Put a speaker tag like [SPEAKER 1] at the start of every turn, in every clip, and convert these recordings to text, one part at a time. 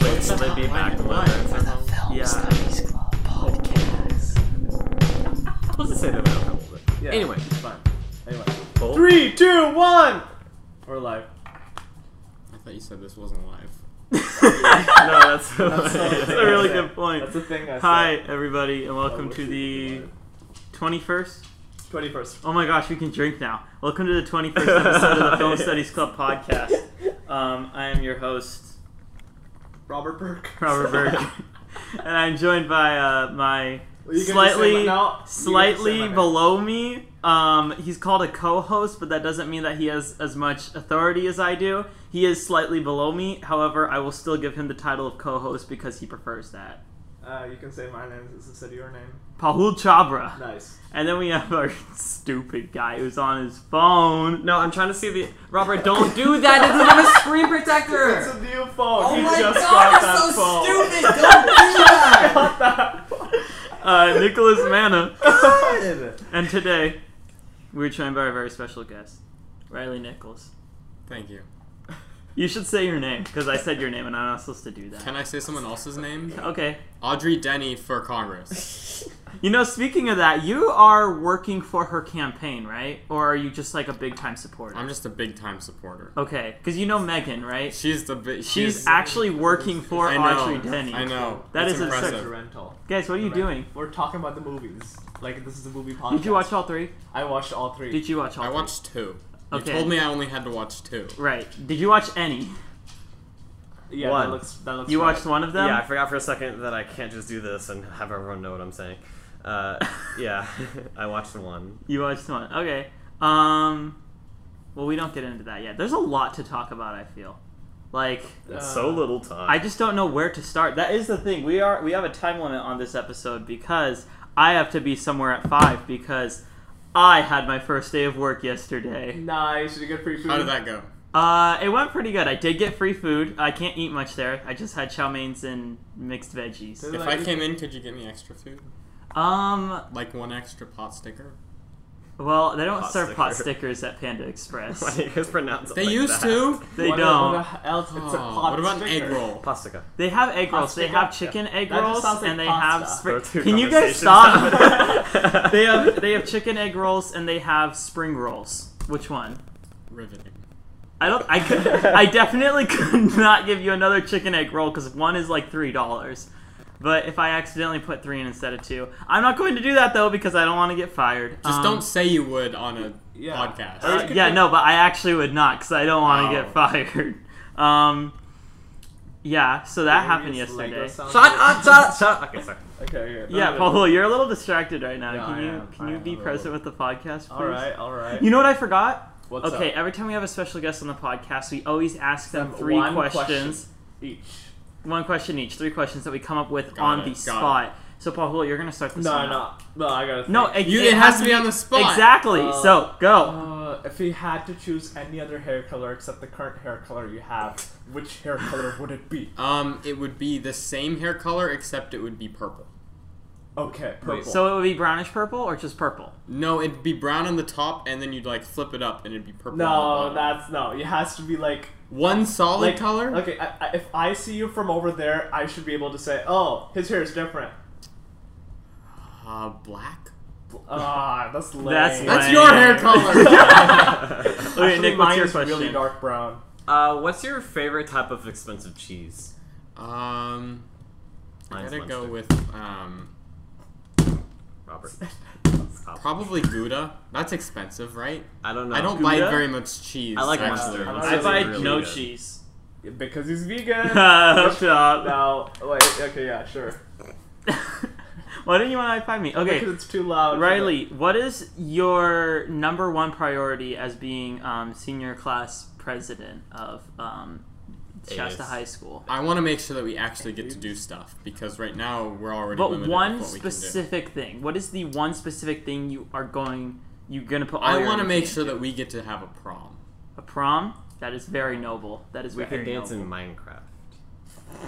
[SPEAKER 1] Thanks,
[SPEAKER 2] Somehow
[SPEAKER 1] Libby
[SPEAKER 2] find it
[SPEAKER 1] Backman.
[SPEAKER 2] was.
[SPEAKER 3] for the Film
[SPEAKER 1] Yeah.
[SPEAKER 3] Studies Club podcast.
[SPEAKER 1] Let's just say that about a little bit.
[SPEAKER 2] Yeah,
[SPEAKER 1] Anyway.
[SPEAKER 2] it's fine. Anyway,
[SPEAKER 1] Bolt?
[SPEAKER 2] three, two, one. We're live.
[SPEAKER 4] I thought you said this wasn't live.
[SPEAKER 1] no, that's,
[SPEAKER 2] That's
[SPEAKER 1] that's,
[SPEAKER 2] all-
[SPEAKER 1] a really
[SPEAKER 2] that's
[SPEAKER 1] good
[SPEAKER 2] it.
[SPEAKER 1] point.
[SPEAKER 2] That's the thing I said.
[SPEAKER 1] Hi, everybody, and welcome
[SPEAKER 2] wish
[SPEAKER 1] to
[SPEAKER 2] we
[SPEAKER 1] the
[SPEAKER 2] could do
[SPEAKER 1] 21st.
[SPEAKER 2] Twenty-first.
[SPEAKER 1] Oh my gosh, we can drink now. Welcome to the 21st episode of the Film Studies Club podcast. Um, I am your host,
[SPEAKER 2] Robert Burke.
[SPEAKER 1] Robert Berg, and I'm joined by uh, my
[SPEAKER 2] Well, you get to say
[SPEAKER 1] Slightly-
[SPEAKER 2] my- no, you get to say my
[SPEAKER 1] slightly
[SPEAKER 2] name.
[SPEAKER 1] below me. Um, he's called a co-host, but that doesn't mean that he has as much authority as I do. He is slightly below me. However, I will still give him the title of co-host because he prefers that.
[SPEAKER 2] Uh, you can say my name instead of your name.
[SPEAKER 1] Pahul Chabra.
[SPEAKER 2] Nice.
[SPEAKER 1] And then we have our stupid guy who's on his phone.
[SPEAKER 4] No, I'm trying to see the Robert. Don't do that. It's not a screen
[SPEAKER 2] It's
[SPEAKER 4] protector.
[SPEAKER 2] a new phone.
[SPEAKER 3] Oh
[SPEAKER 2] He
[SPEAKER 3] my
[SPEAKER 2] just
[SPEAKER 3] God,
[SPEAKER 2] got
[SPEAKER 3] you're
[SPEAKER 2] that
[SPEAKER 3] so stupid!
[SPEAKER 2] phone.
[SPEAKER 3] Don't do that.
[SPEAKER 2] Got that phone.
[SPEAKER 1] Uh, Nicholas Manna.
[SPEAKER 2] God.
[SPEAKER 1] And today, we're joined by our very special guest, Riley Nichols.
[SPEAKER 4] Thank you.
[SPEAKER 1] You should say your name because I said your name and I'm not supposed to do that.
[SPEAKER 4] Can I say someone else's name?
[SPEAKER 1] Okay.
[SPEAKER 4] Audrey Denny for Congress.
[SPEAKER 1] You know, speaking of that, you are working for her campaign, right? Or are you just like a big time supporter?
[SPEAKER 4] I'm just a big time supporter.
[SPEAKER 1] okay, because you know Megan, right?
[SPEAKER 4] She's the big.
[SPEAKER 1] She's actually working for
[SPEAKER 4] I know,
[SPEAKER 1] Audrey Denny.
[SPEAKER 4] I know.
[SPEAKER 1] That
[SPEAKER 4] It's
[SPEAKER 1] is absurd.
[SPEAKER 4] impressive.
[SPEAKER 2] rental.
[SPEAKER 1] Guys, what are you doing?
[SPEAKER 2] We're talking about the movies. Like this is a movie podcast.
[SPEAKER 1] Did you watch all three?
[SPEAKER 2] I watched all three.
[SPEAKER 1] Did you watch all
[SPEAKER 4] I
[SPEAKER 1] three?
[SPEAKER 4] watched two. You
[SPEAKER 1] Okay.
[SPEAKER 4] told me I only had to watch two.
[SPEAKER 1] Right. Did you watch any?
[SPEAKER 2] yeah,
[SPEAKER 5] One.
[SPEAKER 2] that looks that looks
[SPEAKER 1] You
[SPEAKER 2] right.
[SPEAKER 1] watched one of them?
[SPEAKER 5] Yeah, I forgot for a second that I can't just do this and have everyone know what I'm saying. Uh, yeah, I watched the one.
[SPEAKER 1] You watched one. Okay. Um well, we don't get into that yet. There's a lot to talk about, I feel. Like
[SPEAKER 5] That's so
[SPEAKER 2] Uh,
[SPEAKER 5] little time.
[SPEAKER 1] I just don't know where to start. That is the thing. We are we have a time limit on this episode because I have to be somewhere at 5 because I had my first day of work yesterday.
[SPEAKER 2] Nice. Did you get free food?
[SPEAKER 4] How did that go?
[SPEAKER 1] Uh, it went pretty good. I did get free food. I can't eat much there. I just had chow mains and mixed veggies.
[SPEAKER 2] Did
[SPEAKER 4] If
[SPEAKER 2] like-
[SPEAKER 4] I came in, could you get me extra food?
[SPEAKER 1] Um,
[SPEAKER 4] Like one extra pot sticker?
[SPEAKER 1] well, they don't
[SPEAKER 5] Pot
[SPEAKER 1] serve pot
[SPEAKER 5] sticker.
[SPEAKER 1] stickers at Panda Express.
[SPEAKER 5] Why do you guys pronounce it
[SPEAKER 4] They
[SPEAKER 5] like
[SPEAKER 4] used
[SPEAKER 5] that?
[SPEAKER 4] to.
[SPEAKER 1] They
[SPEAKER 2] What-
[SPEAKER 1] don't.
[SPEAKER 2] What the else? It's a
[SPEAKER 4] Oh,
[SPEAKER 2] pot
[SPEAKER 4] what about an egg
[SPEAKER 2] sticker.
[SPEAKER 4] roll?
[SPEAKER 5] Plastica.
[SPEAKER 1] They have egg
[SPEAKER 2] Hot
[SPEAKER 1] rolls. They
[SPEAKER 2] chicken?
[SPEAKER 1] have chicken egg
[SPEAKER 2] That just
[SPEAKER 1] rolls,
[SPEAKER 2] sounds like
[SPEAKER 1] and they
[SPEAKER 2] pasta.
[SPEAKER 1] have.
[SPEAKER 5] There are
[SPEAKER 1] Spring-
[SPEAKER 5] two
[SPEAKER 1] Can you guys
[SPEAKER 5] conversations
[SPEAKER 1] stop?
[SPEAKER 5] happening.
[SPEAKER 1] they have they have chicken egg rolls and they have spring rolls. Which one?
[SPEAKER 4] Riveting.
[SPEAKER 1] I don't. I could. I definitely could not give you another chicken egg roll because one is like three dollars. But if I accidentally put three in instead of two, I'm not going to do that though because I don't want to get fired.
[SPEAKER 4] Just
[SPEAKER 1] Um,
[SPEAKER 4] don't say you would on a
[SPEAKER 2] Yeah.
[SPEAKER 4] podcast.
[SPEAKER 2] Or
[SPEAKER 1] uh, yeah, no, but I actually would not because I don't want to
[SPEAKER 4] Oh.
[SPEAKER 1] get fired. Um, yeah, so that happened
[SPEAKER 2] Various Lego
[SPEAKER 1] yesterday.
[SPEAKER 2] sounds.
[SPEAKER 5] Shut up! Shut up! Shut up! Okay, sorry.
[SPEAKER 2] Okay, here.
[SPEAKER 1] Yeah, Paul, you're a little distracted right now.
[SPEAKER 2] No, I
[SPEAKER 1] can you
[SPEAKER 2] am.
[SPEAKER 1] can
[SPEAKER 2] I
[SPEAKER 1] you
[SPEAKER 2] am a
[SPEAKER 1] be
[SPEAKER 2] little.
[SPEAKER 1] present with the podcast, please?
[SPEAKER 2] All right, all right.
[SPEAKER 1] You know what I forgot?
[SPEAKER 2] What's
[SPEAKER 1] okay,
[SPEAKER 2] up?
[SPEAKER 1] every time we have a special guest on the podcast, we always ask them
[SPEAKER 2] Um,
[SPEAKER 1] three
[SPEAKER 2] one
[SPEAKER 1] questions.
[SPEAKER 2] question. each.
[SPEAKER 1] One question each, three questions that we come up with
[SPEAKER 4] Got
[SPEAKER 1] on
[SPEAKER 4] it,
[SPEAKER 1] the
[SPEAKER 4] got
[SPEAKER 1] spot. So Paul, you're gonna start this
[SPEAKER 2] No,
[SPEAKER 1] one
[SPEAKER 2] no,
[SPEAKER 1] out.
[SPEAKER 2] no. I gotta. Think.
[SPEAKER 1] No, it,
[SPEAKER 4] You,
[SPEAKER 1] it
[SPEAKER 4] has to be on the spot.
[SPEAKER 1] Exactly.
[SPEAKER 2] Uh,
[SPEAKER 1] so go.
[SPEAKER 2] Uh, if you had to choose any other hair color except the current hair color you have, which hair color would it be?
[SPEAKER 4] Um, it would be the same hair color except it would be purple.
[SPEAKER 2] Okay, purple.
[SPEAKER 1] So it would be brownish purple or just purple?
[SPEAKER 4] No, it'd be brown on the top, and then you'd like flip it up, and it'd be purple. on
[SPEAKER 2] no,
[SPEAKER 4] the bottom.
[SPEAKER 2] that's no. It has to be like
[SPEAKER 4] one solid
[SPEAKER 2] like
[SPEAKER 4] color.
[SPEAKER 2] Okay, I, I, if I see you from over there, I should be able to say, "Oh, his hair is different."
[SPEAKER 4] Uh, black.
[SPEAKER 2] Ah, that's lame.
[SPEAKER 1] That's
[SPEAKER 4] That's
[SPEAKER 1] Lame.
[SPEAKER 4] your hair color.
[SPEAKER 1] Okay, Nick, what's
[SPEAKER 2] mine
[SPEAKER 1] your
[SPEAKER 2] is really
[SPEAKER 1] question?
[SPEAKER 2] dark brown.
[SPEAKER 5] Uh, what's your favorite type of expensive cheese?
[SPEAKER 4] um, I
[SPEAKER 5] Mine's
[SPEAKER 4] gotta go
[SPEAKER 5] Munster.
[SPEAKER 4] with um,
[SPEAKER 5] Robert. Stop.
[SPEAKER 4] probably Gouda. That's expensive, right?
[SPEAKER 5] I don't know.
[SPEAKER 4] I don't
[SPEAKER 1] Gouda?
[SPEAKER 4] buy very much cheese.
[SPEAKER 5] I like
[SPEAKER 4] actually.
[SPEAKER 5] Munster.
[SPEAKER 2] I
[SPEAKER 5] Munster's
[SPEAKER 2] buy
[SPEAKER 5] really
[SPEAKER 1] no
[SPEAKER 5] good.
[SPEAKER 1] cheese.
[SPEAKER 2] Because he's vegan.
[SPEAKER 1] Shut up.
[SPEAKER 2] no, wait. Okay, yeah, sure.
[SPEAKER 1] Why didn't you want to find me? Okay.
[SPEAKER 2] Because it's too loud. for
[SPEAKER 1] Riley, what is your number one priority as being um, senior class president of um, Shasta
[SPEAKER 5] AS.
[SPEAKER 1] High School?
[SPEAKER 4] I want to make sure that we actually get to do stuff because right now we're already
[SPEAKER 1] But
[SPEAKER 4] limited with
[SPEAKER 1] one
[SPEAKER 4] what we can do.
[SPEAKER 1] specific thing. What is the one specific thing you are going? You're gonna put. All
[SPEAKER 4] I
[SPEAKER 1] want to
[SPEAKER 4] make sure that we get to have a prom.
[SPEAKER 1] a prom. That is very noble. That is
[SPEAKER 5] We
[SPEAKER 1] very
[SPEAKER 5] can dance
[SPEAKER 1] noble.
[SPEAKER 5] in Minecraft.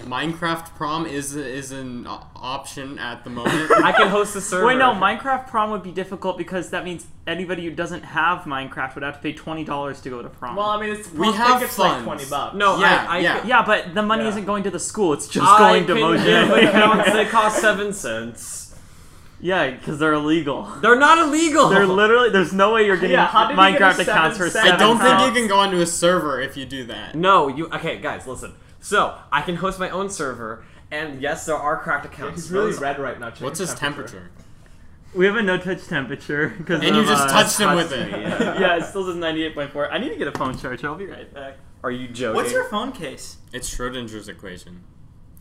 [SPEAKER 4] Minecraft prom is is an o- option at the moment.
[SPEAKER 5] I can host the server.
[SPEAKER 1] Wait, no, Minecraft prom would be difficult because that means anybody who doesn't have Minecraft would have to pay twenty dollars to go to prom.
[SPEAKER 2] Well, I mean, it's
[SPEAKER 4] We
[SPEAKER 2] pump
[SPEAKER 4] have
[SPEAKER 2] tickets like
[SPEAKER 4] funds.
[SPEAKER 2] twenty bucks.
[SPEAKER 5] No,
[SPEAKER 4] Yeah,
[SPEAKER 5] I, I
[SPEAKER 4] yeah.
[SPEAKER 5] can-
[SPEAKER 1] yeah, but the money
[SPEAKER 2] Yeah.
[SPEAKER 1] isn't going to the school; it's just
[SPEAKER 5] I
[SPEAKER 1] going to
[SPEAKER 5] can give accounts
[SPEAKER 1] Mojang.
[SPEAKER 5] that cost seven cents.
[SPEAKER 1] yeah, because they're illegal.
[SPEAKER 5] They're not illegal.
[SPEAKER 1] They're literally there's no way you're getting
[SPEAKER 2] Yeah, how did you get a
[SPEAKER 1] Minecraft
[SPEAKER 2] seven
[SPEAKER 1] accounts for
[SPEAKER 2] cent?
[SPEAKER 1] seven.
[SPEAKER 4] I don't think
[SPEAKER 1] pounds.
[SPEAKER 4] you can go onto a server if you do that.
[SPEAKER 5] no, you. Okay, guys, listen. So I can host my own server, and yes, there are cracked
[SPEAKER 2] Yeah,
[SPEAKER 5] accounts.
[SPEAKER 2] he's really
[SPEAKER 5] Those-
[SPEAKER 2] red right now. Check
[SPEAKER 4] What's his temperature?
[SPEAKER 1] We have a no touch temperature because
[SPEAKER 4] And you
[SPEAKER 2] Uh,
[SPEAKER 4] just touched him with
[SPEAKER 5] touched me,
[SPEAKER 4] it.
[SPEAKER 5] yeah.
[SPEAKER 1] yeah, it still says ninety eight point four. I need to get a phone charger. I'll be right back.
[SPEAKER 5] Are you joking?
[SPEAKER 6] What's your phone case?
[SPEAKER 4] It's Schrodinger's equation.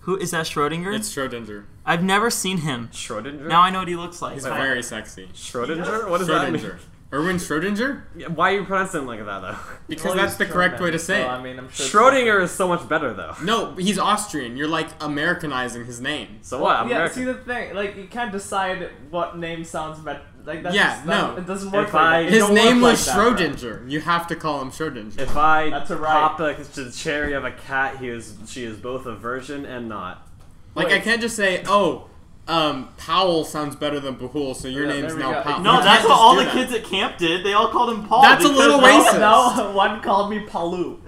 [SPEAKER 6] Who is that Schrodinger?
[SPEAKER 4] It's Schrodinger.
[SPEAKER 6] I've never seen him.
[SPEAKER 5] Schrodinger?
[SPEAKER 6] Now I know what he looks like.
[SPEAKER 4] He's very sexy.
[SPEAKER 5] Schrodinger? What does that mean?
[SPEAKER 4] Schrodinger. Erwin Schrodinger?
[SPEAKER 5] Yeah, Why are you pronouncing him like that though?
[SPEAKER 4] Because that's the correct way to say
[SPEAKER 2] I
[SPEAKER 4] it.
[SPEAKER 2] mean, I'm sure
[SPEAKER 5] Schrodinger is so much better though.
[SPEAKER 4] No, he's Austrian. You're like Americanizing his name.
[SPEAKER 5] So what? I'm
[SPEAKER 2] yeah,
[SPEAKER 5] American.
[SPEAKER 2] see the thing, like you can't decide what name sounds better. Like that's
[SPEAKER 4] Yeah,
[SPEAKER 2] just not-
[SPEAKER 4] no.
[SPEAKER 2] it doesn't work.
[SPEAKER 1] If
[SPEAKER 2] like
[SPEAKER 1] I-
[SPEAKER 2] that. It
[SPEAKER 4] His
[SPEAKER 2] don't
[SPEAKER 4] name
[SPEAKER 2] work
[SPEAKER 4] was
[SPEAKER 2] like that, bro.
[SPEAKER 4] Schrodinger. You have to call him Schrodinger.
[SPEAKER 5] if I
[SPEAKER 2] That's a right.
[SPEAKER 5] pop the, the cherry of a cat, he is she is both a virgin and not.
[SPEAKER 4] Like I
[SPEAKER 2] wait.
[SPEAKER 4] can't just say, oh, um, Powell sounds better than Bahul, so your
[SPEAKER 2] Yeah,
[SPEAKER 4] name's
[SPEAKER 2] there we
[SPEAKER 4] now
[SPEAKER 2] go.
[SPEAKER 4] Powell.
[SPEAKER 2] No,
[SPEAKER 4] You can't just do that.
[SPEAKER 1] at camp did. They all called him Paul.
[SPEAKER 4] That's a little
[SPEAKER 1] because-
[SPEAKER 4] racist.
[SPEAKER 2] No, one called me Palu.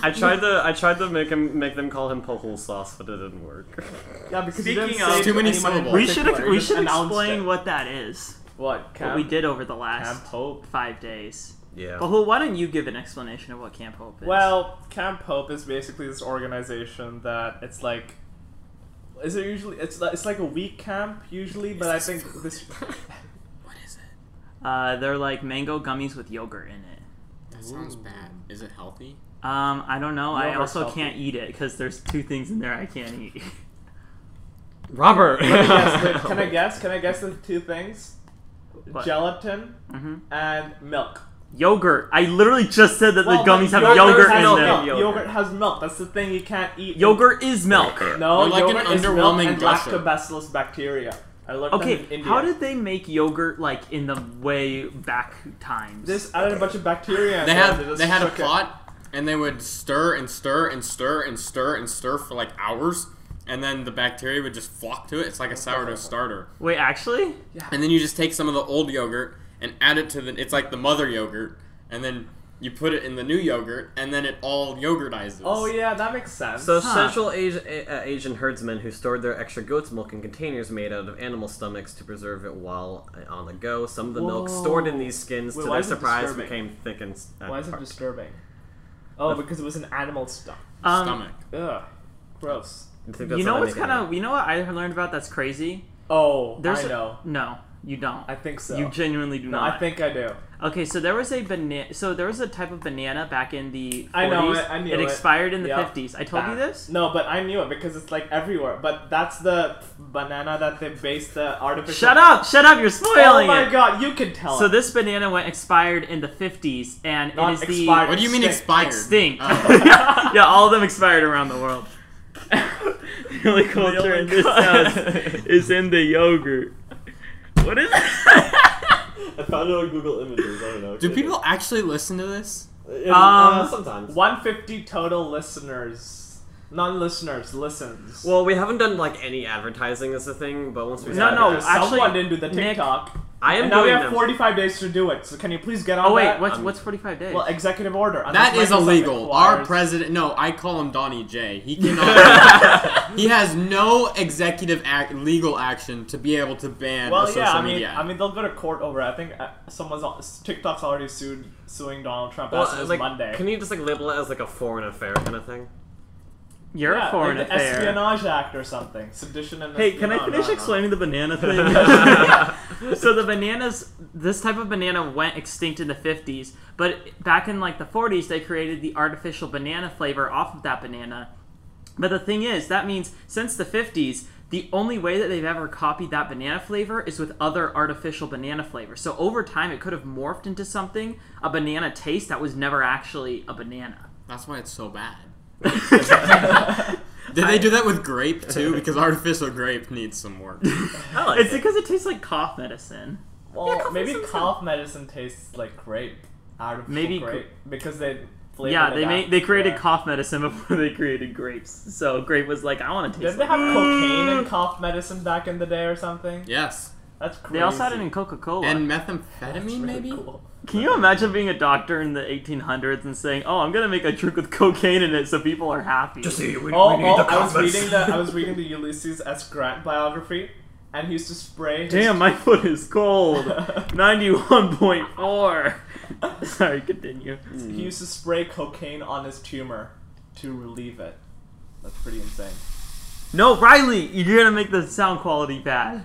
[SPEAKER 5] I tried to I tried to make him make them call him pohol sauce, but it didn't work.
[SPEAKER 2] yeah, because you
[SPEAKER 1] Speaking
[SPEAKER 2] didn't
[SPEAKER 1] of-
[SPEAKER 2] say
[SPEAKER 1] It's
[SPEAKER 4] too many
[SPEAKER 2] anyone in
[SPEAKER 4] syllables.
[SPEAKER 1] We should
[SPEAKER 2] particular, you
[SPEAKER 1] we
[SPEAKER 2] just
[SPEAKER 1] should
[SPEAKER 2] announced
[SPEAKER 1] explain
[SPEAKER 2] it.
[SPEAKER 1] what that is.
[SPEAKER 2] what
[SPEAKER 1] What
[SPEAKER 2] Cam,
[SPEAKER 1] we did over the
[SPEAKER 2] Cam
[SPEAKER 1] last
[SPEAKER 2] Pope.
[SPEAKER 1] five days.
[SPEAKER 5] Yeah.
[SPEAKER 1] But who- why don't you give an explanation of what Camp Hope is?
[SPEAKER 2] Well, Camp Hope is basically this organization that it's like. Is it usually it's li- it's like a week camp usually, but I think this
[SPEAKER 4] What is it?
[SPEAKER 1] uh, they're like mango gummies with yogurt in it.
[SPEAKER 4] That sounds bad. Is it healthy?
[SPEAKER 1] Um, I don't know. I
[SPEAKER 2] Yogurt's
[SPEAKER 1] also
[SPEAKER 2] healthy.
[SPEAKER 1] can't eat it because there's two things in there I can't eat.
[SPEAKER 5] Robert.
[SPEAKER 2] yes, wait, can I guess? Can I guess the two things?
[SPEAKER 1] What?
[SPEAKER 2] Gelatin
[SPEAKER 4] Mm-hmm.
[SPEAKER 1] hmm
[SPEAKER 2] and milk.
[SPEAKER 1] Yogurt. I literally just said that
[SPEAKER 2] Well,
[SPEAKER 1] the gummies
[SPEAKER 2] but
[SPEAKER 1] have
[SPEAKER 5] yogurt
[SPEAKER 1] yogurt in
[SPEAKER 5] has
[SPEAKER 2] has
[SPEAKER 5] milk.
[SPEAKER 1] them.
[SPEAKER 2] milk.
[SPEAKER 5] Yogurt.
[SPEAKER 2] Yogurt. has milk. That's the thing you can't eat.
[SPEAKER 1] Yogurt is milk.
[SPEAKER 2] No,
[SPEAKER 4] Or like an
[SPEAKER 2] yogurt is milk
[SPEAKER 4] underwhelming
[SPEAKER 2] and
[SPEAKER 4] gusher.
[SPEAKER 2] lactobacillus bacteria. I learned that in
[SPEAKER 1] Okay,
[SPEAKER 2] India.
[SPEAKER 1] how did they make yogurt like in the way back times?
[SPEAKER 2] this added a bunch of bacteria? in
[SPEAKER 4] They
[SPEAKER 2] there,
[SPEAKER 4] had
[SPEAKER 2] just
[SPEAKER 4] they had a
[SPEAKER 2] shook it.
[SPEAKER 4] pot, and they would stir and stir and stir and stir and stir for like hours, and then the bacteria would just flock to it. It's like a sourdough starter.
[SPEAKER 1] Wait, actually,
[SPEAKER 4] And then you just take some of the old yogurt and add it to the. It's like the mother yogurt, and then you put it in the new yogurt, and then it all yogurtizes.
[SPEAKER 2] Oh yeah, that makes sense.
[SPEAKER 5] So
[SPEAKER 1] Huh.
[SPEAKER 5] Central Asia, uh, Asian herdsmen who stored their extra goat's milk in containers made out of animal stomachs to preserve it while uh, on the go. Some of the milk stored in these skins,
[SPEAKER 2] Wait,
[SPEAKER 5] to
[SPEAKER 2] why
[SPEAKER 5] their
[SPEAKER 2] is it
[SPEAKER 5] surprise,
[SPEAKER 2] disturbing?
[SPEAKER 5] became thick and. s- uh,
[SPEAKER 2] Why is it
[SPEAKER 5] hard.
[SPEAKER 2] disturbing? Oh, because it was an animal stuff.
[SPEAKER 1] um,
[SPEAKER 4] stomach.
[SPEAKER 2] Ugh, gross.
[SPEAKER 5] I think that's
[SPEAKER 1] you
[SPEAKER 5] how
[SPEAKER 1] know
[SPEAKER 5] they
[SPEAKER 1] what's
[SPEAKER 5] make it
[SPEAKER 1] kind of you know what I learned about that's crazy.
[SPEAKER 2] Oh,
[SPEAKER 1] There's
[SPEAKER 2] I
[SPEAKER 1] a-
[SPEAKER 2] know.
[SPEAKER 1] no, you don't.
[SPEAKER 2] I think so.
[SPEAKER 1] You genuinely do
[SPEAKER 2] no,
[SPEAKER 1] not.
[SPEAKER 2] I think I do.
[SPEAKER 1] Okay, so there was a banana. So there was a type of banana back in the 40s.
[SPEAKER 2] I know it, I knew it.
[SPEAKER 1] expired in the
[SPEAKER 2] Yeah.
[SPEAKER 1] 50s. I told you
[SPEAKER 2] Bah.
[SPEAKER 1] this.
[SPEAKER 2] No, but I knew it because it's like everywhere. But that's the banana that they based the artificial.
[SPEAKER 1] Shut up! Shut up! You're spoiling
[SPEAKER 2] Oh my
[SPEAKER 1] it.
[SPEAKER 2] god, you can tell.
[SPEAKER 1] So
[SPEAKER 2] it.
[SPEAKER 1] this banana went expired in the 50s, and
[SPEAKER 2] Not
[SPEAKER 1] it is the
[SPEAKER 2] expired.
[SPEAKER 4] What do you mean
[SPEAKER 2] Extinct.
[SPEAKER 4] expired?
[SPEAKER 1] extinct.
[SPEAKER 4] Oh.
[SPEAKER 1] yeah, all of them expired around the world. the only culture in this house is in the yogurt. What is
[SPEAKER 5] I found it on Google Images. I don't know.
[SPEAKER 4] Do people actually listen to this?
[SPEAKER 1] uh, Um,
[SPEAKER 5] sometimes.
[SPEAKER 2] 150 total listeners, non-listeners, listens.
[SPEAKER 5] Well, we haven't done like any advertising as a thing, but once we
[SPEAKER 1] No,
[SPEAKER 5] start
[SPEAKER 1] no,
[SPEAKER 5] this-
[SPEAKER 1] I-
[SPEAKER 2] someone
[SPEAKER 1] actually,
[SPEAKER 2] didn't do the
[SPEAKER 1] Nick-
[SPEAKER 2] TikTok,
[SPEAKER 5] I am
[SPEAKER 2] and now we
[SPEAKER 5] doing
[SPEAKER 2] have
[SPEAKER 5] them.
[SPEAKER 2] 45 days to do it. So can you please get on?
[SPEAKER 1] Oh wait,
[SPEAKER 2] that?
[SPEAKER 1] what's
[SPEAKER 5] I'm-
[SPEAKER 1] what's 45 days?
[SPEAKER 2] Well, executive order.
[SPEAKER 4] That
[SPEAKER 2] unless
[SPEAKER 4] is
[SPEAKER 2] Microsoft
[SPEAKER 4] illegal. Our
[SPEAKER 2] acquires-
[SPEAKER 4] president, no, I call him Donnie J. He cannot. he has no executive ac legal action to be able to ban a
[SPEAKER 2] Well,
[SPEAKER 4] social
[SPEAKER 2] yeah, I mean,
[SPEAKER 4] media.
[SPEAKER 2] I mean, they'll go to court over. it. I think uh, someone's al- TikTok's already sued suing Donald Trump.
[SPEAKER 5] Well,
[SPEAKER 2] as soon as
[SPEAKER 5] like,
[SPEAKER 2] Monday.
[SPEAKER 5] Can you just like label it as like a foreign affair kind of thing?
[SPEAKER 1] You're
[SPEAKER 2] yeah,
[SPEAKER 1] a foreign
[SPEAKER 2] like the
[SPEAKER 1] affair.
[SPEAKER 2] Espionage Act or something. Sedition and
[SPEAKER 1] Hey, can I
[SPEAKER 2] espionage.
[SPEAKER 1] finish
[SPEAKER 2] don't know.
[SPEAKER 1] explaining the banana thing? so the bananas, this type of banana went extinct in the 50s, but back in like the 40s, they created the artificial banana flavor off of that banana. But the thing is, that means since the 50s, the only way that they've ever copied that banana flavor is with other artificial banana flavors. So over time, it could have morphed into something, a banana taste that was never actually a banana.
[SPEAKER 4] That's why it's so bad. Did they do that with grape too? Because artificial grape needs some work.
[SPEAKER 5] I like
[SPEAKER 1] it's
[SPEAKER 5] it.
[SPEAKER 1] because it tastes like cough medicine.
[SPEAKER 2] Well,
[SPEAKER 1] cough
[SPEAKER 2] maybe
[SPEAKER 1] medicine.
[SPEAKER 2] cough medicine tastes like grape, artificial
[SPEAKER 1] Maybe
[SPEAKER 2] grape, because they flavor.
[SPEAKER 1] yeah, they
[SPEAKER 2] got.
[SPEAKER 1] made they created
[SPEAKER 2] Yeah.
[SPEAKER 1] cough medicine before they created grapes. So grape was like, I want to taste. Mm.
[SPEAKER 2] Didn't they
[SPEAKER 1] Like.
[SPEAKER 2] have cocaine and cough medicine back in the day or something?
[SPEAKER 4] Yes.
[SPEAKER 2] That's crazy.
[SPEAKER 1] They also had it in Coca Cola.
[SPEAKER 4] And
[SPEAKER 2] That's
[SPEAKER 4] methamphetamine,
[SPEAKER 2] really
[SPEAKER 4] maybe?
[SPEAKER 2] cool.
[SPEAKER 1] Can you imagine being a doctor in the 1800s and saying, "Oh, I'm gonna make a drink with cocaine in it so people are happy"?
[SPEAKER 5] we,
[SPEAKER 2] Oh, oh I was reading the I was reading the Ulysses S. Grant biography, and he used to spray. His
[SPEAKER 1] Damn, my foot is cold. 91.4. Sorry, continue.
[SPEAKER 2] He used to spray cocaine on his tumor to relieve it. That's pretty insane.
[SPEAKER 1] No, Riley, you're gonna make the sound quality bad.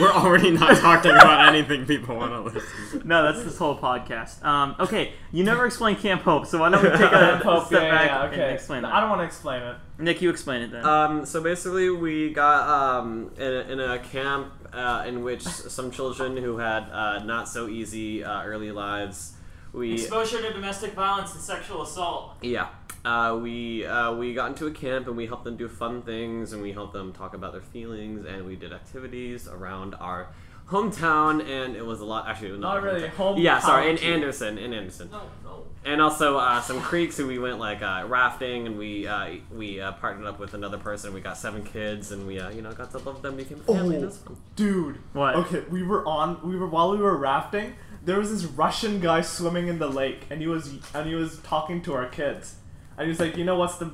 [SPEAKER 4] We're already not talking about anything people want to listen to.
[SPEAKER 1] No, that's this whole podcast. Um, okay, you never explained Camp Hope, so why don't we take a
[SPEAKER 2] Camp Hope,
[SPEAKER 1] step
[SPEAKER 2] yeah,
[SPEAKER 1] back
[SPEAKER 2] yeah,
[SPEAKER 1] and
[SPEAKER 2] okay.
[SPEAKER 1] explain
[SPEAKER 2] No,
[SPEAKER 1] that?
[SPEAKER 2] I don't want to explain it.
[SPEAKER 1] Nick, you explain it then.
[SPEAKER 7] Uh,
[SPEAKER 5] Um, so basically, we got um, in, a, in a camp uh, in which some children who had uh, not so easy uh, early lives, we
[SPEAKER 7] Exposure to domestic violence and sexual assault.
[SPEAKER 5] yeah, uh, we uh, we got into a camp and we helped them do fun things and we helped them talk about their feelings and we did activities around our hometown and it was a lot. Actually, it was not,
[SPEAKER 2] Not
[SPEAKER 5] our
[SPEAKER 2] really.
[SPEAKER 5] hometown.
[SPEAKER 2] Home.
[SPEAKER 5] Yeah, sorry, in
[SPEAKER 2] ecology.
[SPEAKER 5] Anderson, in Anderson.
[SPEAKER 7] No, no.
[SPEAKER 5] and also uh, some creeks who we went like uh, rafting and we uh, we uh, partnered up with another person we got seven kids and we uh, you know got to love them became a family and it was fun.
[SPEAKER 2] Oh, Dude.
[SPEAKER 1] What?
[SPEAKER 2] Okay, we were on. We were while we were rafting. There was this Russian guy swimming in the lake, and he was and he was talking to our kids, and he was like, you know what's the,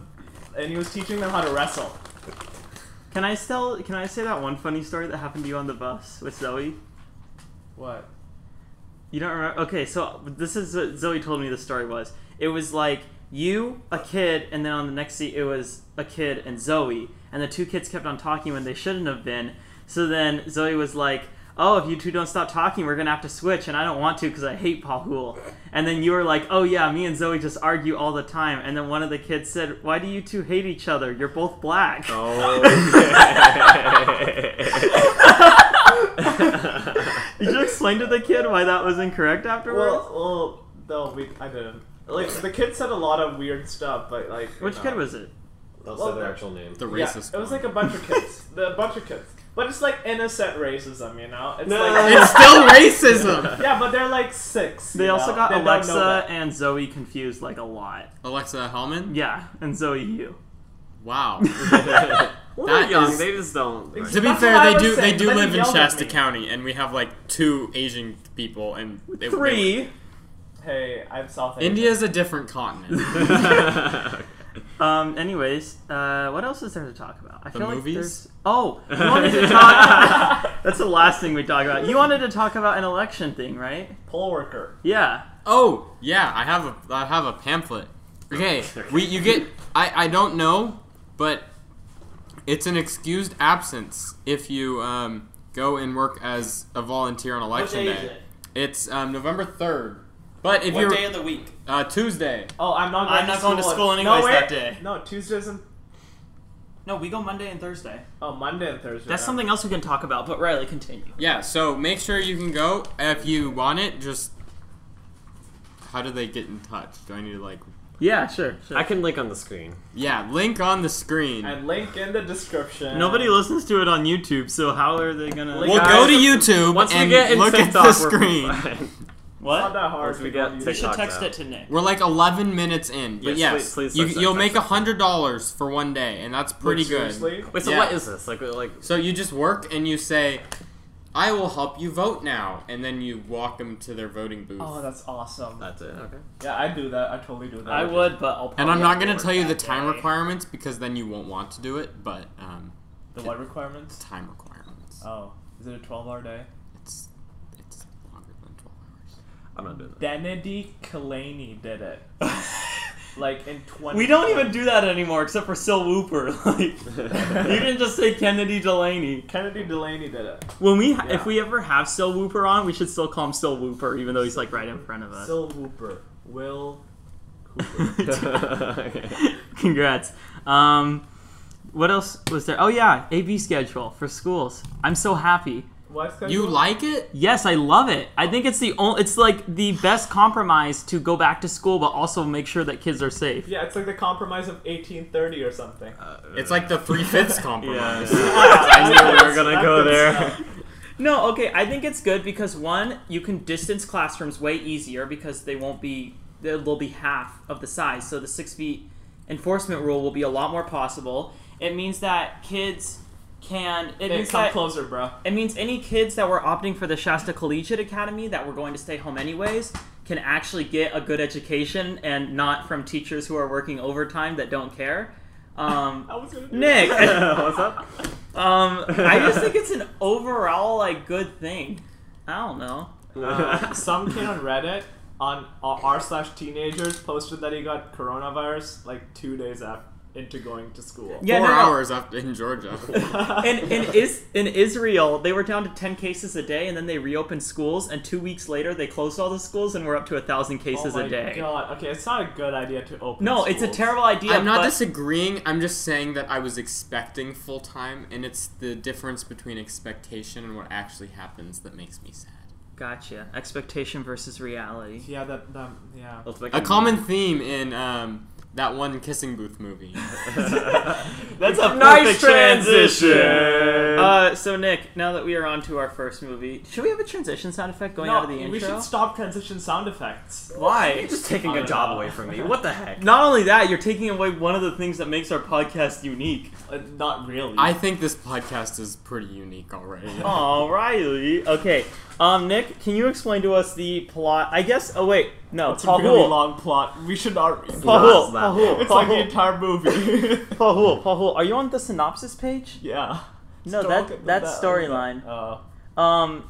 [SPEAKER 2] and he was teaching them how to wrestle.
[SPEAKER 1] can I still? Can I say that one funny story that happened to you on the bus with Zoe?
[SPEAKER 2] What?
[SPEAKER 1] You don't remember? Okay, so this is what Zoe told me the story was. It was like you, a kid, and then on the next seat it was a kid and Zoe, and the two kids kept on talking when they shouldn't have been. So then Zoe was like, "Oh, if you two don't stop talking, we're gonna have to switch," and I don't want to because I hate Pahul. And then you were like, "Oh yeah, me and Zoe just argue all the time." And then one of the kids said, "Why do you two hate each other? You're both black."
[SPEAKER 5] Oh.
[SPEAKER 1] Did you explain to the kid why that was incorrect afterwards?
[SPEAKER 2] Well, well, no, we, I didn't. Like the kid said a lot of weird stuff, but like you
[SPEAKER 1] Which
[SPEAKER 2] know.
[SPEAKER 1] kid was it?
[SPEAKER 5] Those
[SPEAKER 2] Well,
[SPEAKER 5] are their actual names.
[SPEAKER 4] The
[SPEAKER 2] Yeah,
[SPEAKER 4] racist
[SPEAKER 2] it was
[SPEAKER 4] one.
[SPEAKER 2] like a bunch of kids, the, a bunch of kids. But it's like innocent racism, you know. It's
[SPEAKER 5] No.
[SPEAKER 2] like
[SPEAKER 4] It's still racism!
[SPEAKER 2] yeah, but they're like six.
[SPEAKER 1] They
[SPEAKER 2] you
[SPEAKER 1] also
[SPEAKER 2] know?
[SPEAKER 1] got
[SPEAKER 2] They don't know
[SPEAKER 1] Alexa
[SPEAKER 2] that.
[SPEAKER 1] and Zoe confused like a lot.
[SPEAKER 4] Alexa Hellman?
[SPEAKER 1] Yeah, and Zoe you.
[SPEAKER 4] Wow.
[SPEAKER 5] Well,
[SPEAKER 4] That
[SPEAKER 5] they're young.
[SPEAKER 4] is-
[SPEAKER 5] They just don't.
[SPEAKER 4] to be
[SPEAKER 2] That's
[SPEAKER 4] fair,
[SPEAKER 2] what I
[SPEAKER 4] they
[SPEAKER 2] was
[SPEAKER 4] do
[SPEAKER 2] saying,
[SPEAKER 4] they
[SPEAKER 2] but
[SPEAKER 4] do
[SPEAKER 2] then he
[SPEAKER 4] live in
[SPEAKER 2] yelled at
[SPEAKER 4] Shasta
[SPEAKER 2] me.
[SPEAKER 4] County, and we have like two Asian people, and they,
[SPEAKER 1] Three.
[SPEAKER 2] Hey, I'm South.
[SPEAKER 4] They,
[SPEAKER 2] Asian.
[SPEAKER 4] India's a different continent.
[SPEAKER 1] Um. Anyways, uh, what else is there to talk about? I
[SPEAKER 4] The
[SPEAKER 1] feel
[SPEAKER 4] movies?
[SPEAKER 1] like there's. Oh, you wanted to talk. That's the last thing we talk about. You wanted to talk about an election thing, right?
[SPEAKER 2] poll worker.
[SPEAKER 1] Yeah.
[SPEAKER 4] Oh yeah, I have a I have a pamphlet. Okay, we you get I I don't know, but it's an excused absence if you um go and work as a volunteer on election
[SPEAKER 7] day is it?
[SPEAKER 4] It's um, November third, but if
[SPEAKER 7] What
[SPEAKER 4] you're
[SPEAKER 7] day of the week?
[SPEAKER 4] uh, Tuesday,
[SPEAKER 2] Oh, I'm not. Going
[SPEAKER 7] I'm not going to school
[SPEAKER 2] on-
[SPEAKER 7] anyways
[SPEAKER 2] no,
[SPEAKER 7] that
[SPEAKER 2] wait.
[SPEAKER 7] day.
[SPEAKER 2] No, Tuesdays and
[SPEAKER 7] No, we go Monday and Thursday.
[SPEAKER 2] oh Monday and Thursday.
[SPEAKER 7] That's something else we can talk about, but Riley, continue.
[SPEAKER 4] yeah. So make sure you can go if you want it. Just how do they get in touch? Do I need to like
[SPEAKER 1] Yeah. Sure. sure.
[SPEAKER 5] I can link on the screen.
[SPEAKER 4] yeah link on the screen?
[SPEAKER 2] And link in the description.
[SPEAKER 1] Nobody listens to it on YouTube, so how are they gonna?
[SPEAKER 2] Like-
[SPEAKER 4] Well,
[SPEAKER 2] Guys,
[SPEAKER 4] go to YouTube
[SPEAKER 5] Once
[SPEAKER 4] and
[SPEAKER 5] we get in
[SPEAKER 4] look at
[SPEAKER 5] TikTok,
[SPEAKER 4] the
[SPEAKER 5] we're
[SPEAKER 4] screen.
[SPEAKER 5] fine.
[SPEAKER 2] Not
[SPEAKER 7] What?
[SPEAKER 2] that hard.
[SPEAKER 5] Once we
[SPEAKER 2] to
[SPEAKER 5] get
[SPEAKER 2] go use.
[SPEAKER 7] We should
[SPEAKER 5] TikTok
[SPEAKER 7] text
[SPEAKER 5] now.
[SPEAKER 7] it to Nick.
[SPEAKER 4] We're like 11 minutes in, but
[SPEAKER 5] Yes,
[SPEAKER 4] yes,
[SPEAKER 5] please- please
[SPEAKER 4] you,
[SPEAKER 5] text,
[SPEAKER 4] you'll
[SPEAKER 5] text,
[SPEAKER 4] make hundred dollars for one day, and that's pretty good.
[SPEAKER 2] Seriously?
[SPEAKER 5] Wait, so
[SPEAKER 4] Yeah.
[SPEAKER 5] what is this? Like, like
[SPEAKER 4] So you just work and you say, "I will help you vote now," and then you walk them to their voting booth.
[SPEAKER 2] Oh, that's awesome.
[SPEAKER 5] that's it? Okay.
[SPEAKER 2] Yeah, I do that. I totally do that.
[SPEAKER 7] I would, but I'll.
[SPEAKER 4] and I'm
[SPEAKER 7] probably
[SPEAKER 4] not
[SPEAKER 7] have
[SPEAKER 4] gonna
[SPEAKER 7] work
[SPEAKER 4] tell you the
[SPEAKER 7] that
[SPEAKER 4] time
[SPEAKER 7] day.
[SPEAKER 4] requirements because then you won't want to do it. But um,
[SPEAKER 2] The what requirements?
[SPEAKER 4] time requirements.
[SPEAKER 2] Oh, is it a 12-hour day?
[SPEAKER 4] It's it's longer than 12 hours.
[SPEAKER 5] I'm not doing that.
[SPEAKER 2] Denedy Kalani did it. like in 20.
[SPEAKER 1] we don't even do that anymore, except for Sil Wooper. Like, you can just say Kennedy Delaney.
[SPEAKER 2] Kennedy Delaney did it.
[SPEAKER 1] When we,
[SPEAKER 2] Yeah.
[SPEAKER 1] if we ever have Sil Wooper on, we should still call him Sil Wooper, even though he's like right in front of us.
[SPEAKER 2] Sil Hooper. Will.
[SPEAKER 1] Congrats. Um, what else was there? Oh yeah, AB schedule for schools. I'm so happy.
[SPEAKER 2] What's that?
[SPEAKER 4] You like it?
[SPEAKER 1] Yes, I love it. I think it's the only, it's like the best compromise to go back to school, but also make sure that kids are safe.
[SPEAKER 2] Yeah, it's like the compromise of 1830 or something.
[SPEAKER 4] It's like the three fifths compromise.
[SPEAKER 5] I knew we were gonna go there.
[SPEAKER 1] No, okay. I think it's good because one, you can distance classrooms way easier because they won't be there will be half of the size. So the six feet enforcement rule will be a lot more possible. It means that kids can. It
[SPEAKER 2] Hey,
[SPEAKER 1] means
[SPEAKER 2] come
[SPEAKER 1] that
[SPEAKER 2] closer, bro.
[SPEAKER 1] it means any kids that were opting for the Shasta Collegiate Academy that were going to stay home anyways can actually get a good education and not from teachers who are working overtime that don't care. Um,
[SPEAKER 2] I was gonna do
[SPEAKER 1] Nick,
[SPEAKER 5] What's up?
[SPEAKER 1] um, I just think it's an overall like good thing. I don't know.
[SPEAKER 2] Uh, some kid on Reddit on uh, r slash teenagers posted that he got coronavirus like two days after into going to school.
[SPEAKER 1] Yeah,
[SPEAKER 4] Four
[SPEAKER 1] no, no.
[SPEAKER 4] hours after in Georgia.
[SPEAKER 1] And in is in Israel, they were down to ten cases a day, and then they reopened schools. And two weeks later, they closed all the schools, and we're up to a thousand
[SPEAKER 2] oh
[SPEAKER 1] cases
[SPEAKER 2] my
[SPEAKER 1] a day.
[SPEAKER 2] god. Okay, it's not a good idea to open.
[SPEAKER 1] No, it's a
[SPEAKER 2] schools.
[SPEAKER 1] terrible idea.
[SPEAKER 4] I'm not
[SPEAKER 1] but-
[SPEAKER 4] disagreeing. I'm just saying that I was expecting full time, and it's the difference between expectation and what actually happens that makes me sad.
[SPEAKER 1] Gotcha. Expectation versus reality.
[SPEAKER 2] Yeah, that, that yeah.
[SPEAKER 5] Let's make
[SPEAKER 4] A common theme in um, that one kissing booth movie.
[SPEAKER 1] That's a
[SPEAKER 5] nice
[SPEAKER 1] nice
[SPEAKER 5] transition.
[SPEAKER 1] Uh, so Nick, now that we are on to our first movie, should we have a transition sound effect going
[SPEAKER 2] no,
[SPEAKER 1] out of the
[SPEAKER 2] we
[SPEAKER 1] intro?
[SPEAKER 2] should stop transition sound effects.
[SPEAKER 1] Why?
[SPEAKER 5] You're just taking
[SPEAKER 2] I
[SPEAKER 5] a
[SPEAKER 2] don't
[SPEAKER 5] job
[SPEAKER 2] know.
[SPEAKER 5] away from me. What the heck?
[SPEAKER 1] Not only that, you're taking away one of the things that makes our podcast unique.
[SPEAKER 2] Uh, not really.
[SPEAKER 4] I think this podcast is pretty unique already.
[SPEAKER 1] Oh, Riley. Okay. Um, Nick, can you explain to us the plot? I guess. Oh wait, no.
[SPEAKER 2] it's a
[SPEAKER 1] Pahul.
[SPEAKER 2] really long plot. We should not.
[SPEAKER 1] Pahul.
[SPEAKER 5] That's that.
[SPEAKER 1] Pahul.
[SPEAKER 2] It's like the
[SPEAKER 1] Pahul.
[SPEAKER 2] entire movie.
[SPEAKER 1] Pahul. Pahul. Are you on the synopsis page?
[SPEAKER 2] yeah.
[SPEAKER 1] No,
[SPEAKER 2] Don't
[SPEAKER 1] that-
[SPEAKER 2] look at
[SPEAKER 1] that's
[SPEAKER 2] that.
[SPEAKER 1] storyline.
[SPEAKER 2] Oh.
[SPEAKER 1] Um,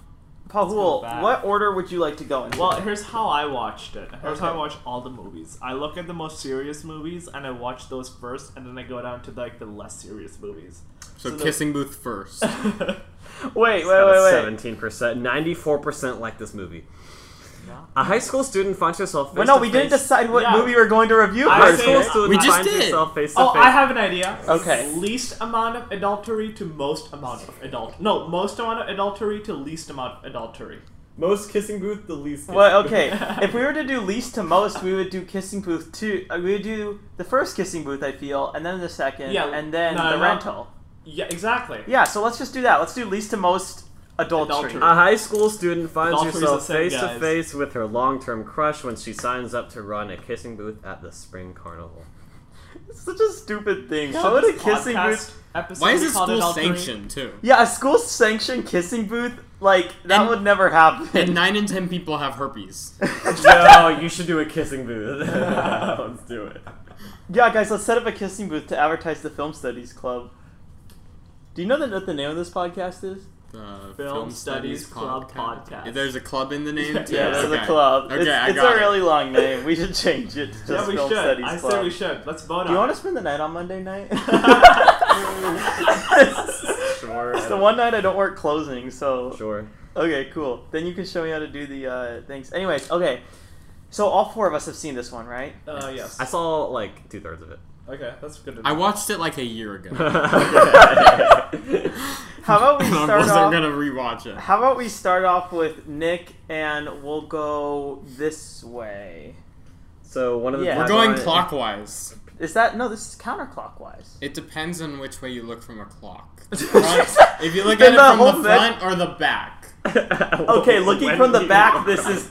[SPEAKER 2] go
[SPEAKER 1] Pahul,
[SPEAKER 2] back.
[SPEAKER 1] what order would you like to go in?
[SPEAKER 2] Well, here's how I watched it. Here's how I
[SPEAKER 1] Okay.
[SPEAKER 2] watch all the movies. I look at the most serious movies and I watch those first, and then I go down to like the less serious movies.
[SPEAKER 4] so,
[SPEAKER 2] so the-
[SPEAKER 4] kissing booth first.
[SPEAKER 2] Oh,
[SPEAKER 1] wait, wait, wait, wait.
[SPEAKER 5] Seventeen percent, ninety-four percent like this movie.
[SPEAKER 2] No.
[SPEAKER 5] A high school student finds herself. Face
[SPEAKER 1] Well, no,
[SPEAKER 5] to
[SPEAKER 1] we didn't
[SPEAKER 5] face-
[SPEAKER 1] decide what
[SPEAKER 2] Yeah.
[SPEAKER 1] movie we were going to review
[SPEAKER 2] I
[SPEAKER 5] High
[SPEAKER 1] first.
[SPEAKER 2] say-
[SPEAKER 5] school
[SPEAKER 2] it.
[SPEAKER 5] student
[SPEAKER 4] We just
[SPEAKER 5] finds
[SPEAKER 4] did.
[SPEAKER 5] herself face to
[SPEAKER 2] Oh,
[SPEAKER 5] face.
[SPEAKER 2] I have an idea.
[SPEAKER 1] Okay.
[SPEAKER 2] Least amount of adultery to most amount of adult. No, most amount of adultery to least amount of adultery.
[SPEAKER 5] most kissing booth, the least.
[SPEAKER 1] Well, okay. if we were to do least to most, we would do kissing booth two. uh, We would do the first kissing booth, I feel, and then the second,
[SPEAKER 2] Yeah,
[SPEAKER 1] and then
[SPEAKER 2] no,
[SPEAKER 1] the
[SPEAKER 2] no.
[SPEAKER 1] rental.
[SPEAKER 2] Yeah, exactly.
[SPEAKER 1] Yeah. So let's just do that. Let's do least to most Ah, adultery.
[SPEAKER 2] Adultery.
[SPEAKER 5] A high school student finds
[SPEAKER 2] Adultery's
[SPEAKER 5] herself
[SPEAKER 2] the same,
[SPEAKER 5] face to
[SPEAKER 2] guys.
[SPEAKER 5] face with her long-term crush when she signs up to run a kissing booth at the spring carnival.
[SPEAKER 1] It's such a stupid thing.
[SPEAKER 2] Yeah,
[SPEAKER 1] How would a
[SPEAKER 2] this
[SPEAKER 1] kissing
[SPEAKER 2] podcast
[SPEAKER 1] booth?
[SPEAKER 2] episode
[SPEAKER 4] Why is
[SPEAKER 2] we
[SPEAKER 4] it
[SPEAKER 2] called
[SPEAKER 4] school
[SPEAKER 2] adultery.
[SPEAKER 4] sanctioned too?
[SPEAKER 1] Yeah, a school sanctioned kissing booth. Like that
[SPEAKER 4] And-
[SPEAKER 1] would never happen.
[SPEAKER 4] And nine in ten people have herpes.
[SPEAKER 5] no, you should do a kissing booth. Let's do it.
[SPEAKER 1] Yeah, guys, let's set up a kissing booth to advertise the Film Studies Club. Do you know that what the name of this podcast is?
[SPEAKER 4] The Film,
[SPEAKER 2] Studies Club podcast.
[SPEAKER 4] There's a club in the name. Too?
[SPEAKER 1] Yeah, there's
[SPEAKER 4] Okay.
[SPEAKER 1] a club.
[SPEAKER 4] Okay,
[SPEAKER 1] it's
[SPEAKER 4] I
[SPEAKER 1] it's
[SPEAKER 4] got
[SPEAKER 1] a
[SPEAKER 4] it.
[SPEAKER 1] really long name. We should change it to just
[SPEAKER 2] Yeah, we
[SPEAKER 1] Film
[SPEAKER 2] should.
[SPEAKER 1] Studies
[SPEAKER 2] I
[SPEAKER 1] Club.
[SPEAKER 2] say we should. Let's vote
[SPEAKER 1] Do you want
[SPEAKER 2] on
[SPEAKER 1] to
[SPEAKER 2] it.
[SPEAKER 1] spend the night on Monday night?
[SPEAKER 5] Sure.
[SPEAKER 1] it's the one night I don't work closing, so
[SPEAKER 5] Sure.
[SPEAKER 1] okay, cool. Then you can show me how to do the uh, things. Anyways, okay. So all four of us have seen this one, right?
[SPEAKER 2] Uh, yes.
[SPEAKER 5] I saw like two thirds of it.
[SPEAKER 2] Okay, that's good.
[SPEAKER 4] I watched it like a year ago.
[SPEAKER 1] How about we
[SPEAKER 4] and I
[SPEAKER 1] start
[SPEAKER 4] wasn't
[SPEAKER 1] off?
[SPEAKER 4] gonna rewatch it.
[SPEAKER 1] How about we start off with Nick, and we'll go this way.
[SPEAKER 5] so one of the
[SPEAKER 1] Yeah.
[SPEAKER 4] We're
[SPEAKER 1] I've
[SPEAKER 4] going
[SPEAKER 5] tagline-
[SPEAKER 4] clockwise.
[SPEAKER 1] Is that no? This is counterclockwise.
[SPEAKER 4] It depends on which way you look from a clock. Front- if you look at
[SPEAKER 1] Then
[SPEAKER 4] it
[SPEAKER 1] the
[SPEAKER 4] from
[SPEAKER 1] whole
[SPEAKER 4] the
[SPEAKER 1] thing-
[SPEAKER 4] front or the back.
[SPEAKER 1] Okay, looking
[SPEAKER 5] When
[SPEAKER 1] from the
[SPEAKER 5] you-
[SPEAKER 1] back, this is.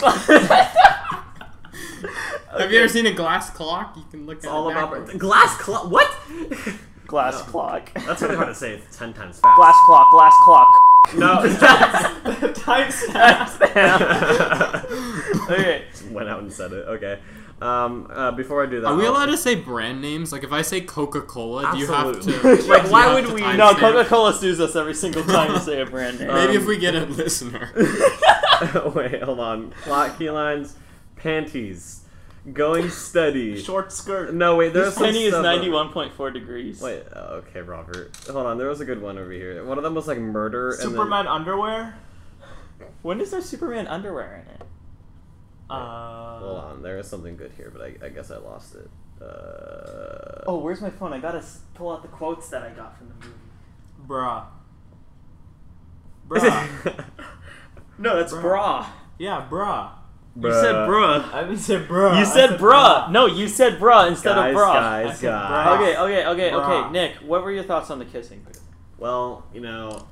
[SPEAKER 4] Have you ever seen a glass clock? You can look at
[SPEAKER 5] It's all
[SPEAKER 4] it
[SPEAKER 5] about
[SPEAKER 4] backwards.
[SPEAKER 5] glass clock. What?
[SPEAKER 1] glass clock.
[SPEAKER 5] That's really hard to say. It's ten times fast.
[SPEAKER 1] Glass clock. Glass clock.
[SPEAKER 5] No.
[SPEAKER 1] okay.
[SPEAKER 5] Just Went out and said it. Okay. Um, uh, before I do that,
[SPEAKER 4] Are we
[SPEAKER 5] I'll-
[SPEAKER 4] allowed to say brand names? Like if I say Coca Cola, do you have to?
[SPEAKER 5] Absolutely.
[SPEAKER 4] do you
[SPEAKER 5] Like, why
[SPEAKER 4] have
[SPEAKER 5] would
[SPEAKER 4] to
[SPEAKER 5] we-
[SPEAKER 4] timestamp?
[SPEAKER 1] No, Coca Cola sues us every single time you say a brand name.
[SPEAKER 4] Maybe
[SPEAKER 5] Um,
[SPEAKER 4] if we get a listener.
[SPEAKER 5] Wait, hold on. Plot key lines: panties, going steady.
[SPEAKER 2] short skirt.
[SPEAKER 5] No, wait. There's
[SPEAKER 1] This penny is
[SPEAKER 5] some stuff-
[SPEAKER 1] ninety-one point four degrees.
[SPEAKER 5] Wait. oh, Okay, Robert. Hold on. There was a good one over here. One of them was like murder. and then-
[SPEAKER 2] Superman underwear.
[SPEAKER 1] When is there Superman underwear in it?
[SPEAKER 2] Uh,
[SPEAKER 5] Hold on, there is something good here, but I, I guess I lost it. Uh,
[SPEAKER 1] Oh, where's my phone? I gotta s- pull out the quotes that I got from the movie.
[SPEAKER 2] Bruh. Bruh.
[SPEAKER 1] No, that's bra.
[SPEAKER 2] Bra. yeah, bruh.
[SPEAKER 1] You said bruh.
[SPEAKER 2] I didn't say bruh.
[SPEAKER 1] You
[SPEAKER 2] I
[SPEAKER 1] said bruh. No, you said bruh instead
[SPEAKER 5] guys,
[SPEAKER 1] of bra.
[SPEAKER 5] guys,
[SPEAKER 2] said
[SPEAKER 5] guys.
[SPEAKER 2] bra.
[SPEAKER 1] Okay, okay, okay,
[SPEAKER 2] Bra.
[SPEAKER 1] okay. Nick, what were your thoughts on the kissing booth?
[SPEAKER 5] Well, you know,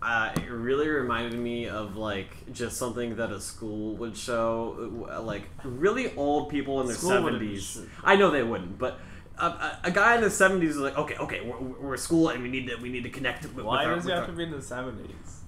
[SPEAKER 5] uh, it really reminded me of like just something that a school would show, uh, like really old people in their
[SPEAKER 2] School wouldn't
[SPEAKER 5] seventies. I know they wouldn't, but a, a, a guy in his seventies is like, okay, okay, we're, we're a school and we need to we need to connect. With,
[SPEAKER 2] Why
[SPEAKER 5] with our,
[SPEAKER 2] does it
[SPEAKER 5] with
[SPEAKER 2] have
[SPEAKER 5] our-
[SPEAKER 2] to be in the seventies?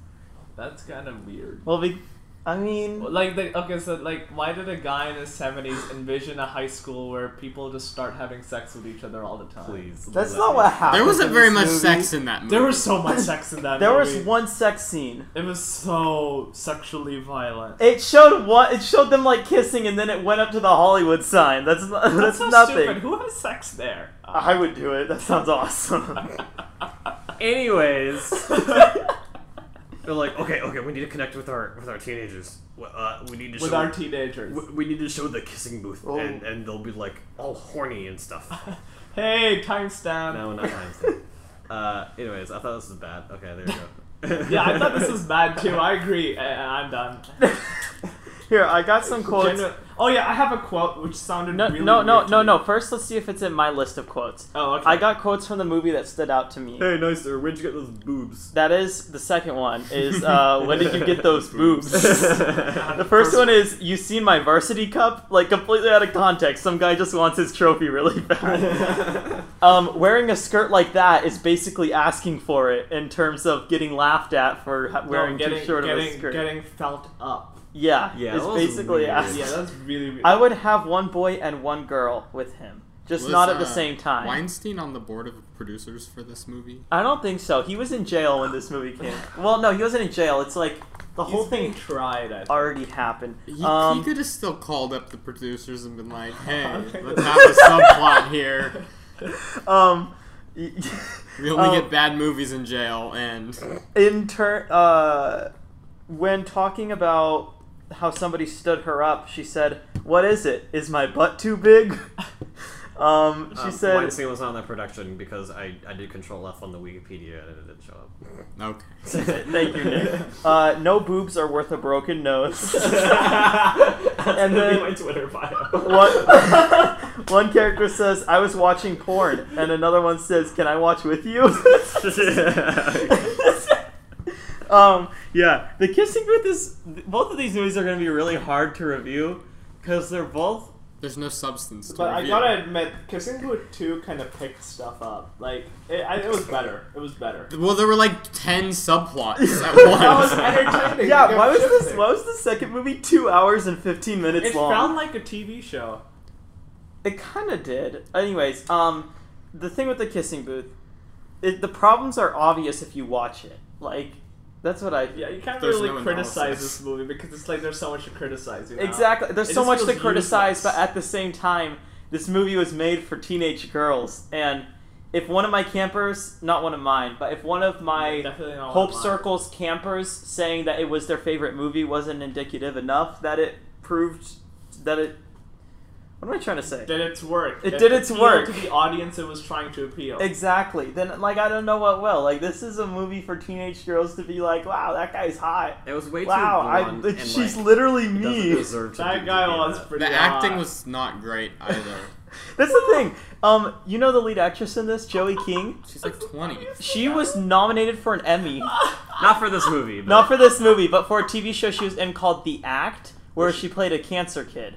[SPEAKER 2] That's kind of weird.
[SPEAKER 1] Well, be- I mean,
[SPEAKER 2] Like the okay, so like why did a guy in his seventies envision a high school where people just start having sex with each other all the time?
[SPEAKER 5] Please,
[SPEAKER 1] that's
[SPEAKER 5] let
[SPEAKER 1] not
[SPEAKER 5] me-
[SPEAKER 1] what happened.
[SPEAKER 4] There wasn't
[SPEAKER 1] in
[SPEAKER 4] very
[SPEAKER 1] this
[SPEAKER 4] much
[SPEAKER 1] movie.
[SPEAKER 4] sex in that movie.
[SPEAKER 2] There was so much sex in that.
[SPEAKER 1] There was
[SPEAKER 2] movie.
[SPEAKER 1] one sex scene.
[SPEAKER 2] It was so sexually violent.
[SPEAKER 1] It showed one. It showed them like kissing, and then it went up to the Hollywood sign. That's n- that's,
[SPEAKER 2] so
[SPEAKER 1] nothing.
[SPEAKER 2] Stupid. Who has sex there?
[SPEAKER 1] I would do it. That sounds awesome.
[SPEAKER 5] Anyways, they're like, okay, okay, we need to connect with our with our teenagers. W- Uh, we need to
[SPEAKER 2] with
[SPEAKER 5] show
[SPEAKER 2] our teenagers.
[SPEAKER 5] w- we need to show the kissing booth,
[SPEAKER 1] Oh.
[SPEAKER 5] and and they'll be like all horny and stuff.
[SPEAKER 2] Hey, timestamp.
[SPEAKER 5] No, not timestamp. uh, anyways, I thought this was bad. Okay, there you go.
[SPEAKER 2] Yeah, I thought this was bad too. I agree. And I'm done.
[SPEAKER 1] Here, I got some quotes.
[SPEAKER 2] Genu- oh yeah, I have a quote which sounded
[SPEAKER 1] No,
[SPEAKER 2] really
[SPEAKER 1] no, no,
[SPEAKER 2] weird to
[SPEAKER 1] no,
[SPEAKER 2] me.
[SPEAKER 1] no. First, let's see if it's in my list of quotes.
[SPEAKER 2] Oh, okay.
[SPEAKER 1] I got quotes from the movie that stood out to me.
[SPEAKER 5] Hey, nice. Sir. Where'd you get those boobs?
[SPEAKER 1] That is the second one. Is uh, when did you get those boobs? Uh, the
[SPEAKER 5] the
[SPEAKER 1] first one is you seen my varsity cup? Like completely out of context. Some guy just wants his trophy really bad. um, wearing a skirt like that is basically asking for it in terms of getting laughed at for ha-
[SPEAKER 2] No,
[SPEAKER 1] wearing
[SPEAKER 2] getting,
[SPEAKER 1] too short
[SPEAKER 2] getting,
[SPEAKER 1] of a skirt.
[SPEAKER 2] Getting felt up.
[SPEAKER 1] yeah,
[SPEAKER 5] Yeah,
[SPEAKER 1] It's
[SPEAKER 5] that was
[SPEAKER 1] basically
[SPEAKER 5] weird.
[SPEAKER 1] asking.
[SPEAKER 2] Yeah, that's really weird.
[SPEAKER 1] I would have one boy and one girl with him, just
[SPEAKER 4] Was,
[SPEAKER 1] not at the
[SPEAKER 4] uh,
[SPEAKER 1] same time.
[SPEAKER 4] Weinstein on the board of producers for this movie.
[SPEAKER 1] I don't think so. He was in jail when this movie came. Well, no, he wasn't in jail. It's like the
[SPEAKER 2] He's
[SPEAKER 1] whole
[SPEAKER 2] being
[SPEAKER 1] thing
[SPEAKER 2] tried. I think.
[SPEAKER 1] already happened.
[SPEAKER 4] He,
[SPEAKER 1] um,
[SPEAKER 4] he could have still called up the producers and been like, "Hey,
[SPEAKER 2] Okay.
[SPEAKER 4] let's have a subplot here.
[SPEAKER 1] um, y-
[SPEAKER 4] We only
[SPEAKER 1] Um,
[SPEAKER 4] get bad movies in jail." And
[SPEAKER 1] in turn, uh, when talking about how somebody stood her up, she said, "What is it? Is my butt too big?" um, she
[SPEAKER 5] Um,
[SPEAKER 1] said,
[SPEAKER 5] Weinstein was not on that production because I, I did Control F on the Wikipedia and it didn't show up.
[SPEAKER 4] okay,
[SPEAKER 1] "Thank you, Nick. Uh, no boobs are worth a broken nose."
[SPEAKER 2] and
[SPEAKER 1] then-
[SPEAKER 2] my Twitter bio.
[SPEAKER 1] One, one character says, I was watching porn, and another one says, Can I watch with you? um, yeah,
[SPEAKER 8] The Kissing Booth is. Both of these movies are going to be really hard to review because they're both.
[SPEAKER 4] there's no substance to
[SPEAKER 2] But I
[SPEAKER 4] review.
[SPEAKER 2] gotta admit, Kissing Booth 2 kind of picked stuff up. Like, it, I, it was better. It was better.
[SPEAKER 4] Well, there were like ten subplots
[SPEAKER 2] That
[SPEAKER 4] at
[SPEAKER 2] was
[SPEAKER 4] once.
[SPEAKER 2] entertaining.
[SPEAKER 1] yeah.
[SPEAKER 2] It
[SPEAKER 1] Why was
[SPEAKER 2] kept
[SPEAKER 1] this?
[SPEAKER 2] shifting.
[SPEAKER 1] Why was the second movie two hours and fifteen minutes
[SPEAKER 2] It
[SPEAKER 1] long?
[SPEAKER 2] felt like a TV show.
[SPEAKER 1] It kind of did. Anyways, um, the thing with the kissing booth, it, the problems are obvious if you watch it. Like, that's what I.
[SPEAKER 2] Yeah, you can't
[SPEAKER 4] There's
[SPEAKER 2] really
[SPEAKER 4] no
[SPEAKER 2] criticize
[SPEAKER 4] analysis.
[SPEAKER 2] this movie because it's like there's so much to criticize. You know?
[SPEAKER 1] Exactly. There's
[SPEAKER 2] It
[SPEAKER 1] so
[SPEAKER 2] just
[SPEAKER 1] much to
[SPEAKER 2] feels
[SPEAKER 1] criticize,
[SPEAKER 2] useless.
[SPEAKER 1] but at the same time, this movie was made for teenage girls. And if one of my campers, not one of mine, but if one of my
[SPEAKER 2] Definitely not
[SPEAKER 1] Hope
[SPEAKER 2] online.
[SPEAKER 1] Circle's campers saying that it was their favorite movie wasn't indicative enough, that it proved that it. What am I trying to say?
[SPEAKER 2] did its work.
[SPEAKER 1] It did its
[SPEAKER 2] appealed
[SPEAKER 1] work.
[SPEAKER 2] to the audience it was trying to appeal.
[SPEAKER 1] Exactly. Then, like, I don't know what will. Like, this is a movie for teenage girls to be like, wow, that guy's hot.
[SPEAKER 5] It was way too
[SPEAKER 1] Wow,
[SPEAKER 5] blonde
[SPEAKER 1] I,
[SPEAKER 5] and,
[SPEAKER 1] she's
[SPEAKER 5] like,
[SPEAKER 1] literally
[SPEAKER 5] it doesn't
[SPEAKER 1] me.
[SPEAKER 5] deserve to be-
[SPEAKER 2] that
[SPEAKER 5] to
[SPEAKER 2] guy
[SPEAKER 5] be
[SPEAKER 2] was
[SPEAKER 5] that.
[SPEAKER 2] pretty.
[SPEAKER 4] The acting
[SPEAKER 2] hot.
[SPEAKER 4] was not great either.
[SPEAKER 1] That's the thing. Um, you know the lead actress in this, Joey King?
[SPEAKER 4] She's like twenty.
[SPEAKER 1] She was nominated for an Emmy,
[SPEAKER 5] not for this movie. But
[SPEAKER 1] not for this movie, but for a TV show she was in called The Act, where she played a cancer kid.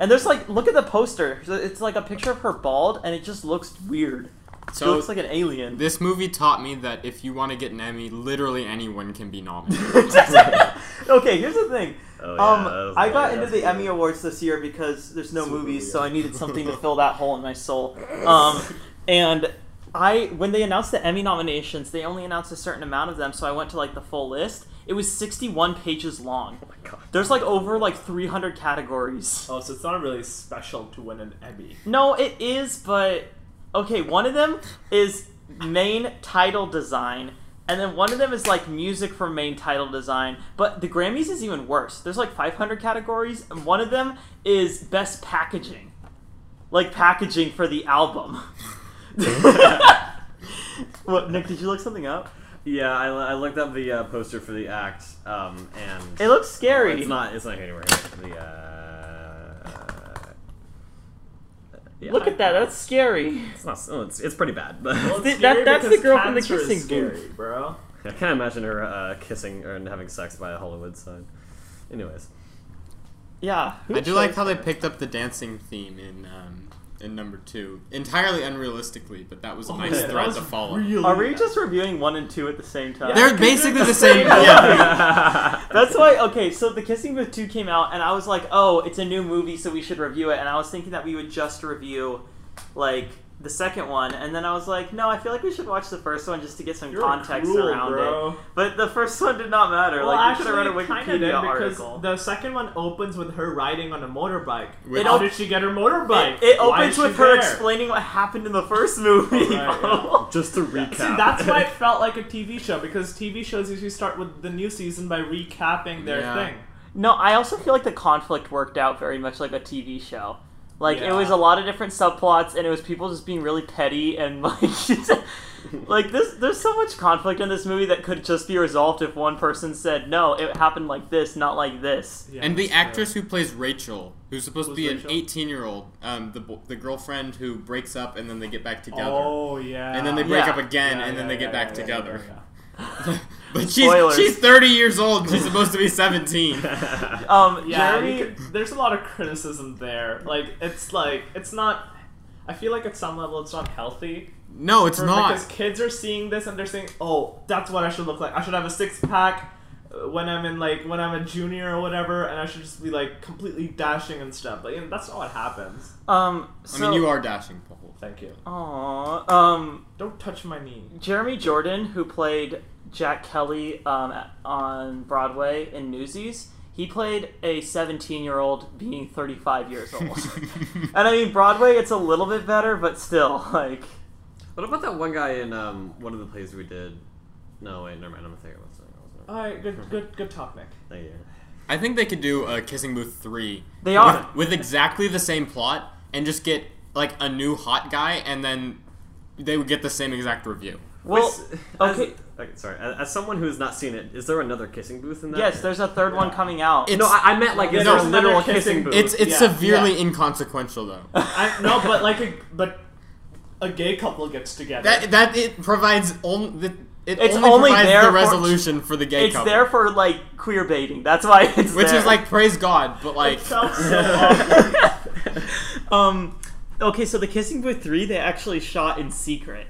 [SPEAKER 1] And there's like, look at the poster. It's like a picture of her bald, and it just looks weird. She
[SPEAKER 4] So
[SPEAKER 1] looks like an alien.
[SPEAKER 4] this movie taught me that if you want to get an Emmy, literally anyone can be nominated.
[SPEAKER 1] okay, here's the thing.
[SPEAKER 5] Oh, yeah, that
[SPEAKER 1] Um,
[SPEAKER 5] was
[SPEAKER 1] I
[SPEAKER 5] bad.
[SPEAKER 1] got into the
[SPEAKER 5] That's
[SPEAKER 1] Emmy Awards this year because there's no
[SPEAKER 4] Super
[SPEAKER 1] movies,
[SPEAKER 4] weird.
[SPEAKER 1] so I needed something to fill that hole in my soul. Um, and I, when they announced the Emmy nominations, they only announced a certain amount of them, so I went to like the full list. It was 61 pages long.
[SPEAKER 5] Oh my God.
[SPEAKER 1] There's like over like 300 categories.
[SPEAKER 2] Oh, so it's not really special to win an Emmy.
[SPEAKER 1] No, it is, but okay, one of them is main title design, and then one of them is like music for main title design. But the Grammys is even worse. There's like 500 categories, and one of them is best packaging, like packaging for the album. what, Nick? Did you look something up?
[SPEAKER 5] Yeah, I, I looked up the uh, poster for the act, um, and
[SPEAKER 1] It looks scary.
[SPEAKER 5] It's not. It's not anywhere. Here. The. Uh, yeah,
[SPEAKER 1] Look at that. That's scary.
[SPEAKER 5] It's not. oh, It's, it's pretty bad. But
[SPEAKER 1] Th- that-
[SPEAKER 2] scary
[SPEAKER 1] that's the
[SPEAKER 2] because
[SPEAKER 1] girl from the
[SPEAKER 2] cancer is
[SPEAKER 1] kissing
[SPEAKER 2] scary, bro.
[SPEAKER 5] I can't imagine her uh, kissing or having sex by a Hollywood sign. Anyways,
[SPEAKER 1] Yeah. who
[SPEAKER 4] I do like
[SPEAKER 1] chose
[SPEAKER 4] how they
[SPEAKER 1] that?
[SPEAKER 4] picked up the dancing theme in um, in number two entirely unrealistically, but that was a nice
[SPEAKER 2] Oh, yeah, that
[SPEAKER 4] thread
[SPEAKER 2] was
[SPEAKER 4] to follow.
[SPEAKER 2] Really
[SPEAKER 1] Are we just reviewing one and two at the same time?
[SPEAKER 4] They're basically the same. Yeah.
[SPEAKER 5] yeah.
[SPEAKER 1] That's why. Okay, so the Kissing Booth two came out, and I was like, "Oh, it's a new movie, so we should review it." And I was thinking that we would just review, like, the second one, and then I was like, "No, I feel like we should watch the first one just to get some
[SPEAKER 2] You're
[SPEAKER 1] context
[SPEAKER 2] cruel,
[SPEAKER 1] around it."
[SPEAKER 2] bro.
[SPEAKER 1] But the first one did not matter.
[SPEAKER 2] Well,
[SPEAKER 1] like, we should
[SPEAKER 2] actually,
[SPEAKER 1] have read a
[SPEAKER 2] kind of did
[SPEAKER 1] Wikipedia
[SPEAKER 2] because
[SPEAKER 1] article.
[SPEAKER 2] the second one opens with her riding on a motorbike.
[SPEAKER 4] With-
[SPEAKER 2] How
[SPEAKER 1] op-
[SPEAKER 2] did she get her motorbike?
[SPEAKER 1] it, it
[SPEAKER 2] Why
[SPEAKER 1] opens
[SPEAKER 2] is she
[SPEAKER 1] with her
[SPEAKER 2] there?
[SPEAKER 1] explaining what happened in the first movie.
[SPEAKER 2] Right,
[SPEAKER 1] bro.
[SPEAKER 5] just to recap.
[SPEAKER 2] See, that's why it felt like a TV show because TV shows usually start with the new season by recapping their
[SPEAKER 4] Yeah.
[SPEAKER 2] thing.
[SPEAKER 1] No, I also feel like the conflict worked out very much like a TV show. Like it
[SPEAKER 2] Yeah.
[SPEAKER 1] was a lot of different subplots, and it was people just being really petty and like, like this. There's so much conflict in this movie that could just be resolved if one person said, "No, it happened like this, not like this."
[SPEAKER 2] Yeah,
[SPEAKER 4] And the
[SPEAKER 2] so-
[SPEAKER 4] actress who plays Rachel, who's supposed to
[SPEAKER 2] Who's
[SPEAKER 4] be an
[SPEAKER 2] Rachel?
[SPEAKER 4] 18 year old, um, the, bo- the girlfriend who breaks up and then they get back together.
[SPEAKER 2] Oh yeah.
[SPEAKER 4] And then they break
[SPEAKER 1] Yeah.
[SPEAKER 4] up again
[SPEAKER 2] Yeah,
[SPEAKER 4] and then
[SPEAKER 2] yeah,
[SPEAKER 4] they
[SPEAKER 2] yeah,
[SPEAKER 4] get back
[SPEAKER 2] yeah, yeah,
[SPEAKER 4] together.
[SPEAKER 2] yeah, yeah.
[SPEAKER 4] but she's,
[SPEAKER 1] Spoilers.
[SPEAKER 4] she's 30 years old. and She's supposed to be 17.
[SPEAKER 1] Um,
[SPEAKER 2] Yeah,
[SPEAKER 1] Jeremy,
[SPEAKER 2] you could- there's a lot of criticism there. Like it's like it's not. I feel like at some level it's not healthy.
[SPEAKER 4] No, it's
[SPEAKER 2] for-
[SPEAKER 4] not.
[SPEAKER 2] because kids are seeing this and they're saying, "Oh, that's what I should look like. I should have a six pack uh, when I'm in like when I'm a junior or whatever, and I should just be like completely dashing and stuff." Like you know, that's not what happens.
[SPEAKER 1] um,
[SPEAKER 4] I
[SPEAKER 1] so,
[SPEAKER 4] mean, you are dashing, Paul.
[SPEAKER 2] Thank you.
[SPEAKER 1] Aw, um,
[SPEAKER 2] Don't touch my knee.
[SPEAKER 1] Jeremy Jordan, who played Jack Kelly um, at- on Broadway in Newsies, he played a 17 year old being 35 years old. and I mean, Broadway, it's a little bit better, but still, like,
[SPEAKER 5] What about that one guy in um, one of the plays we did? No, wait, never mind. I'm thinking about something else.
[SPEAKER 2] All right, good, good, good talk, Nick.
[SPEAKER 5] Thank you.
[SPEAKER 1] Oh.
[SPEAKER 4] I think they could do a Kissing Booth 3.
[SPEAKER 1] They are.
[SPEAKER 4] With, with exactly the same plot and just get, like, a new hot guy and then they would get the same exact review.
[SPEAKER 1] well,
[SPEAKER 5] Wait, as-
[SPEAKER 1] okay.
[SPEAKER 5] okay, sorry. As, as someone who's not seen it, is there another kissing booth in that?
[SPEAKER 1] Yes, there's a third one coming out.
[SPEAKER 4] It's,
[SPEAKER 5] No, I, I meant like is
[SPEAKER 2] No,
[SPEAKER 5] there a
[SPEAKER 2] another
[SPEAKER 5] literal
[SPEAKER 2] kissing
[SPEAKER 5] kissing booth?
[SPEAKER 4] it's, it's
[SPEAKER 2] yeah,
[SPEAKER 4] severely inconsequential, though.
[SPEAKER 2] I, no, but like a but a gay couple gets together.
[SPEAKER 4] That, that it provides only. It
[SPEAKER 1] It's
[SPEAKER 4] only,
[SPEAKER 1] only
[SPEAKER 4] provides
[SPEAKER 1] there
[SPEAKER 4] the
[SPEAKER 1] for-
[SPEAKER 4] resolution for, the gay
[SPEAKER 1] it's
[SPEAKER 4] couple.
[SPEAKER 1] there for, like, queer baiting. That's why it's
[SPEAKER 4] which
[SPEAKER 1] there.
[SPEAKER 4] is like praise God, but like
[SPEAKER 2] It felt so awkward.
[SPEAKER 1] Um, okay, so the Kissing Booth 3, they actually shot in secret.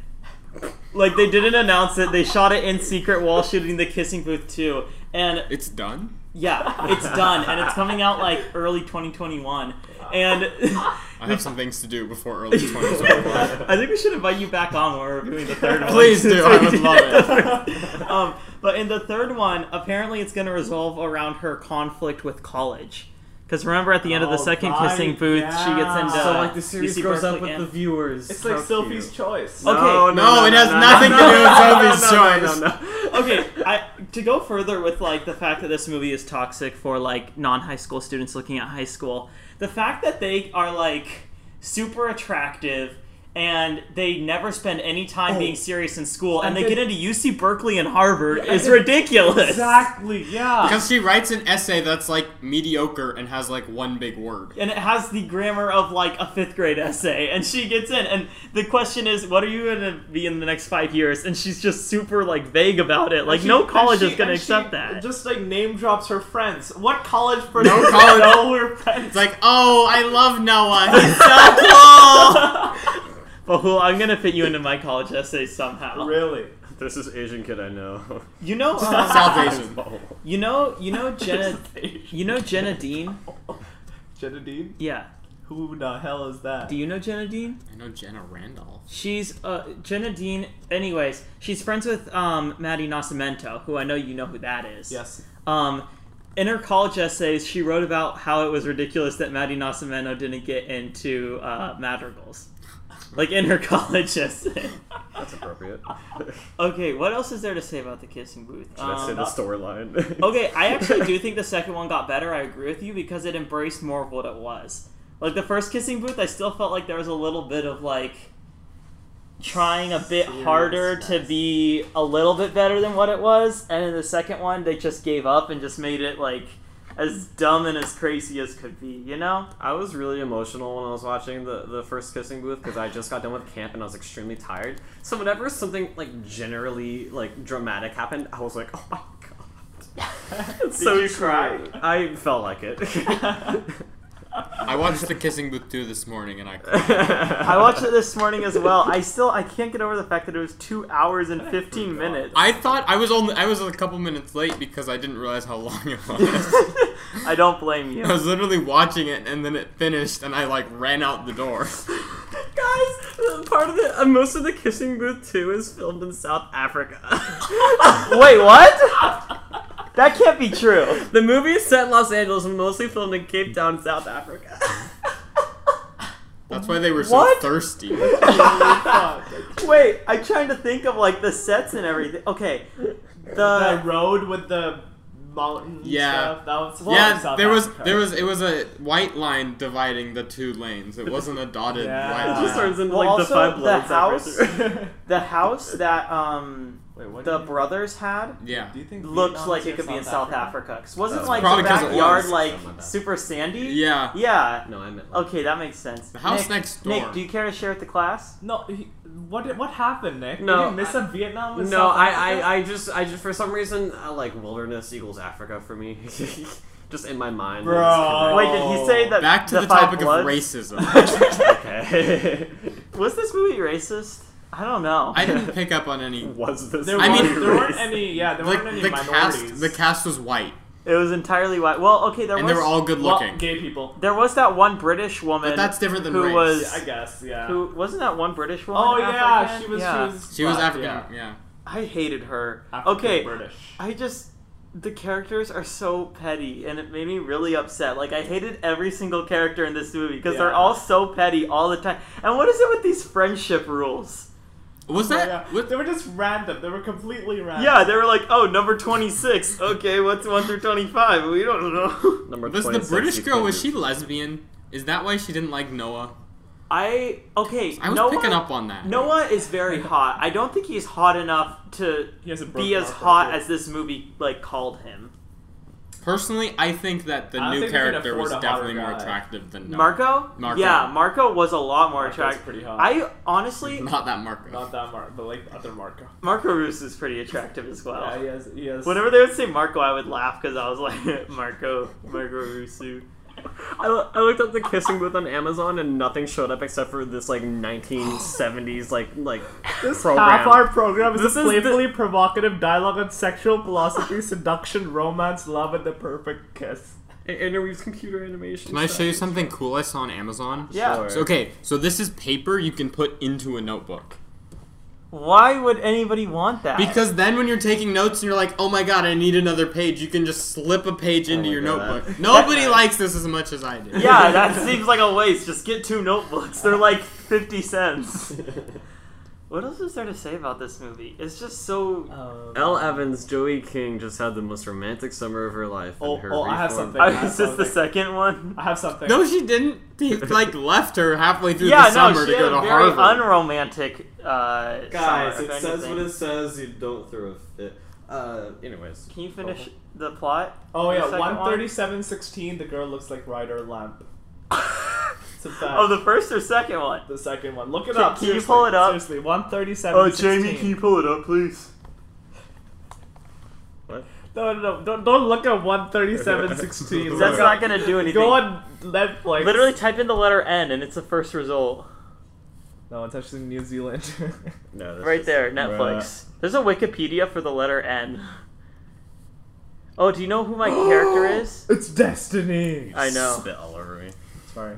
[SPEAKER 1] Like, they didn't announce it, they shot it in secret while shooting the Kissing Booth 2. And
[SPEAKER 4] it's done.
[SPEAKER 1] Yeah, it's done, and it's coming out like early 2021. And
[SPEAKER 4] I have some things to do before early 2021.
[SPEAKER 1] I think we should invite you back on when we're reviewing the third one.
[SPEAKER 4] Please do, I would love
[SPEAKER 1] it. um, but in the third one, apparently it's going to resolve around her conflict with college. Because remember, at the end of the
[SPEAKER 2] Oh,
[SPEAKER 1] second
[SPEAKER 2] right,
[SPEAKER 1] kissing booth, she gets
[SPEAKER 2] yeah.
[SPEAKER 1] into
[SPEAKER 5] so like the
[SPEAKER 1] you
[SPEAKER 5] series
[SPEAKER 1] see
[SPEAKER 5] grows up
[SPEAKER 1] Berkeley
[SPEAKER 5] with
[SPEAKER 1] and-
[SPEAKER 5] the viewers.
[SPEAKER 2] It's like
[SPEAKER 5] How
[SPEAKER 2] Sophie's
[SPEAKER 5] cute.
[SPEAKER 2] Choice.
[SPEAKER 1] Okay.
[SPEAKER 5] No, no,
[SPEAKER 4] No, it has nothing to
[SPEAKER 5] no,
[SPEAKER 4] do with
[SPEAKER 5] no,
[SPEAKER 4] Sophie's
[SPEAKER 5] no, no,
[SPEAKER 4] choice.
[SPEAKER 5] no, no.
[SPEAKER 1] okay, I, to go further with like the fact that this movie is toxic for like non high school students looking at high school, the fact that they are like super attractive and they never spend any time being serious in school and,
[SPEAKER 2] Oh. And
[SPEAKER 1] they
[SPEAKER 2] they-
[SPEAKER 1] get into UC Berkeley and Harvard
[SPEAKER 2] Yeah,
[SPEAKER 1] is
[SPEAKER 2] and-
[SPEAKER 1] ridiculous.
[SPEAKER 2] Exactly. Yeah.
[SPEAKER 4] Because she writes an essay that's like mediocre and has like one big word.
[SPEAKER 1] And it has the grammar of like a fifth grade essay, and she gets in. And the question is, what are you going to be in the next five years? And she's just super like vague about it. Like
[SPEAKER 2] She-
[SPEAKER 1] no
[SPEAKER 2] and
[SPEAKER 1] college
[SPEAKER 2] she-
[SPEAKER 1] is going to
[SPEAKER 2] and she
[SPEAKER 1] accept that.
[SPEAKER 2] Just like name drops her friends. What college person?
[SPEAKER 4] No
[SPEAKER 2] would
[SPEAKER 4] college-
[SPEAKER 2] know her friends.
[SPEAKER 4] It's like, oh, I love Noah. He's so
[SPEAKER 1] But who I'm gonna fit you into my college essay somehow.
[SPEAKER 2] really?
[SPEAKER 5] There's this Asian kid I know. Oh,
[SPEAKER 1] You know,
[SPEAKER 4] cool.
[SPEAKER 1] uh,
[SPEAKER 4] Salvation.
[SPEAKER 1] you know, you know Jenna, you know Jenna Dean.
[SPEAKER 2] Jenna Dean?
[SPEAKER 1] Yeah.
[SPEAKER 2] Who the hell is that?
[SPEAKER 1] Do you know Jenna Dean?
[SPEAKER 4] I know Jenna Randolph.
[SPEAKER 1] She's uh, Jenna Dean. Anyways, she's friends with um, Maddie Nascimento, who I know you know who that is.
[SPEAKER 2] Yes.
[SPEAKER 1] Um, in her college essays, she wrote about how it was ridiculous that Maddie Nascimento didn't get into uh, madrigals, like in her college essay.
[SPEAKER 5] That's appropriate. Should
[SPEAKER 1] Okay, what else is there to say about the kissing booth?
[SPEAKER 5] I say
[SPEAKER 1] Um,
[SPEAKER 5] the storyline?
[SPEAKER 1] Okay, I actually do think the second one got better. I agree with you because it embraced more of what it was. Like the first kissing booth, I still felt like there was a little bit of like trying a bit harder to be a little bit better than what it was. And in the second one, they just gave up and just made it like as dumb and as crazy as could be, you know?
[SPEAKER 5] I was really emotional when I was watching the, the first kissing booth because I just got done with camp and I was extremely tired. So whenever something like generally like dramatic happened, I was like, oh my god. It's so
[SPEAKER 1] you cry?
[SPEAKER 5] true. I felt like it.
[SPEAKER 4] I watched The Kissing Booth 2 this morning and I
[SPEAKER 1] I watched it this morning as well. I still I can't get over the fact that it was two hours and fifteen minutes.
[SPEAKER 4] I thought I was only I was a couple minutes late because I didn't realize how long it was.
[SPEAKER 1] I don't blame you.
[SPEAKER 4] I was literally watching it and then it finished and I like ran out the door.
[SPEAKER 5] Guys, part of the uh, most of the kissing booth too is filmed in South Africa.
[SPEAKER 1] Wait, what? That can't be true.
[SPEAKER 5] The movie is set in Los Angeles and mostly filmed in Cape Town, South Africa.
[SPEAKER 4] That's why they were so
[SPEAKER 1] What?
[SPEAKER 4] thirsty.
[SPEAKER 1] Wait, I'm trying to think of like the sets and everything. Okay,
[SPEAKER 2] the
[SPEAKER 1] the
[SPEAKER 2] road with the mountain
[SPEAKER 4] Yeah.
[SPEAKER 2] stuff. That was well, in
[SPEAKER 4] yeah,
[SPEAKER 2] South
[SPEAKER 4] there was
[SPEAKER 2] Africa.
[SPEAKER 4] there was it was a white line dividing the two lanes. It wasn't a dotted
[SPEAKER 2] Yeah.
[SPEAKER 4] white
[SPEAKER 5] It
[SPEAKER 4] line.
[SPEAKER 5] just turns into
[SPEAKER 1] Well,
[SPEAKER 5] like
[SPEAKER 1] also,
[SPEAKER 5] the five
[SPEAKER 1] the
[SPEAKER 5] bloods.
[SPEAKER 1] house-
[SPEAKER 5] halfway through.
[SPEAKER 1] the house that um
[SPEAKER 2] Wait, what
[SPEAKER 1] the
[SPEAKER 2] do you-
[SPEAKER 1] brothers had
[SPEAKER 4] yeah.
[SPEAKER 2] do you think
[SPEAKER 1] looks
[SPEAKER 2] Vietnam
[SPEAKER 1] like
[SPEAKER 2] is
[SPEAKER 1] it could be in South Africa. 'Cause wasn't
[SPEAKER 5] That's
[SPEAKER 1] like
[SPEAKER 4] probably
[SPEAKER 1] the
[SPEAKER 4] 'cause it was.
[SPEAKER 1] backyard like
[SPEAKER 5] Something like that.
[SPEAKER 1] super sandy?
[SPEAKER 4] Yeah.
[SPEAKER 1] Yeah.
[SPEAKER 5] No, I meant. Like,
[SPEAKER 1] Okay, that makes sense.
[SPEAKER 4] The house
[SPEAKER 1] Nick,
[SPEAKER 4] next door.
[SPEAKER 1] Nick, do you care to share with the class?
[SPEAKER 2] No, he, what did- what happened, Nick?
[SPEAKER 5] No,
[SPEAKER 2] did you miss up Vietnam? With
[SPEAKER 5] No,
[SPEAKER 2] South
[SPEAKER 5] I,
[SPEAKER 2] Africa?
[SPEAKER 5] I, I just, I just for some reason, I like wilderness equals Africa for me. just in my mind.
[SPEAKER 2] Bro.
[SPEAKER 5] it's
[SPEAKER 1] Wait, did he say that?
[SPEAKER 4] Oh, Back to the,
[SPEAKER 1] Five
[SPEAKER 4] topic
[SPEAKER 1] Bloods-
[SPEAKER 4] of racism.
[SPEAKER 5] connected. Okay.
[SPEAKER 1] Was this movie racist? I don't know.
[SPEAKER 4] I didn't pick up on any
[SPEAKER 5] Was this?
[SPEAKER 2] there
[SPEAKER 4] I
[SPEAKER 2] was,
[SPEAKER 4] mean-
[SPEAKER 2] there weren't any. Yeah, there
[SPEAKER 4] like
[SPEAKER 2] weren't any
[SPEAKER 4] the
[SPEAKER 2] minorities.
[SPEAKER 4] cast the cast was white
[SPEAKER 1] It was entirely white. Well, okay, there
[SPEAKER 4] and
[SPEAKER 1] was
[SPEAKER 4] they were all good
[SPEAKER 2] Well,
[SPEAKER 4] looking.
[SPEAKER 2] gay people.
[SPEAKER 1] there was that one British woman.
[SPEAKER 4] But that's different than
[SPEAKER 1] who
[SPEAKER 4] race.
[SPEAKER 1] was-
[SPEAKER 2] Yeah, I guess. Yeah.
[SPEAKER 1] who wasn't that one British woman?
[SPEAKER 2] oh yeah,
[SPEAKER 1] African?
[SPEAKER 2] she was.
[SPEAKER 1] Yeah.
[SPEAKER 2] She was.
[SPEAKER 4] she was
[SPEAKER 2] black,
[SPEAKER 4] African, yeah.
[SPEAKER 2] yeah.
[SPEAKER 1] I hated her.
[SPEAKER 2] African
[SPEAKER 1] okay,
[SPEAKER 2] British.
[SPEAKER 1] I just the characters are so petty, and it made me really upset. Like I hated every single character in this movie because they're
[SPEAKER 2] Yeah.
[SPEAKER 1] all so petty all the time. And what is it with these friendship rules?
[SPEAKER 4] Was
[SPEAKER 2] Oh,
[SPEAKER 4] that
[SPEAKER 2] yeah.
[SPEAKER 4] what-
[SPEAKER 2] They were just random. They were completely random.
[SPEAKER 1] Yeah, they were like, oh, number twenty six. Okay, what's one through twenty five? We don't know.
[SPEAKER 5] Number
[SPEAKER 4] was the
[SPEAKER 5] 26,
[SPEAKER 4] British
[SPEAKER 5] you
[SPEAKER 4] girl was she
[SPEAKER 5] can't
[SPEAKER 4] lesbian? Is that why she didn't like Noah?
[SPEAKER 1] I okay.
[SPEAKER 4] I was
[SPEAKER 1] Noah,
[SPEAKER 4] picking up on that.
[SPEAKER 1] Noah is very hot. I don't think he's hot enough to
[SPEAKER 2] He has a
[SPEAKER 1] be
[SPEAKER 2] broken
[SPEAKER 1] as
[SPEAKER 2] arm,
[SPEAKER 1] hot
[SPEAKER 2] okay.
[SPEAKER 1] as this movie like called him.
[SPEAKER 4] Personally, I think that the
[SPEAKER 2] I don't
[SPEAKER 4] new
[SPEAKER 2] think we can
[SPEAKER 4] character
[SPEAKER 2] afford
[SPEAKER 4] was
[SPEAKER 2] a hotter
[SPEAKER 4] definitely more
[SPEAKER 2] guy.
[SPEAKER 4] attractive than Noah.
[SPEAKER 1] Marco?
[SPEAKER 4] Marco.
[SPEAKER 1] Yeah, Marco was a lot more
[SPEAKER 2] Marco's
[SPEAKER 1] attractive.
[SPEAKER 2] pretty hot.
[SPEAKER 1] I honestly
[SPEAKER 4] Not that Marco.
[SPEAKER 2] Not that Mark, but like the other Marco.
[SPEAKER 1] Marco Roos is pretty attractive as well.
[SPEAKER 2] Yeah, he has. He has
[SPEAKER 1] Whenever they would say Marco, I would laugh because I was like Marco, Marco Russo.
[SPEAKER 5] I, lo- I looked up the kissing booth on Amazon and nothing showed up except for this like 1970s like like this program.
[SPEAKER 2] Half our program is
[SPEAKER 5] This
[SPEAKER 2] a
[SPEAKER 5] is the-
[SPEAKER 2] playfully provocative dialogue on sexual philosophy, seduction, romance, love, and the perfect kiss.
[SPEAKER 5] It interweaves computer animation.
[SPEAKER 4] Can I show you something cool I saw on Amazon?
[SPEAKER 1] Yeah.
[SPEAKER 4] So, okay, so this is paper you can put into a notebook.
[SPEAKER 1] Why would anybody want that?
[SPEAKER 4] Because then when you're taking notes and you're like, oh my god, I need another page, you can just slip a page
[SPEAKER 5] my
[SPEAKER 4] into your
[SPEAKER 5] God.
[SPEAKER 4] notebook. Nobody likes this as much as I do.
[SPEAKER 1] yeah, that seems like a waste. Just get two notebooks. They're like fifty cents. What else is there to say about this movie? It's just so.
[SPEAKER 2] Oh,
[SPEAKER 5] Elle Evans, Joey King just had the most romantic summer of her life. and
[SPEAKER 2] Oh,
[SPEAKER 5] her
[SPEAKER 2] oh, I have
[SPEAKER 5] reformed-
[SPEAKER 2] something.
[SPEAKER 1] I
[SPEAKER 2] that's
[SPEAKER 1] was just the
[SPEAKER 2] something.
[SPEAKER 1] second one.
[SPEAKER 2] I have something.
[SPEAKER 4] No, she didn't. He like left her halfway through
[SPEAKER 1] yeah,
[SPEAKER 4] the
[SPEAKER 1] no,
[SPEAKER 4] summer
[SPEAKER 1] she
[SPEAKER 4] to
[SPEAKER 1] had
[SPEAKER 4] go
[SPEAKER 1] a
[SPEAKER 4] to
[SPEAKER 1] very
[SPEAKER 4] Harvard.
[SPEAKER 1] unromantic. Uh,
[SPEAKER 5] Guys,
[SPEAKER 1] summer, if
[SPEAKER 5] it says
[SPEAKER 1] anything.
[SPEAKER 5] what it says. You don't throw a fit. Uh, anyways.
[SPEAKER 1] Can you finish the plot?
[SPEAKER 2] Oh
[SPEAKER 1] The
[SPEAKER 2] yeah,
[SPEAKER 1] second one?
[SPEAKER 2] one thirty-seven sixteen. The girl looks like Ryder Lamp. It's a fact.
[SPEAKER 1] Oh, the first or second one?
[SPEAKER 2] The second one. Look it
[SPEAKER 1] Can-
[SPEAKER 2] up.
[SPEAKER 1] can you
[SPEAKER 2] seriously.
[SPEAKER 1] pull it up?
[SPEAKER 2] Seriously, one thirty-seven.
[SPEAKER 1] Oh, Jamie, can you pull it up, please?
[SPEAKER 2] No, no, no. Don't, don't look at one thirty-seven sixteen.
[SPEAKER 1] That's not gonna do anything.
[SPEAKER 2] Go on Netflix.
[SPEAKER 1] Literally type in the letter N and it's the first result.
[SPEAKER 2] No, it's actually New Zealand.
[SPEAKER 5] No, that's
[SPEAKER 1] Right
[SPEAKER 5] just-
[SPEAKER 1] there, Netflix. There's a Wikipedia for the letter N. Oh, do you know who my character is?
[SPEAKER 2] it's Destiny.
[SPEAKER 1] I know.
[SPEAKER 5] Spit all over me.
[SPEAKER 2] Sorry.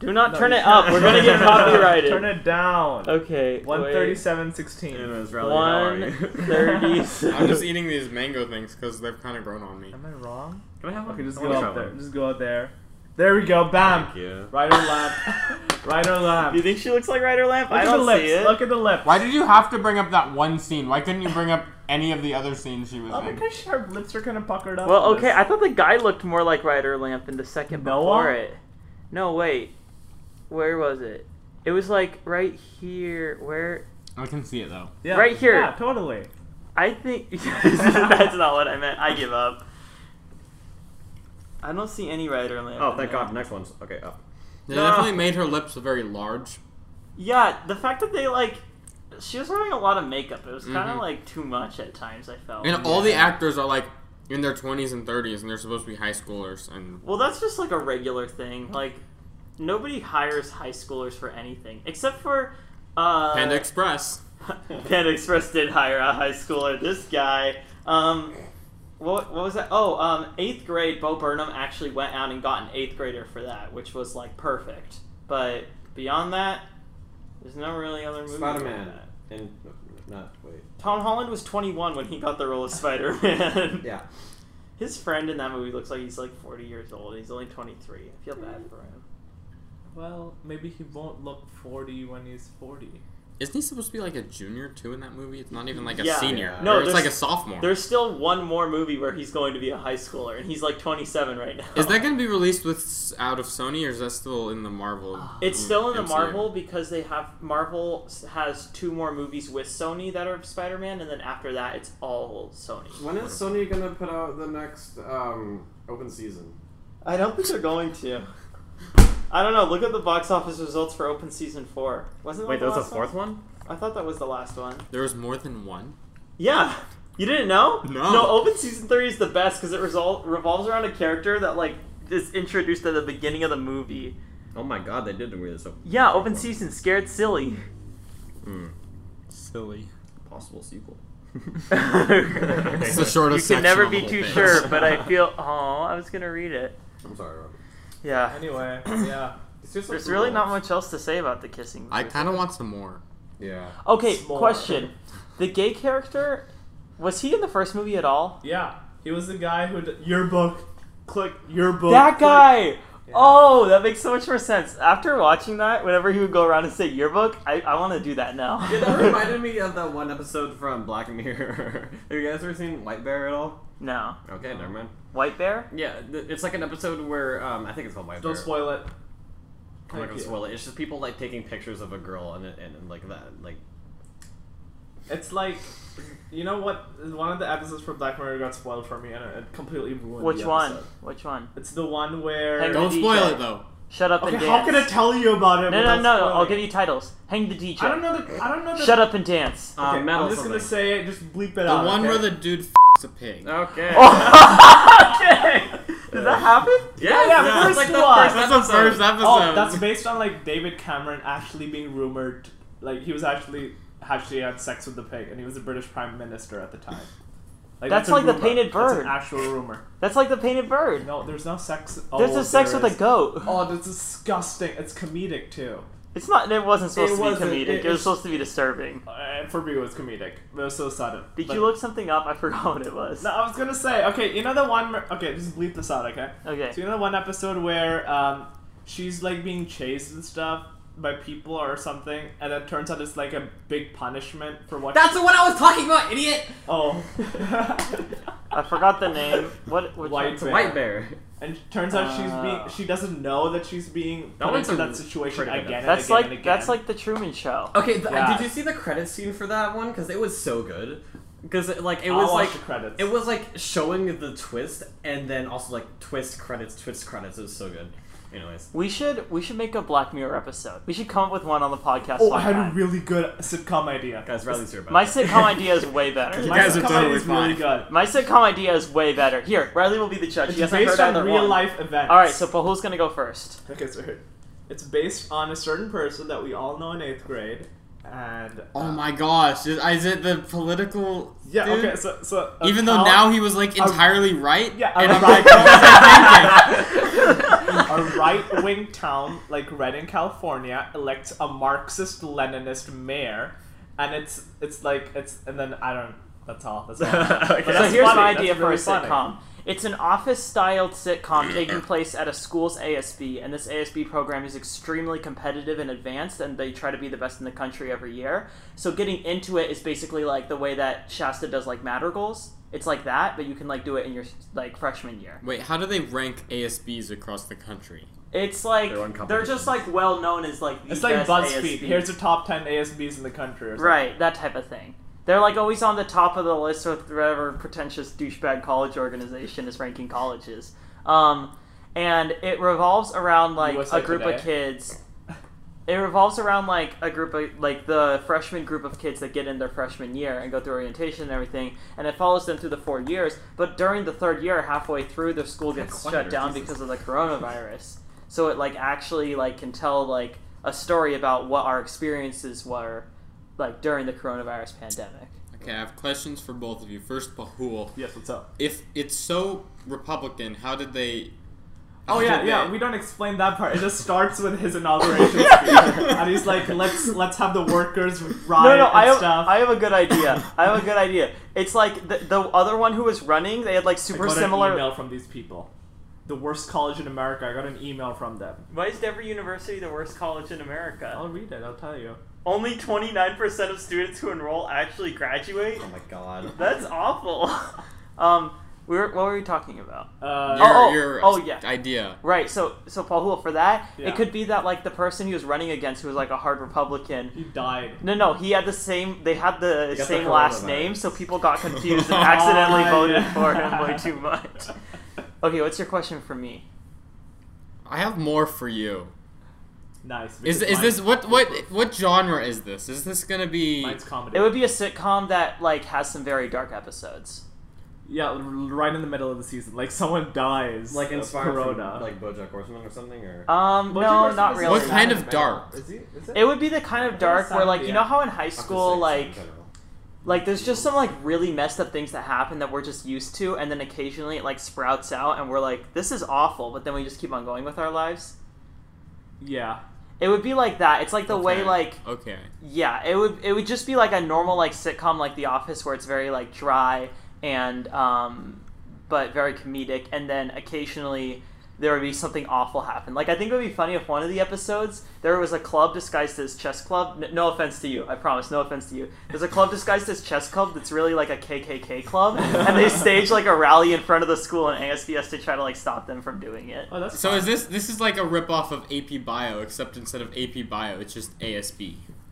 [SPEAKER 1] Do not
[SPEAKER 2] No,
[SPEAKER 1] turn
[SPEAKER 2] you
[SPEAKER 1] it
[SPEAKER 2] can't.
[SPEAKER 1] up. We're gonna get
[SPEAKER 2] Turn it down.
[SPEAKER 1] copyrighted.
[SPEAKER 2] Turn it down.
[SPEAKER 1] Okay.
[SPEAKER 2] One
[SPEAKER 1] wait.
[SPEAKER 2] thirty-seven sixteen.
[SPEAKER 5] Anyways, Riley, how are
[SPEAKER 1] One
[SPEAKER 5] you?
[SPEAKER 1] thirty-seven.
[SPEAKER 4] I'm just eating these mango things because they've kind of grown on me.
[SPEAKER 2] Am I wrong?
[SPEAKER 5] Can I have one?
[SPEAKER 2] Okay, just
[SPEAKER 5] I
[SPEAKER 2] go
[SPEAKER 5] wanna try
[SPEAKER 2] up there.
[SPEAKER 5] one.
[SPEAKER 2] Just go out there. There we go. Bam.
[SPEAKER 5] Thank you.
[SPEAKER 2] Ryder Lamp. Ryder Lamp.
[SPEAKER 1] Do you think she looks like Ryder Lamp?
[SPEAKER 2] Look
[SPEAKER 1] I
[SPEAKER 2] at the
[SPEAKER 1] don't
[SPEAKER 2] lips.
[SPEAKER 1] see it.
[SPEAKER 2] Look at the lips.
[SPEAKER 4] Why did you have to bring up that one scene? Why couldn't you bring up any of the other scenes she was
[SPEAKER 2] Oh,
[SPEAKER 4] in?
[SPEAKER 2] because her lips are kind of puckered up.
[SPEAKER 1] Well,
[SPEAKER 2] in
[SPEAKER 1] okay,
[SPEAKER 2] this.
[SPEAKER 1] I thought the guy looked more like Ryder Lamp in the second
[SPEAKER 2] Noah?
[SPEAKER 1] before it. No, wait. Where was it? It was like right here. Where?
[SPEAKER 4] I can see it though.
[SPEAKER 2] yeah,
[SPEAKER 1] right here.
[SPEAKER 2] Yeah, totally.
[SPEAKER 1] I think. That's not what I meant. I give up. I don't see any writer in there.
[SPEAKER 5] Oh, thank God. Next one's okay. Up.
[SPEAKER 4] They
[SPEAKER 1] No.
[SPEAKER 4] definitely made her lips very large.
[SPEAKER 1] Yeah, the fact that they like, she was wearing a lot of makeup. It was kind of
[SPEAKER 4] Mhm.
[SPEAKER 1] like too much at times. I felt.
[SPEAKER 4] And all the actors are like in their 20s and 30s and they're supposed to be high schoolers and
[SPEAKER 1] Well, that's just like a regular
[SPEAKER 5] Mm-hmm.
[SPEAKER 1] thing. Like, nobody hires high schoolers for anything except for. Uh,
[SPEAKER 4] Panda Express.
[SPEAKER 1] Panda Express did hire a high schooler. This guy, um, what, what was that? Oh, um, eighth grade. Bo Burnham actually went out and got an eighth grader for that, which was like perfect. But beyond that, there's no really other movie. like
[SPEAKER 5] Spider-Man.
[SPEAKER 1] that.
[SPEAKER 5] And not wait.
[SPEAKER 1] Tom Holland was 21 when he got the role of Spider-Man.
[SPEAKER 5] Yeah.
[SPEAKER 1] His friend in that movie looks like he's like 40 years old. He's only 23. I feel
[SPEAKER 5] Mm-hmm.
[SPEAKER 1] bad for him.
[SPEAKER 2] Well, maybe he won't look 40 when he's 40.
[SPEAKER 4] Isn't he supposed to be like a junior too in that movie? It's not even like a
[SPEAKER 1] Yeah.
[SPEAKER 4] senior.
[SPEAKER 1] No,
[SPEAKER 4] or it's like a
[SPEAKER 1] there's-
[SPEAKER 4] sophomore.
[SPEAKER 1] There's still one more movie where he's going to be a high schooler, and he's like 27 right now.
[SPEAKER 4] Is that going to be released with out of Sony or is that still in the Marvel?
[SPEAKER 1] It's still in the
[SPEAKER 4] MCU?
[SPEAKER 1] Marvel because they have Marvel s- has two more movies with Sony that are Spider-Man, and then after that, it's all Sony.
[SPEAKER 5] When is Sony gonna put out the next um, open season?
[SPEAKER 1] I don't think they're going to. I don't know. Look at the box office results for open season four. Wasn't that
[SPEAKER 5] Wait,
[SPEAKER 1] the
[SPEAKER 5] there was a
[SPEAKER 1] last one?
[SPEAKER 5] fourth one?
[SPEAKER 1] I thought that was the last one.
[SPEAKER 4] There was more than one.
[SPEAKER 1] Yeah. You didn't know?
[SPEAKER 4] No.
[SPEAKER 1] No, Open Season 3 is the best because it resol- revolves around a character that, like, is introduced at the beginning of the movie.
[SPEAKER 5] Oh my God, they did do this. Open
[SPEAKER 1] Yeah, Open Season, Scared Silly.
[SPEAKER 4] Silly.
[SPEAKER 5] Hmm, Possible sequel.
[SPEAKER 4] It's the shortest.
[SPEAKER 1] you can
[SPEAKER 4] section
[SPEAKER 1] never
[SPEAKER 4] on the
[SPEAKER 1] be
[SPEAKER 4] whole
[SPEAKER 1] too
[SPEAKER 4] thing.
[SPEAKER 1] sure, but I feel. Oh, I was going to read it.
[SPEAKER 5] I'm sorry, Robert.
[SPEAKER 1] Yeah.
[SPEAKER 2] Anyway, yeah.
[SPEAKER 5] It's just
[SPEAKER 1] There's really not much else to say about the kissing.
[SPEAKER 4] I
[SPEAKER 1] booth.
[SPEAKER 4] kind of want some more.
[SPEAKER 5] Yeah.
[SPEAKER 1] Okay,
[SPEAKER 2] S'more.
[SPEAKER 1] question. The gay character, was he in the first movie at all?
[SPEAKER 2] Yeah, he was the guy who did your book, click your book.
[SPEAKER 1] That
[SPEAKER 2] click.
[SPEAKER 1] guy!
[SPEAKER 2] Yeah.
[SPEAKER 1] Oh, that makes so much more sense. After watching that, whenever he would go around and say yearbook, I, I want to do that now.
[SPEAKER 5] Yeah, that reminded me of that one episode from Black Mirror. Have you guys ever seen White Bear at all?
[SPEAKER 1] no.
[SPEAKER 5] Okay, never mind.
[SPEAKER 1] White Bear?
[SPEAKER 5] Yeah, th- it's like an episode where um, I think it's called White
[SPEAKER 2] Don't
[SPEAKER 5] Bear.
[SPEAKER 2] spoil it.
[SPEAKER 5] I'm not gonna
[SPEAKER 2] Thank you.
[SPEAKER 5] spoil it. It's just people like taking pictures of a girl and and, and like that, like
[SPEAKER 2] It's like, you know what? One of the episodes from Black Mirror got spoiled for me, and it completely ruined.
[SPEAKER 1] Which
[SPEAKER 2] the
[SPEAKER 1] one?
[SPEAKER 2] episode.
[SPEAKER 1] Which one?
[SPEAKER 2] It's the one where.
[SPEAKER 1] Hang
[SPEAKER 4] Don't
[SPEAKER 1] the
[SPEAKER 4] spoil
[SPEAKER 1] DJ.
[SPEAKER 4] it though.
[SPEAKER 1] Shut up
[SPEAKER 2] okay,
[SPEAKER 1] and
[SPEAKER 2] how
[SPEAKER 1] dance.
[SPEAKER 2] can I tell you about
[SPEAKER 1] no, no,
[SPEAKER 2] it?
[SPEAKER 1] no,
[SPEAKER 2] without
[SPEAKER 1] no.
[SPEAKER 2] spoiling?
[SPEAKER 1] I'll give you titles. Hang the DJ.
[SPEAKER 2] I don't know the. I don't know the.
[SPEAKER 1] Shut up and dance.
[SPEAKER 5] uh,
[SPEAKER 2] Okay,
[SPEAKER 5] metal
[SPEAKER 2] I'm just gonna
[SPEAKER 5] something.
[SPEAKER 2] say it. Just bleep it
[SPEAKER 4] The
[SPEAKER 2] out.
[SPEAKER 4] one
[SPEAKER 2] Oh, okay? Oh.
[SPEAKER 4] where the dude f***s a pig.
[SPEAKER 5] Okay.
[SPEAKER 1] okay. Did that happen?
[SPEAKER 5] yeah,
[SPEAKER 2] yeah,
[SPEAKER 5] that's
[SPEAKER 2] first
[SPEAKER 5] like the
[SPEAKER 2] one.
[SPEAKER 5] first
[SPEAKER 4] That's the
[SPEAKER 5] episode.
[SPEAKER 4] first episode.
[SPEAKER 2] Oh, that's based on like David Cameron actually being rumored, like he was actually actually had sex with the pig, and he was the British Prime Minister at the time. Like,
[SPEAKER 1] That's
[SPEAKER 2] a
[SPEAKER 1] like the
[SPEAKER 2] rumor.
[SPEAKER 1] painted
[SPEAKER 2] That's
[SPEAKER 1] bird.
[SPEAKER 2] an actual rumor.
[SPEAKER 1] That's like the painted bird.
[SPEAKER 2] No, there's no sex. Oh,
[SPEAKER 1] There's a sex
[SPEAKER 2] there
[SPEAKER 1] with
[SPEAKER 2] is.
[SPEAKER 1] a goat.
[SPEAKER 2] Oh, that's disgusting. It's comedic too.
[SPEAKER 1] It's not. It wasn't supposed
[SPEAKER 2] It
[SPEAKER 1] to be
[SPEAKER 2] wasn't.
[SPEAKER 1] comedic. It,
[SPEAKER 2] It-
[SPEAKER 1] was
[SPEAKER 2] it's-
[SPEAKER 1] supposed to be disturbing.
[SPEAKER 2] Uh, for me, it was comedic. It was so sudden.
[SPEAKER 1] Did
[SPEAKER 2] But-
[SPEAKER 1] you look something up? I forgot what it was.
[SPEAKER 2] No, I was gonna say. Okay, you know the one. where- Okay, just bleep this out. Okay.
[SPEAKER 1] Okay.
[SPEAKER 2] So you know the one episode where um, she's like being chased and stuff by people or something, and it turns out it's like a big punishment for what.
[SPEAKER 4] That's the one I was talking about, idiot.
[SPEAKER 2] Oh.
[SPEAKER 1] I forgot the name. What? Which
[SPEAKER 2] White
[SPEAKER 1] one?
[SPEAKER 2] bear.
[SPEAKER 5] White Bear.
[SPEAKER 2] And it turns out she's
[SPEAKER 1] Oh.
[SPEAKER 2] being. She doesn't know that she's being
[SPEAKER 5] That
[SPEAKER 2] put
[SPEAKER 5] one's
[SPEAKER 2] into
[SPEAKER 5] a
[SPEAKER 2] that situation
[SPEAKER 5] pretty
[SPEAKER 2] again.
[SPEAKER 5] good
[SPEAKER 2] and
[SPEAKER 1] That's
[SPEAKER 2] again
[SPEAKER 1] like
[SPEAKER 2] and again.
[SPEAKER 1] that's like the Truman Show.
[SPEAKER 5] Okay, th-
[SPEAKER 2] Yeah.
[SPEAKER 5] did you see the credit scene for that one? Because it was so good. Because like it
[SPEAKER 2] I'll
[SPEAKER 5] was
[SPEAKER 2] watch
[SPEAKER 5] like
[SPEAKER 2] the credits.
[SPEAKER 5] it was like showing the twist and then also like twist credits, twist credits. It was so good. Anyways,
[SPEAKER 1] We should we should make a Black Mirror episode. We should come up with one on the podcast.
[SPEAKER 2] Oh, I
[SPEAKER 1] one
[SPEAKER 2] had a
[SPEAKER 1] time.
[SPEAKER 2] really good sitcom idea.
[SPEAKER 5] guys, Riley's here. About
[SPEAKER 1] My
[SPEAKER 5] that.
[SPEAKER 1] sitcom idea is way better.
[SPEAKER 4] You
[SPEAKER 2] My
[SPEAKER 4] guys are
[SPEAKER 2] sitcom
[SPEAKER 4] totally
[SPEAKER 2] idea is really
[SPEAKER 4] fine.
[SPEAKER 2] good.
[SPEAKER 1] My sitcom idea is way better. Here, Riley will be the judge.
[SPEAKER 2] It's
[SPEAKER 1] He hasn't heard
[SPEAKER 2] based on
[SPEAKER 1] either
[SPEAKER 2] real
[SPEAKER 1] one.
[SPEAKER 2] life events.
[SPEAKER 1] All right, so Pahul's gonna go first.
[SPEAKER 2] Okay, so here- it's based on a certain person that we all know in eighth grade, and uh,
[SPEAKER 4] Oh my gosh! Is, is it the political?
[SPEAKER 2] yeah,
[SPEAKER 4] dude?
[SPEAKER 2] okay, so so a
[SPEAKER 4] Even though
[SPEAKER 2] col-
[SPEAKER 4] now he was like entirely right,
[SPEAKER 2] Yeah,
[SPEAKER 4] and
[SPEAKER 2] a
[SPEAKER 4] I'm
[SPEAKER 2] right-
[SPEAKER 4] like, what was I thinking?
[SPEAKER 2] a right-wing town like Redding, California, elects a Marxist-Leninist mayor, and it's it's like it's and then I don't. That's all. That's all.
[SPEAKER 5] Okay.
[SPEAKER 1] so
[SPEAKER 2] That's
[SPEAKER 1] here's
[SPEAKER 2] funny,
[SPEAKER 1] my
[SPEAKER 2] that's
[SPEAKER 1] idea for a
[SPEAKER 2] really funny.
[SPEAKER 1] sitcom. It's an office-styled sitcom taking place at a school's ASB, and this ASB program is extremely competitive and advanced, and they try to be the best in the country every year. So getting into it is basically like the way that Shasta does like madrigals. It's like that, but you can like do it in your like freshman year.
[SPEAKER 4] Wait, how do they rank ASBs across the country?
[SPEAKER 1] It's like
[SPEAKER 5] They're on
[SPEAKER 1] they're,
[SPEAKER 5] competitions.
[SPEAKER 1] just like well known as like the
[SPEAKER 2] It's like
[SPEAKER 1] best
[SPEAKER 2] BuzzFeed.
[SPEAKER 1] ASB.
[SPEAKER 2] Here's the top ten ASBs in the country. Or something.
[SPEAKER 1] right, that type of thing. They're like always on the top of the list with whatever pretentious douchebag college organization is ranking colleges. Um, and it revolves around like
[SPEAKER 2] USA
[SPEAKER 1] a group of
[SPEAKER 2] Today.
[SPEAKER 1] kids. It revolves around like a group of like the freshman group of kids that get in their freshman year and go through orientation and everything, and it follows them through the four years. But during the third year, halfway through, the school gets
[SPEAKER 5] quieter,
[SPEAKER 1] shut down
[SPEAKER 5] Jesus.
[SPEAKER 1] because of the coronavirus. so it like actually like can tell like a story about what our experiences were like during the coronavirus pandemic.
[SPEAKER 4] Okay, I have questions for both of you. First, Bahul.
[SPEAKER 2] Yes, what's up?
[SPEAKER 4] If it's so Republican, how did they?
[SPEAKER 2] Oh
[SPEAKER 4] how
[SPEAKER 2] yeah,
[SPEAKER 4] did
[SPEAKER 2] yeah.
[SPEAKER 4] they-
[SPEAKER 2] We don't explain that part. It just starts with his inauguration speech, and he's like, "Let's let's have the workers riot
[SPEAKER 1] No, no,
[SPEAKER 2] and
[SPEAKER 1] I have,
[SPEAKER 2] stuff."
[SPEAKER 1] I have a good idea. I have a good idea. It's like the, the other one who was running, they had like super
[SPEAKER 2] I got
[SPEAKER 1] similar.
[SPEAKER 2] an email from these people. The worst college in America. I got an email from them.
[SPEAKER 8] Why is Denver University the worst college in America?
[SPEAKER 2] I'll read it. I'll tell you.
[SPEAKER 8] Only 29% of students who enroll actually graduate?
[SPEAKER 5] Oh my god.
[SPEAKER 8] That's awful.
[SPEAKER 1] Um, we were, what were we talking about?
[SPEAKER 2] Uh,
[SPEAKER 4] Your,
[SPEAKER 1] Oh, oh,
[SPEAKER 4] your
[SPEAKER 1] oh, yeah.
[SPEAKER 4] idea.
[SPEAKER 1] Right. So so Paul Huel, for that,
[SPEAKER 2] Yeah.
[SPEAKER 1] it could be that like the person he was running against, who was like a hard Republican.
[SPEAKER 2] He died.
[SPEAKER 1] No, no, he had the same. They had the
[SPEAKER 5] got the
[SPEAKER 1] same last
[SPEAKER 5] coronavirus.
[SPEAKER 1] name, so people got confused and accidentally
[SPEAKER 2] Ah,
[SPEAKER 1] voted
[SPEAKER 2] yeah.
[SPEAKER 1] for him way too much. Okay, what's your question for me?
[SPEAKER 4] I have more for you.
[SPEAKER 2] Nice.
[SPEAKER 4] Is
[SPEAKER 2] because
[SPEAKER 4] is
[SPEAKER 2] mine-
[SPEAKER 4] this what what what genre is this? Is this gonna be?
[SPEAKER 2] Mine's comedy.
[SPEAKER 1] It would be a sitcom that like has some very dark episodes.
[SPEAKER 2] yeah, r- right in the middle of the season, like someone dies.
[SPEAKER 5] Like
[SPEAKER 2] of
[SPEAKER 5] inspired from,
[SPEAKER 2] Corona.
[SPEAKER 5] like BoJack Horseman or something, or
[SPEAKER 1] Um,
[SPEAKER 2] What's your
[SPEAKER 1] no,
[SPEAKER 2] question?
[SPEAKER 1] not
[SPEAKER 2] Is it
[SPEAKER 1] really.
[SPEAKER 4] What kind of dark?
[SPEAKER 5] Is he? Is
[SPEAKER 1] It would be the kind of dark where, like, you know
[SPEAKER 2] Yeah.
[SPEAKER 1] how in high school, like,
[SPEAKER 5] In general.
[SPEAKER 1] like there's just some like really messed up things that happen that we're just used to, and then occasionally it like sprouts out, and we're like, this is awful, but then we just keep on going with our lives.
[SPEAKER 2] yeah.
[SPEAKER 1] It would be like that. It's like the way,
[SPEAKER 4] Okay.
[SPEAKER 1] like,
[SPEAKER 4] Okay.
[SPEAKER 1] yeah, it would it would just be like a normal like sitcom like The Office, where it's very like dry and um, but very comedic, and then occasionally there would be something awful happen. Like I think it would be funny if one of the episodes there was a club disguised as chess club. N- no offense to you, I promise, no offense to you. There's a club disguised as chess club that's really like a KKK club, and they stage like a rally in front of the school and ASBS to try to like stop them from doing it.
[SPEAKER 2] Oh, that's
[SPEAKER 4] So is this this is like a ripoff of AP Bio, except instead of AP Bio, it's just ASB.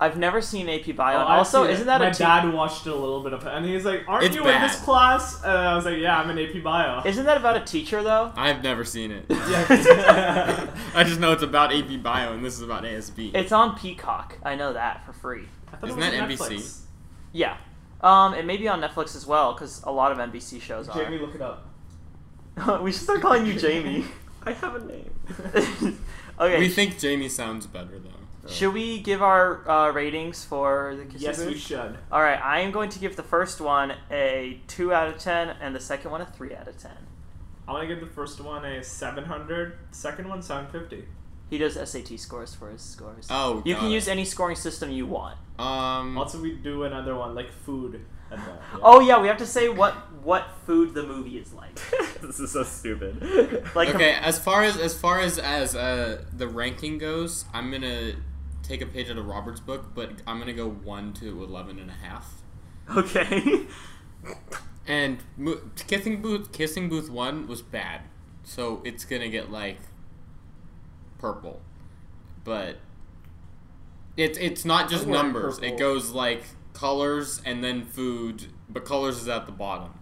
[SPEAKER 1] I've never seen AP Bio.
[SPEAKER 2] Oh,
[SPEAKER 1] and
[SPEAKER 2] I've
[SPEAKER 1] also,
[SPEAKER 2] seen it.
[SPEAKER 1] isn't that
[SPEAKER 2] my
[SPEAKER 1] a t-
[SPEAKER 2] dad watched a little bit of it, and he's like, "Aren't
[SPEAKER 4] It's
[SPEAKER 2] you
[SPEAKER 4] bad.
[SPEAKER 2] in this class?" And I was like, "Yeah, I'm in AP Bio."
[SPEAKER 1] isn't that about a teacher though?
[SPEAKER 4] I've never seen it.
[SPEAKER 2] Yeah.
[SPEAKER 4] I just know it's about AP Bio and this is about ASB.
[SPEAKER 1] It's on Peacock. I know that for free.
[SPEAKER 2] I thought it
[SPEAKER 4] Isn't
[SPEAKER 2] was
[SPEAKER 4] that
[SPEAKER 2] on
[SPEAKER 4] NBC?
[SPEAKER 2] Netflix.
[SPEAKER 1] Yeah. Um, it may be on Netflix as well because a lot of NBC shows
[SPEAKER 2] Jamie, look it up.
[SPEAKER 1] are. we should start calling you Jamie.
[SPEAKER 5] I have a name.
[SPEAKER 1] okay.
[SPEAKER 4] we think Jamie sounds better though.
[SPEAKER 1] should we give our uh, ratings for the Kissy
[SPEAKER 2] Yes,
[SPEAKER 1] Booth?
[SPEAKER 2] we should.
[SPEAKER 1] All right. I am going to give the first one a two out of ten and the second one a three out of ten.
[SPEAKER 2] I want to give the first one a 700, second one 750.
[SPEAKER 1] He does SAT scores for his scores.
[SPEAKER 4] Oh,
[SPEAKER 1] you
[SPEAKER 4] got
[SPEAKER 1] can
[SPEAKER 4] it.
[SPEAKER 1] use any scoring system you want.
[SPEAKER 4] um.
[SPEAKER 2] Also, we do another one like food. And that, yeah.
[SPEAKER 1] Hmm. Oh yeah, we have to say what what food the movie is like.
[SPEAKER 5] this is so stupid.
[SPEAKER 1] Like
[SPEAKER 4] okay, as far as as far as as uh, the ranking goes, I'm gonna take a page out of Robert's book, but I'm gonna go one to eleven and a half.
[SPEAKER 1] okay.
[SPEAKER 4] And mo- kissing booth, kissing booth one was bad, so it's gonna get like purple, but it's it's not just
[SPEAKER 2] I want
[SPEAKER 4] numbers. It
[SPEAKER 2] purple.
[SPEAKER 4] goes like colors and then food, but colors is at the bottom.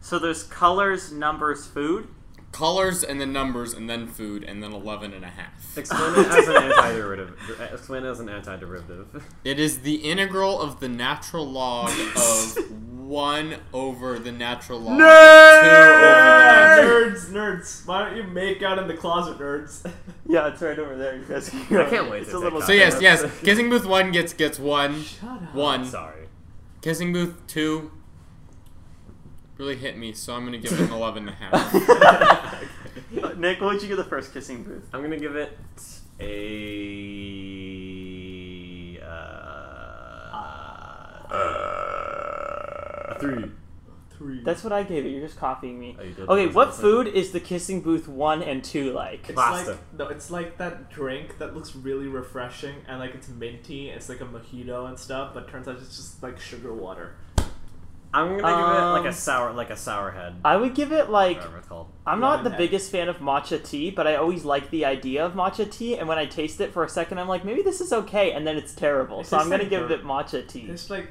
[SPEAKER 1] So there's colors, numbers, food.
[SPEAKER 4] Colors and then numbers and then food and then eleven and a half.
[SPEAKER 5] Explain it as an antiderivative. Explain it as an antiderivative.
[SPEAKER 4] It is the integral of the natural log of one over the natural log of two over the natural.
[SPEAKER 2] Nerds, nerds. Why don't you make out in the closet, nerds?
[SPEAKER 1] Yeah, it's right over there. You guys can
[SPEAKER 5] I can't wait
[SPEAKER 1] It's
[SPEAKER 5] to
[SPEAKER 1] a
[SPEAKER 5] take
[SPEAKER 1] little.
[SPEAKER 5] that.
[SPEAKER 4] So yes, yes, kissing booth one gets gets one,
[SPEAKER 2] Shut up.
[SPEAKER 4] one.
[SPEAKER 5] Sorry.
[SPEAKER 4] Kissing Booth 2 really hit me, so I'm going to give it an 11 and a half.
[SPEAKER 1] Nick, what would you give the first kissing booth?
[SPEAKER 5] I'm gonna give it a. Uh, uh, a three.
[SPEAKER 2] Three.
[SPEAKER 1] That's what I gave it. You're just copying me.
[SPEAKER 5] Oh, you did.
[SPEAKER 1] Okay,
[SPEAKER 5] That's
[SPEAKER 1] what
[SPEAKER 5] awesome.
[SPEAKER 1] food is the kissing booth one and two like?
[SPEAKER 2] it's
[SPEAKER 5] Pasta.
[SPEAKER 2] like no, it's like that drink that looks really refreshing and like it's minty. It's like a mojito and stuff, but turns out it's just like sugar water.
[SPEAKER 5] I'm gonna give it like
[SPEAKER 1] Um,
[SPEAKER 5] a sour, like a sour head.
[SPEAKER 1] I would give it like
[SPEAKER 5] whatever it's called.
[SPEAKER 1] I'm not
[SPEAKER 2] Ramen
[SPEAKER 1] the
[SPEAKER 2] head.
[SPEAKER 1] biggest fan of matcha tea, but I always like the idea of matcha tea. And when I taste it for a second, I'm like, maybe this is okay, and then it's terrible.
[SPEAKER 2] It
[SPEAKER 1] so I'm
[SPEAKER 2] tastes
[SPEAKER 1] gonna
[SPEAKER 2] like
[SPEAKER 1] give
[SPEAKER 2] dirt.
[SPEAKER 1] it matcha tea.
[SPEAKER 2] It's like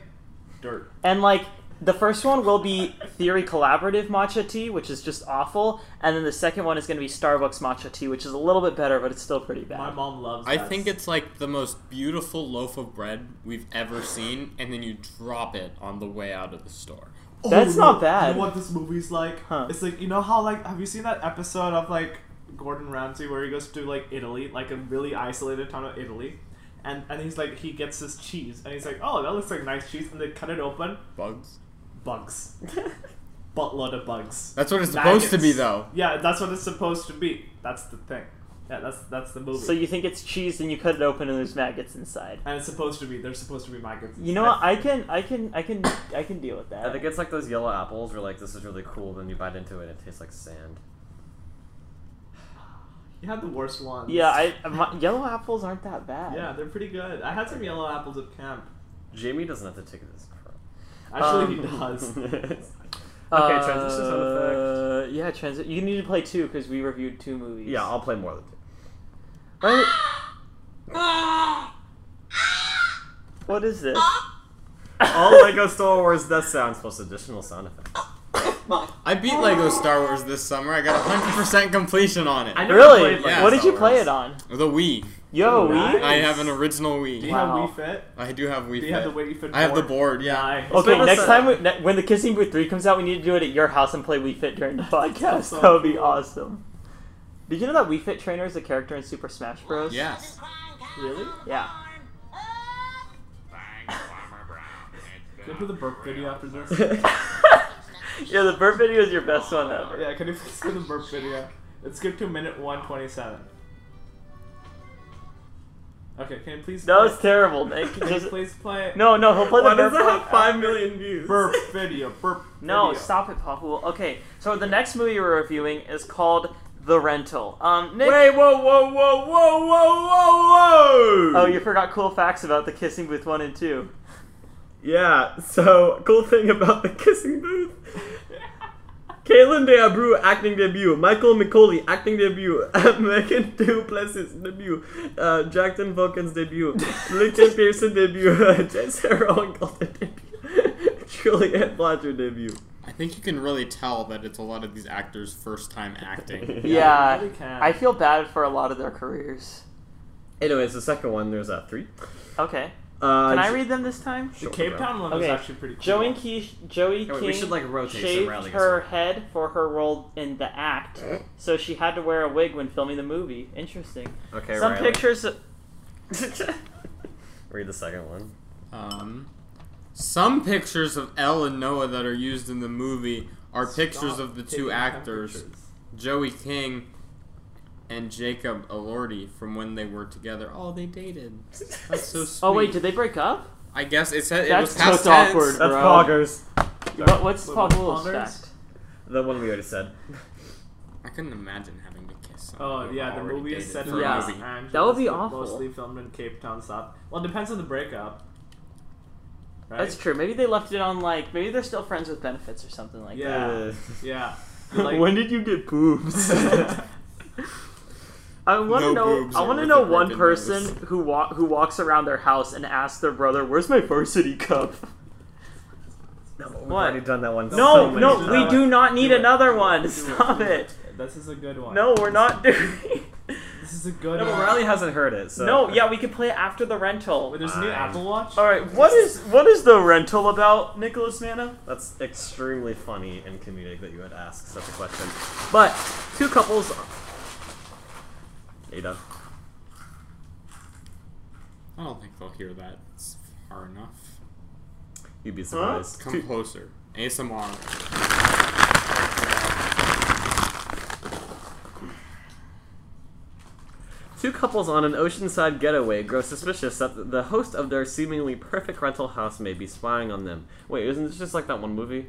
[SPEAKER 2] dirt.
[SPEAKER 1] And like the first one will be Theory Collaborative Matcha Tea, which is just awful, and then the second one is going to be Starbucks Matcha Tea, which is a little bit better, but it's still pretty bad.
[SPEAKER 2] My mom loves.
[SPEAKER 4] I
[SPEAKER 2] that.
[SPEAKER 4] think it's like the most beautiful loaf of bread we've ever seen, and then you drop it on the way out of the store.
[SPEAKER 2] Oh,
[SPEAKER 1] That's
[SPEAKER 2] you
[SPEAKER 1] not
[SPEAKER 2] know-
[SPEAKER 1] bad.
[SPEAKER 2] You know what this movie's like?
[SPEAKER 1] Huh.
[SPEAKER 2] It's like you know how like have you seen that episode of like Gordon Ramsay where he goes to like Italy, like a really isolated town of Italy, and and he's like he gets this cheese and he's like oh that looks like nice cheese and they cut it open
[SPEAKER 4] Bugs.
[SPEAKER 2] bugs, buttload of bugs.
[SPEAKER 4] That's what it's supposed to be,
[SPEAKER 2] Maggots.
[SPEAKER 4] though.
[SPEAKER 2] Yeah, that's what it's supposed to be. That's the thing. Yeah, that's that's the movie.
[SPEAKER 1] So you think it's cheese, and you cut it open, and there's maggots inside.
[SPEAKER 2] and it's supposed to be. There's supposed to be maggots.
[SPEAKER 1] You know what? I can, I can, I can, I can deal with that.
[SPEAKER 5] I think it's like those yellow apples where like this is really cool, then you bite into it, it tastes like sand.
[SPEAKER 2] you had the worst ones.
[SPEAKER 1] yeah, I my, yellow apples aren't that bad.
[SPEAKER 2] yeah, they're pretty good. I had some yellow apples at camp.
[SPEAKER 5] Jamie doesn't have to take this. crap.
[SPEAKER 2] Actually, he
[SPEAKER 1] Um,
[SPEAKER 2] does.
[SPEAKER 5] Okay, transition sound
[SPEAKER 1] Uh, Yeah, transit. You need to play two because we reviewed two movies.
[SPEAKER 5] yeah, I'll play more than two.
[SPEAKER 1] Right? What is this? Oh
[SPEAKER 5] All Lego Oh Star Wars death sounds plus additional sound effects.
[SPEAKER 4] I beat
[SPEAKER 2] Oh.
[SPEAKER 4] Lego Star Wars this summer. I got 100% completion on it.
[SPEAKER 2] I never
[SPEAKER 1] Really?
[SPEAKER 2] played
[SPEAKER 4] Yeah,
[SPEAKER 1] what did you
[SPEAKER 4] Star
[SPEAKER 1] play
[SPEAKER 4] Wars.
[SPEAKER 1] it on?
[SPEAKER 4] The Wii.
[SPEAKER 1] Yo,
[SPEAKER 2] Nice.
[SPEAKER 1] we.
[SPEAKER 4] I have an original
[SPEAKER 2] Do
[SPEAKER 4] Wii.
[SPEAKER 2] you
[SPEAKER 1] Wow.
[SPEAKER 2] have Wii Fit?
[SPEAKER 4] I do have Wii
[SPEAKER 2] Do
[SPEAKER 4] Fit.
[SPEAKER 2] you have the Wii Fit?
[SPEAKER 4] I have the board, yeah.
[SPEAKER 2] Nice.
[SPEAKER 5] Let's
[SPEAKER 1] Okay,
[SPEAKER 5] make
[SPEAKER 1] next
[SPEAKER 5] this
[SPEAKER 1] time
[SPEAKER 5] a-
[SPEAKER 1] we, ne- when the Kissing Booth 3 comes out, we need to do it at your house and play Wii Fit during the podcast.
[SPEAKER 2] so
[SPEAKER 1] that would be
[SPEAKER 2] cool.
[SPEAKER 1] awesome. Did you know that Wii Fit Trainer is a character in Super Smash Bros?
[SPEAKER 4] Yes.
[SPEAKER 2] Really?
[SPEAKER 1] Yeah.
[SPEAKER 2] Can I put the burp video after this?
[SPEAKER 1] Yeah, the burp video is your best one ever.
[SPEAKER 2] yeah, can you please do the burp video? Let's skip to minute 127. Okay, can you please
[SPEAKER 1] That
[SPEAKER 2] play,
[SPEAKER 1] was terrible, Nick.
[SPEAKER 2] can you
[SPEAKER 1] Just-
[SPEAKER 2] please play
[SPEAKER 1] no, no, he'll play the
[SPEAKER 5] Why
[SPEAKER 1] burp
[SPEAKER 5] does it
[SPEAKER 1] one
[SPEAKER 5] have five million views?
[SPEAKER 2] burp video? Burp
[SPEAKER 1] No,
[SPEAKER 2] video.
[SPEAKER 1] stop it, Papu. Okay, so the next movie we're reviewing is called The Rental. Um, Nick.
[SPEAKER 5] Wait, whoa, whoa, whoa, whoa, whoa, whoa, whoa!
[SPEAKER 1] Oh, you forgot cool facts about the Kissing Booth one and two.
[SPEAKER 5] Yeah, so cool thing about the kissing booth. Kalen de Abreu acting debut, Michael McCauley acting debut, Megan Duplessis debut, uh, Jackson Vulcan's debut, Lincoln Pearson debut, Jess Heron Golden debut, Juliet Blatcher debut.
[SPEAKER 4] I think you can really tell that it's a lot of these actors' first time acting.
[SPEAKER 2] Yeah, you
[SPEAKER 1] Yeah,
[SPEAKER 2] really can.
[SPEAKER 1] I feel bad for a lot of their careers.
[SPEAKER 5] Anyways, the second one, there's a three.
[SPEAKER 1] Okay,
[SPEAKER 5] Uh,
[SPEAKER 1] can I read them this time?
[SPEAKER 2] The Cape Town one was
[SPEAKER 1] Okay.
[SPEAKER 2] actually pretty cool.
[SPEAKER 1] Joey, Key, Joey King
[SPEAKER 5] wait, we should, like, rotate so
[SPEAKER 1] shaved
[SPEAKER 5] Riley gets
[SPEAKER 1] her
[SPEAKER 5] it.
[SPEAKER 1] head for her role in The Act, so she had to wear a wig when filming the movie. Interesting.
[SPEAKER 5] Okay,
[SPEAKER 1] Some
[SPEAKER 5] Riley.
[SPEAKER 1] pictures.
[SPEAKER 5] Read the second one.
[SPEAKER 4] Um, some pictures of Elle and Noah that are used in the movie are pictures of the two actors, Joey King and Jacob Elordi, from when they were together. Oh, they dated. That's so sweet.
[SPEAKER 1] Oh wait, did they break up?
[SPEAKER 4] I guess it said it
[SPEAKER 1] That's
[SPEAKER 4] was past
[SPEAKER 1] so
[SPEAKER 4] tense.
[SPEAKER 1] awkward.
[SPEAKER 5] That's
[SPEAKER 1] Bro.
[SPEAKER 5] Poggers.
[SPEAKER 1] What, what's
[SPEAKER 2] Wait,
[SPEAKER 1] Paul
[SPEAKER 2] what's
[SPEAKER 1] Gould's
[SPEAKER 2] Poggers?
[SPEAKER 1] fact?
[SPEAKER 5] The one we already said.
[SPEAKER 4] I couldn't imagine having to kiss. someone
[SPEAKER 2] Oh
[SPEAKER 4] who
[SPEAKER 2] yeah, the
[SPEAKER 4] already
[SPEAKER 2] movie is
[SPEAKER 4] dated
[SPEAKER 2] set
[SPEAKER 4] for
[SPEAKER 2] in
[SPEAKER 4] a
[SPEAKER 1] Yeah.
[SPEAKER 2] Los
[SPEAKER 4] movie.
[SPEAKER 2] Angeles.
[SPEAKER 1] That would be
[SPEAKER 2] but
[SPEAKER 1] awful.
[SPEAKER 2] Mostly filmed in Cape Town, South. Well, it depends on the breakup. Right?
[SPEAKER 1] That's true. Maybe they left it on like maybe they're still friends with benefits or something like that.
[SPEAKER 5] Uh,
[SPEAKER 2] Yeah. Yeah. Like-
[SPEAKER 1] when did you get boobs? I want to
[SPEAKER 4] No
[SPEAKER 1] know.
[SPEAKER 4] boobs
[SPEAKER 1] I
[SPEAKER 4] are
[SPEAKER 1] want to
[SPEAKER 4] worth
[SPEAKER 1] know
[SPEAKER 4] a
[SPEAKER 1] one
[SPEAKER 4] broken
[SPEAKER 1] person
[SPEAKER 4] nose.
[SPEAKER 1] who wa- who walks around their house and asks their brother, "Where's my varsity cup?"
[SPEAKER 5] No, we've
[SPEAKER 1] What?
[SPEAKER 5] already done that one.
[SPEAKER 1] No,
[SPEAKER 5] so many
[SPEAKER 1] no,
[SPEAKER 5] times.
[SPEAKER 1] we do not need
[SPEAKER 2] Do it.
[SPEAKER 1] another one.
[SPEAKER 2] Do it.
[SPEAKER 1] Stop
[SPEAKER 2] Do
[SPEAKER 1] it.
[SPEAKER 2] This is a good one.
[SPEAKER 1] No, we're not doing.
[SPEAKER 2] This is a good
[SPEAKER 5] No,
[SPEAKER 2] one.
[SPEAKER 5] but Riley hasn't heard it. So
[SPEAKER 1] No, yeah, we can play it after the rental.
[SPEAKER 2] Wait, there's a new
[SPEAKER 5] Fine.
[SPEAKER 2] Apple Watch.
[SPEAKER 1] All right, what is what is the rental about, Nicholas Manna?
[SPEAKER 5] That's extremely funny and comedic that you would ask such a question.
[SPEAKER 1] But two couples.
[SPEAKER 5] Ada.
[SPEAKER 4] I don't think they'll hear that. It's far enough.
[SPEAKER 5] You'd be surprised.
[SPEAKER 4] Come closer. ASMR.
[SPEAKER 5] Two couples on an oceanside getaway grow suspicious that the host of their seemingly perfect rental house may be spying on them. Wait, isn't this just like that one movie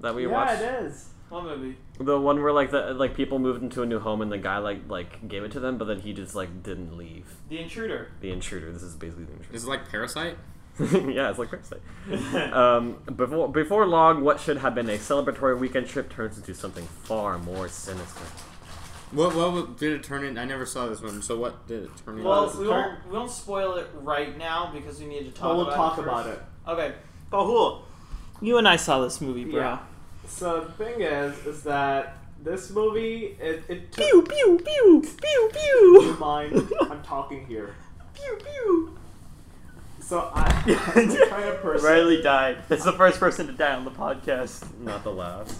[SPEAKER 5] that we
[SPEAKER 2] yeah,
[SPEAKER 5] watched?
[SPEAKER 2] it is.
[SPEAKER 1] What movie?
[SPEAKER 5] The one where like the like people moved into a new home and the guy like like gave it to them, but then he just like didn't leave.
[SPEAKER 1] The Intruder.
[SPEAKER 5] The intruder. This is basically the
[SPEAKER 4] Is
[SPEAKER 5] intruder.
[SPEAKER 4] it like Parasite?
[SPEAKER 5] yeah, it's like Parasite. um, before before long, what should have been a celebratory weekend trip turns into something far more sinister.
[SPEAKER 4] What, what wa- did it turn in? I never saw this one. So what did it turn in?
[SPEAKER 1] Well,
[SPEAKER 2] Well,
[SPEAKER 1] we
[SPEAKER 2] it's
[SPEAKER 1] won't, we won't spoil it right now because we need to talk
[SPEAKER 2] Well, we'll
[SPEAKER 1] about
[SPEAKER 2] talk
[SPEAKER 1] it.
[SPEAKER 2] about
[SPEAKER 1] first.
[SPEAKER 2] it.
[SPEAKER 1] Okay. Bahul, You and I saw this movie, bro.
[SPEAKER 2] Yeah. So the thing is, is that this movie it, it took
[SPEAKER 1] Pew pew pew pew
[SPEAKER 2] Never
[SPEAKER 1] pew.
[SPEAKER 2] mind. I'm talking here.
[SPEAKER 1] pew pew.
[SPEAKER 2] So I, I'm the kind of person.
[SPEAKER 8] Riley died. That's the first person to die on the podcast.
[SPEAKER 5] Not the last.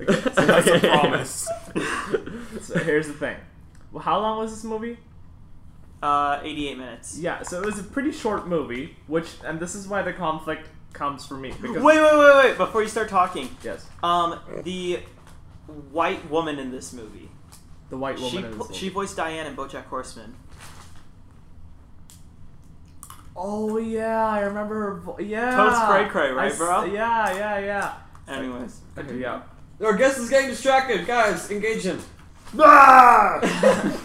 [SPEAKER 4] That's a promise.
[SPEAKER 2] So here's the thing. Well, how long was this movie?
[SPEAKER 1] Uh, 88 minutes.
[SPEAKER 2] Yeah, so it was a pretty short movie, which, and this is why the conflict comes for me. Because,
[SPEAKER 1] Wait, wait, wait, wait! Before you start talking,
[SPEAKER 2] Yes.
[SPEAKER 1] um, the white woman in this movie,
[SPEAKER 2] The white woman.
[SPEAKER 1] she
[SPEAKER 2] in
[SPEAKER 1] po-
[SPEAKER 2] this
[SPEAKER 1] she voiced Diane in BoJack Horseman.
[SPEAKER 2] Oh yeah, I remember her. Vo- yeah.
[SPEAKER 1] Toast cray cray, right,
[SPEAKER 2] I s-
[SPEAKER 1] bro?
[SPEAKER 2] Yeah, yeah, yeah.
[SPEAKER 1] Anyways,
[SPEAKER 2] Okay, yeah.
[SPEAKER 5] Our guest is getting distracted, guys. Engage him.
[SPEAKER 2] Ah!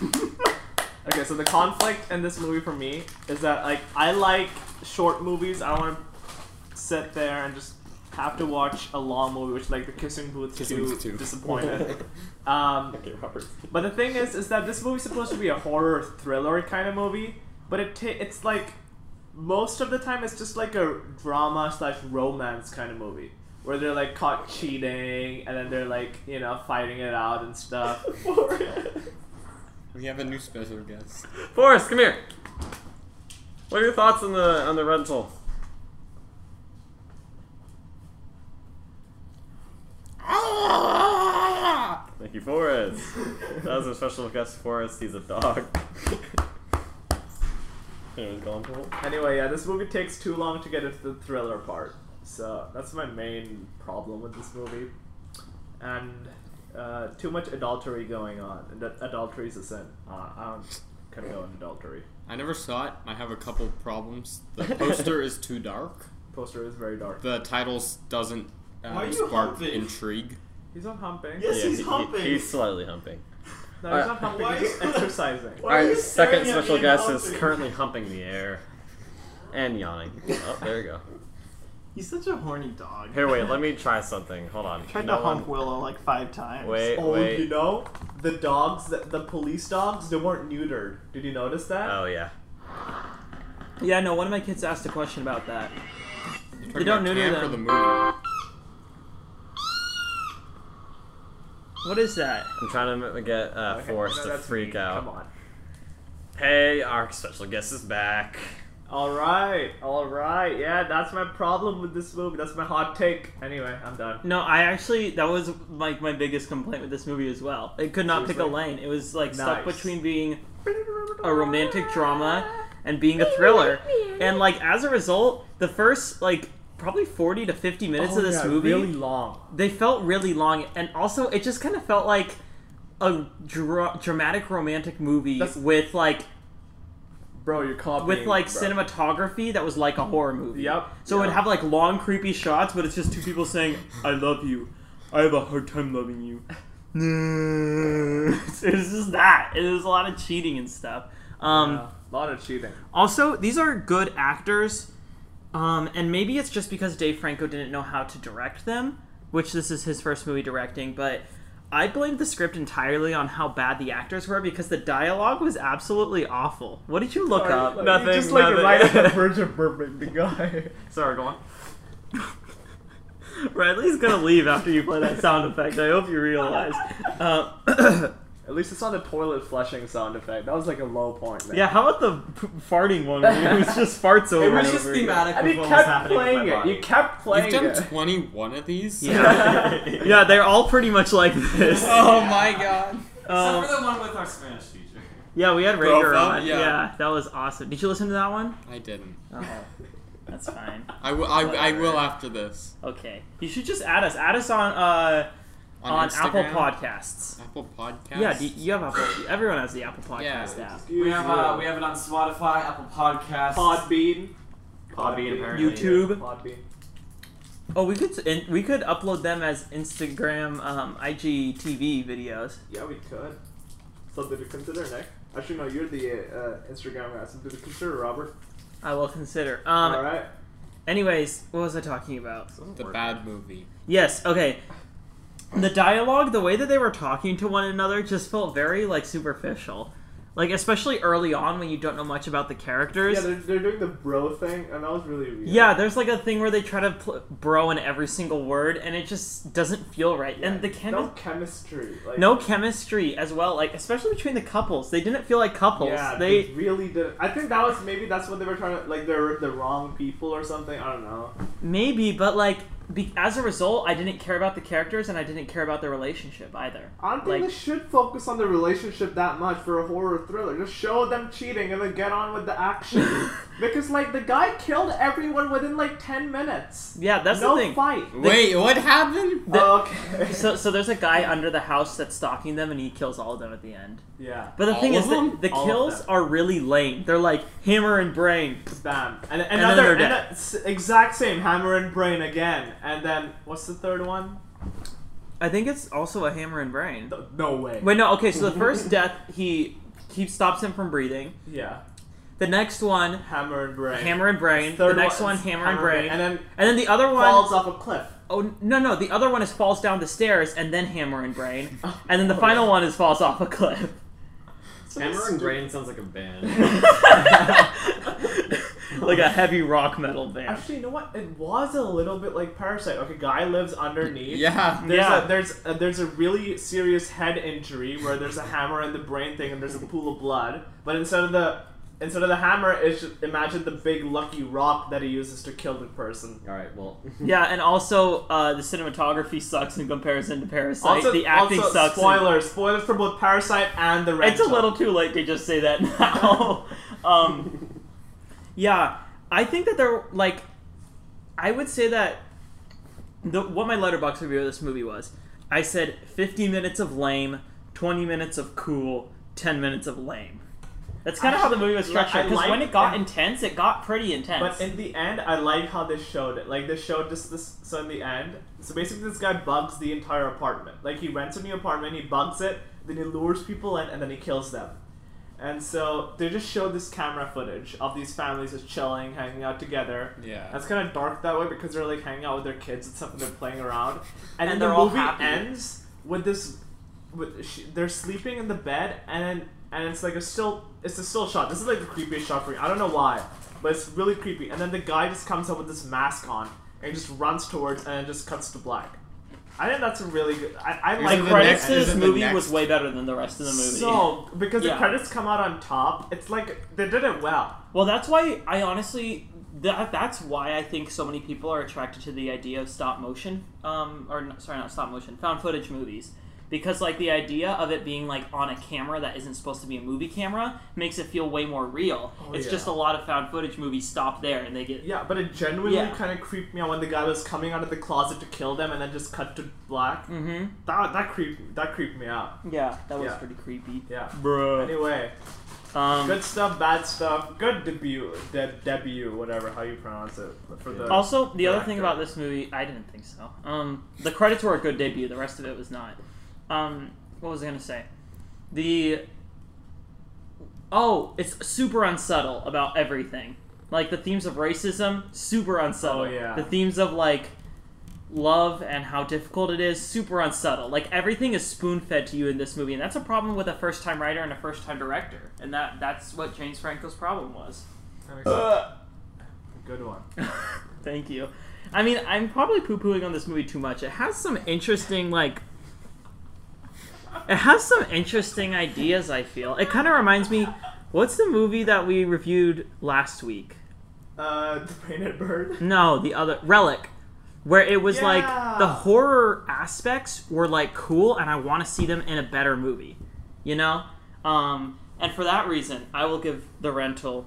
[SPEAKER 2] Okay, so the conflict in this movie for me is that like I like short movies. I want to sit there and just have to watch a long movie, which like the Kissing Booth
[SPEAKER 4] Kissing
[SPEAKER 2] two
[SPEAKER 4] Booth two.
[SPEAKER 2] disappointed. um,
[SPEAKER 5] Okay, Robert.
[SPEAKER 2] but the thing is, is that this movie's supposed to be a horror thriller kind of movie, but it ta- it's like most of the time it's just like a drama slash romance kind of movie where they're like caught cheating and then they're like you know fighting it out and stuff.
[SPEAKER 4] We have a new special guest.
[SPEAKER 5] Forrest, come here. What are your thoughts on the on the rental? Thank you, Forrest. That was our special guest, Forrest. He's a dog. Anyways, go on, Paul.
[SPEAKER 2] Anyway, yeah, this movie takes too long to get into the thriller part. So that's my main problem with this movie. And uh, too much adultery going on. And that- adultery is a sin. Uh, I don't condone adultery.
[SPEAKER 4] I never saw it. I have a couple problems. The poster is too dark.
[SPEAKER 2] Poster is very dark.
[SPEAKER 4] The title s- doesn't
[SPEAKER 3] Why are
[SPEAKER 4] uh,
[SPEAKER 3] you
[SPEAKER 4] spark
[SPEAKER 3] humping?
[SPEAKER 4] intrigue.
[SPEAKER 2] He's not humping.
[SPEAKER 3] Yes,
[SPEAKER 5] Yeah,
[SPEAKER 3] he's
[SPEAKER 5] he- he-
[SPEAKER 3] humping.
[SPEAKER 5] he's slightly humping.
[SPEAKER 2] No, he's
[SPEAKER 5] Alright.
[SPEAKER 2] not humping.
[SPEAKER 3] Why
[SPEAKER 2] He's just
[SPEAKER 3] you-
[SPEAKER 2] exercising.
[SPEAKER 3] Why- are
[SPEAKER 5] Our
[SPEAKER 3] you
[SPEAKER 5] second
[SPEAKER 3] staring at
[SPEAKER 5] special
[SPEAKER 3] me
[SPEAKER 5] guest
[SPEAKER 3] and
[SPEAKER 5] is
[SPEAKER 3] humping?
[SPEAKER 5] currently humping the air and yawning. Oh, there you go.
[SPEAKER 8] He's such a horny dog.
[SPEAKER 5] Here, wait. Let me try something. Hold on.
[SPEAKER 8] Tried
[SPEAKER 5] No
[SPEAKER 8] to
[SPEAKER 5] one-
[SPEAKER 8] hump Willow like five times.
[SPEAKER 5] Wait,
[SPEAKER 2] Oh, you
[SPEAKER 5] wait.
[SPEAKER 2] know the dogs, that the police dogs, they weren't neutered. Did you notice that?
[SPEAKER 5] Oh yeah.
[SPEAKER 1] yeah, no. One of my kids asked a question about that.
[SPEAKER 4] You're
[SPEAKER 1] They don't neuter
[SPEAKER 4] camp
[SPEAKER 1] them.
[SPEAKER 4] or the movie.
[SPEAKER 1] What is that?
[SPEAKER 5] I'm trying to m- get uh,
[SPEAKER 2] Okay,
[SPEAKER 5] Forrest
[SPEAKER 2] no,
[SPEAKER 5] to
[SPEAKER 2] that's
[SPEAKER 5] freak
[SPEAKER 2] mean.
[SPEAKER 5] out.
[SPEAKER 2] Come on.
[SPEAKER 5] Hey, our special guest is back.
[SPEAKER 2] All right, all right. Yeah, that's my problem with this movie. That's my hot take. Anyway, I'm done.
[SPEAKER 1] No, I actually that was like my biggest complaint with this movie as well. It could not pick a
[SPEAKER 2] Seriously?
[SPEAKER 1] lane. It was like stuck
[SPEAKER 2] Nice.
[SPEAKER 1] between being a romantic drama and being a thriller. And like as a result, the first like probably 40 to 50
[SPEAKER 2] Oh,
[SPEAKER 1] minutes of this movie
[SPEAKER 2] long.
[SPEAKER 1] they felt really long and also it just kind of felt like a dra- dramatic romantic movie
[SPEAKER 2] That's-
[SPEAKER 1] with like
[SPEAKER 2] Bro, you're copying.
[SPEAKER 1] with like
[SPEAKER 2] bro.
[SPEAKER 1] cinematography that was like a horror movie.
[SPEAKER 2] Yep.
[SPEAKER 1] So it would have like long creepy shots, but it's just two people saying, "I love you." I have a hard time loving you. it's just that. It was a lot of cheating and stuff. Um,
[SPEAKER 2] Yeah, a lot of cheating.
[SPEAKER 1] Also, these are good actors, um, and maybe it's just because Dave Franco didn't know how to direct them, which this is his first movie directing, but I blamed the script entirely on how bad the actors were because the dialogue was absolutely awful. What did you look up?
[SPEAKER 2] Sorry,
[SPEAKER 5] nothing,
[SPEAKER 2] you Just like
[SPEAKER 5] nothing.
[SPEAKER 2] right at the verge of burping, the guy.
[SPEAKER 5] Sorry, go on.
[SPEAKER 1] Riley's gonna leave after you play that sound effect. I hope you realize. Uh,
[SPEAKER 2] At least it's not a toilet flushing sound effect. That was like a low point. Man.
[SPEAKER 1] yeah, how about the p- farting one? Where it was just farts over. and over again?
[SPEAKER 2] And you kept playing it. You kept playing
[SPEAKER 4] You've done
[SPEAKER 2] it.
[SPEAKER 4] 21 of these?
[SPEAKER 1] uh, Yeah. yeah, they're all pretty much like this.
[SPEAKER 4] Oh my god.
[SPEAKER 1] Um,
[SPEAKER 5] the one with our Spanish teacher.
[SPEAKER 1] yeah, we had Rager
[SPEAKER 4] Profile?
[SPEAKER 1] on.
[SPEAKER 4] Yeah.
[SPEAKER 1] Yeah. that was awesome. Did you listen to that one?
[SPEAKER 4] I didn't.
[SPEAKER 1] That's fine.
[SPEAKER 4] I will- I- I will after this.
[SPEAKER 1] Okay, you should just add us. Add us on uh, on, Apple
[SPEAKER 4] Instagram?
[SPEAKER 1] Podcasts.
[SPEAKER 4] Apple Podcasts?
[SPEAKER 1] Yeah, do you have Apple. Everyone has the Apple
[SPEAKER 4] Yeah.
[SPEAKER 1] Podcast app.
[SPEAKER 2] We have, uh, we
[SPEAKER 5] have it on Spotify, Apple Podcasts,
[SPEAKER 2] Podbean.
[SPEAKER 5] Podbean, apparently.
[SPEAKER 1] YouTube.
[SPEAKER 2] Podbean.
[SPEAKER 1] Oh, we could and we could upload them as Instagram um, IGTV videos.
[SPEAKER 2] Yeah, we could. Something to consider, Nick. Actually, no, you're the uh, Instagram guy. Something to consider, Robert.
[SPEAKER 1] I will consider. Um,
[SPEAKER 2] All right.
[SPEAKER 1] Anyways, what was I talking about?
[SPEAKER 4] The bad movie.
[SPEAKER 1] Yes, okay. The dialogue, the way that they were talking to one another, just felt very like superficial. Like especially early on when you don't know much about the characters.
[SPEAKER 2] Yeah, they're, they're doing the bro thing, and that was really weird.
[SPEAKER 1] Yeah, there's like a thing where they try to pl- bro in every single word, and it just doesn't feel right.
[SPEAKER 2] Yeah,
[SPEAKER 1] and the
[SPEAKER 2] no
[SPEAKER 1] chemi-
[SPEAKER 2] chemistry. Like,
[SPEAKER 1] no chemistry as well, like especially between the couples, they didn't feel like couples.
[SPEAKER 2] Yeah,
[SPEAKER 1] they
[SPEAKER 2] really did. I think that was maybe that's what they were trying to like. They're the wrong people or something. I don't know.
[SPEAKER 1] maybe, but like be- as a result, I didn't care about the characters, and I didn't care about their relationship either.
[SPEAKER 2] I don't think
[SPEAKER 1] Like-
[SPEAKER 2] they should focus on the relationship that much for a horror thriller. Just show them cheating and then get on with the action. because like the guy killed everyone within like ten minutes.
[SPEAKER 1] Yeah, that's
[SPEAKER 2] no
[SPEAKER 1] the thing.
[SPEAKER 2] fight. Oh,
[SPEAKER 4] Wait, what happened?
[SPEAKER 1] The-
[SPEAKER 2] okay.
[SPEAKER 1] So, so there's a guy under the house that's stalking them, and he kills all of them at the end.
[SPEAKER 2] yeah.
[SPEAKER 1] But the
[SPEAKER 4] All
[SPEAKER 1] thing
[SPEAKER 4] of
[SPEAKER 1] is,
[SPEAKER 4] them?
[SPEAKER 1] that the
[SPEAKER 2] All of
[SPEAKER 1] kills
[SPEAKER 2] them.
[SPEAKER 1] are really lame. They're like hammer and brain.
[SPEAKER 2] Bam. And
[SPEAKER 1] then
[SPEAKER 2] another
[SPEAKER 1] they're
[SPEAKER 2] and
[SPEAKER 1] dead.
[SPEAKER 2] the s- exact same hammer and brain again. And then what's the third one?
[SPEAKER 1] I think it's also a hammer and brain.
[SPEAKER 2] Th- No way.
[SPEAKER 1] Wait, no. Okay, so the first death, he he stops him from breathing.
[SPEAKER 2] Yeah.
[SPEAKER 1] The next one,
[SPEAKER 2] Hammer and brain.
[SPEAKER 1] hammer and brain. The
[SPEAKER 2] Third
[SPEAKER 1] next one,
[SPEAKER 2] is
[SPEAKER 1] hammer and brain.
[SPEAKER 2] And
[SPEAKER 1] And
[SPEAKER 2] then
[SPEAKER 1] then the other one,
[SPEAKER 2] falls off a cliff.
[SPEAKER 1] oh no, no, the other one is falls down the stairs and then hammer and brain, and then the
[SPEAKER 2] Oh,
[SPEAKER 1] final one is falls off a cliff.
[SPEAKER 5] Hammer and Brain sounds like a band.
[SPEAKER 1] like a heavy rock metal band.
[SPEAKER 2] Actually, you know what? It was a little bit like Parasite. Okay, guy lives underneath.
[SPEAKER 4] Yeah.
[SPEAKER 2] There's
[SPEAKER 1] Yeah.
[SPEAKER 2] a there's a, there's a really serious head injury where there's a hammer and the brain thing and there's a pool of blood. But instead of the instead of the hammer, it's just, imagine the big lucky rock that he uses to kill the person.
[SPEAKER 5] Alright, well.
[SPEAKER 1] Yeah, and also uh, the cinematography sucks in comparison to Parasite.
[SPEAKER 2] Also,
[SPEAKER 1] the acting
[SPEAKER 2] also,
[SPEAKER 1] sucks. in-
[SPEAKER 2] Spoilers, spoilers for both Parasite and the Rental.
[SPEAKER 1] It's a little too late to just say that now. um, yeah, I think that there, like, I would say that the what my letterbox review of this movie was. I said 50 minutes of lame, 20 minutes of cool, 10 minutes of lame. That's kind of how the movie was
[SPEAKER 2] Actually, like,
[SPEAKER 1] structured.
[SPEAKER 2] I
[SPEAKER 1] Because
[SPEAKER 2] like-
[SPEAKER 1] when it got
[SPEAKER 2] I-
[SPEAKER 1] intense, it got pretty intense.
[SPEAKER 2] But in the end, I like how they showed it. Like they showed just this. So in the end, so basically this guy bugs the entire apartment. Like he rents a new apartment, he bugs it, then he lures people in, and then he kills them. And so they just showed this camera footage of these families just chilling, hanging out together.
[SPEAKER 4] Yeah.
[SPEAKER 2] That's kind of dark that way because they're like hanging out with their kids and stuff, and they're playing around. And, then
[SPEAKER 1] And
[SPEAKER 2] the
[SPEAKER 1] they're all
[SPEAKER 2] movie
[SPEAKER 1] happy.
[SPEAKER 2] ends with this. With sh they're sleeping in the bed, and then and it's like a still. It's a still shot. This is like the creepiest shot for me. I don't know why, but it's really creepy. And then the guy just comes up with this mask on and just runs towards, and it just cuts to black. I think that's a really good. I, I
[SPEAKER 4] Isn't
[SPEAKER 2] like
[SPEAKER 4] the
[SPEAKER 1] the
[SPEAKER 2] credits
[SPEAKER 1] credits
[SPEAKER 4] next-
[SPEAKER 1] to this
[SPEAKER 4] isn't the
[SPEAKER 1] movie
[SPEAKER 4] next-
[SPEAKER 1] was way better than the rest of the movie.
[SPEAKER 2] So because
[SPEAKER 1] Yeah.
[SPEAKER 2] the credits come out on top, it's like they did it well.
[SPEAKER 1] Well, that's why I honestly that that's why I think so many people are attracted to the idea of stop motion, um, or n- sorry, not stop motion, found footage movies, because like the idea of it being like on a camera that isn't supposed to be a movie camera makes it feel way more real. it's
[SPEAKER 2] Oh, yeah.
[SPEAKER 1] just a lot of found footage movies stop there and they get
[SPEAKER 2] Yeah, but it genuinely
[SPEAKER 1] Yeah.
[SPEAKER 2] kind of creeped me out when the guy was coming out of the closet to kill them, and then just cut to black.
[SPEAKER 1] hmm
[SPEAKER 2] That that creeped that creeped me out.
[SPEAKER 1] yeah that was
[SPEAKER 2] Yeah.
[SPEAKER 1] pretty creepy.
[SPEAKER 2] Yeah.
[SPEAKER 1] Bro,
[SPEAKER 2] Anyway,
[SPEAKER 1] um,
[SPEAKER 2] good stuff, bad stuff, good debut, de- debut, whatever how you pronounce it for the.
[SPEAKER 1] Also, the other
[SPEAKER 2] Director.
[SPEAKER 1] thing about this movie, I didn't think so. Um, the credits were a good debut. The rest of it was not. Um, what was I gonna say? The oh, it's super unsubtle about everything. Like the themes of racism, super unsubtle.
[SPEAKER 2] Oh, yeah.
[SPEAKER 1] The themes of like love and how difficult it is, super unsubtle. Like everything is spoon fed to you in this movie, and that's a problem with a first time writer and a first time director. And that that's what James Franco's problem was.
[SPEAKER 2] good one.
[SPEAKER 1] Thank you. I mean, I'm probably poo pooing on this movie too much. It has some interesting, like. It has some interesting ideas, I feel. It kind of reminds me. What's the movie that we reviewed last week?
[SPEAKER 2] Uh, the painted bird.
[SPEAKER 1] No, the other. Relic. Where it was like the
[SPEAKER 2] Yeah.
[SPEAKER 1] horror aspects were like cool, and I want to see them in a better movie. You know? Um, and for that reason, I will give The Rental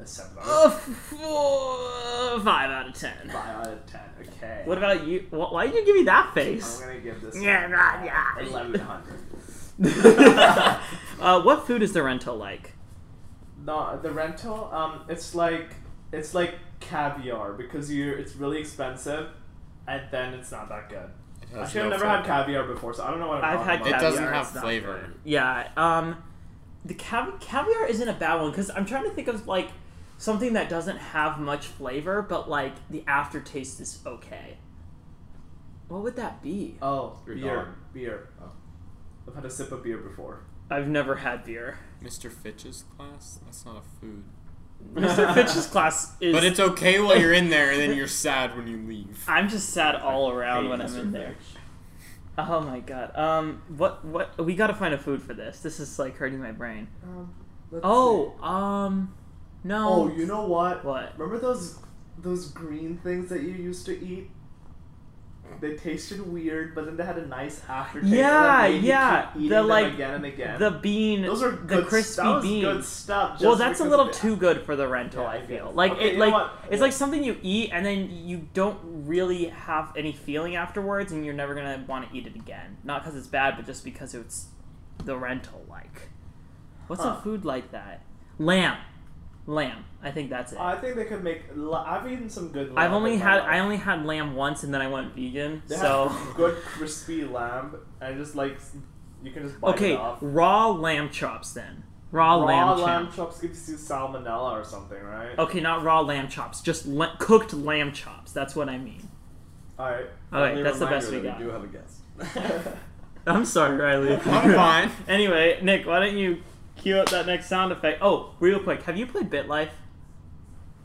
[SPEAKER 2] A seven
[SPEAKER 1] a f- uh, 5 out of 10.
[SPEAKER 2] out of ten. Okay.
[SPEAKER 1] What about you? Wh- Why did you give me that
[SPEAKER 2] I'm
[SPEAKER 1] face?
[SPEAKER 2] gonna give this.
[SPEAKER 1] yeah,
[SPEAKER 2] Eleven hundred.
[SPEAKER 1] uh, what food is the rental like?
[SPEAKER 2] No, the rental. Um, it's like it's like caviar because you it's really expensive, and then it's not that good. Actually, I've never had caviar before, so I don't know what I'm
[SPEAKER 1] I've
[SPEAKER 2] talking
[SPEAKER 1] had
[SPEAKER 2] about.
[SPEAKER 4] It
[SPEAKER 1] caviar.
[SPEAKER 4] doesn't
[SPEAKER 1] It's
[SPEAKER 4] have
[SPEAKER 2] not
[SPEAKER 4] flavor.
[SPEAKER 1] Yeah, um, the cav- caviar isn't a bad one because I'm trying to think of like something that doesn't have much flavor, but like the aftertaste is okay. What would that be?
[SPEAKER 2] Oh,
[SPEAKER 5] Your
[SPEAKER 2] beer,
[SPEAKER 5] dog.
[SPEAKER 4] Oh.
[SPEAKER 2] beer. I've had a sip of beer before.
[SPEAKER 1] I've never had beer.
[SPEAKER 4] Mr. Fitch's class? That's not a food.
[SPEAKER 1] Mr. Fitch's class is.
[SPEAKER 4] But it's okay while you're in there, and then you're sad when you leave.
[SPEAKER 1] I'm just sad all around when I'm
[SPEAKER 5] Mr.
[SPEAKER 1] in there. Oh my god. Um, what what we gotta find a food for this. This is like hurting my brain.
[SPEAKER 2] Um, let's
[SPEAKER 1] Oh,
[SPEAKER 2] see.
[SPEAKER 1] um, no.
[SPEAKER 2] Oh, you know what?
[SPEAKER 1] What?
[SPEAKER 2] Remember those those green things that you used to eat? They tasted weird, but then they had a nice aftertaste. that
[SPEAKER 1] Yeah,
[SPEAKER 2] made you
[SPEAKER 1] yeah,
[SPEAKER 2] keep eating
[SPEAKER 1] the,
[SPEAKER 2] them
[SPEAKER 1] like,
[SPEAKER 2] again and again.
[SPEAKER 1] The bean.
[SPEAKER 2] those are good
[SPEAKER 1] the crispy
[SPEAKER 2] that was
[SPEAKER 1] beans.
[SPEAKER 2] Good stuff.
[SPEAKER 1] well,
[SPEAKER 2] just
[SPEAKER 1] that's a
[SPEAKER 2] because
[SPEAKER 1] little
[SPEAKER 2] of it.
[SPEAKER 1] too good for the rental.
[SPEAKER 2] Yeah, I
[SPEAKER 1] I feel
[SPEAKER 2] guess.
[SPEAKER 1] like
[SPEAKER 2] Okay,
[SPEAKER 1] it,
[SPEAKER 2] you know
[SPEAKER 1] like
[SPEAKER 2] what?
[SPEAKER 1] it's like something you eat and then you don't really have any feeling afterwards, and you're never gonna want to eat it again. Not because it's bad, but just because it's the rental. Like, what's
[SPEAKER 2] Huh.
[SPEAKER 1] a food like that? Lamb, lamb. I think that's it.
[SPEAKER 2] I think they could make. La- I've eaten some good.
[SPEAKER 1] I've
[SPEAKER 2] lamb
[SPEAKER 1] only
[SPEAKER 2] in my
[SPEAKER 1] had
[SPEAKER 2] life.
[SPEAKER 1] I only had lamb once, and then I went vegan.
[SPEAKER 2] They
[SPEAKER 1] so
[SPEAKER 2] have good crispy lamb, and just like you can just bite
[SPEAKER 1] okay,
[SPEAKER 2] it off.
[SPEAKER 1] raw lamb chops then. Raw,
[SPEAKER 2] Raw
[SPEAKER 1] lamb, Oh.
[SPEAKER 2] lamb
[SPEAKER 1] chops.
[SPEAKER 2] chops gives you salmonella or something, right?
[SPEAKER 1] Okay, not raw lamb chops, just la- cooked lamb chops. That's what I mean.
[SPEAKER 2] All right.
[SPEAKER 1] All right,
[SPEAKER 5] Only
[SPEAKER 1] that's the
[SPEAKER 5] reminder
[SPEAKER 1] best we
[SPEAKER 5] that
[SPEAKER 1] got.
[SPEAKER 5] We do have a guest.
[SPEAKER 1] I'm sorry, Riley.
[SPEAKER 4] I'm fine.
[SPEAKER 1] anyway, Nick, why don't you cue up that next sound effect? Oh, real quick, have you played BitLife?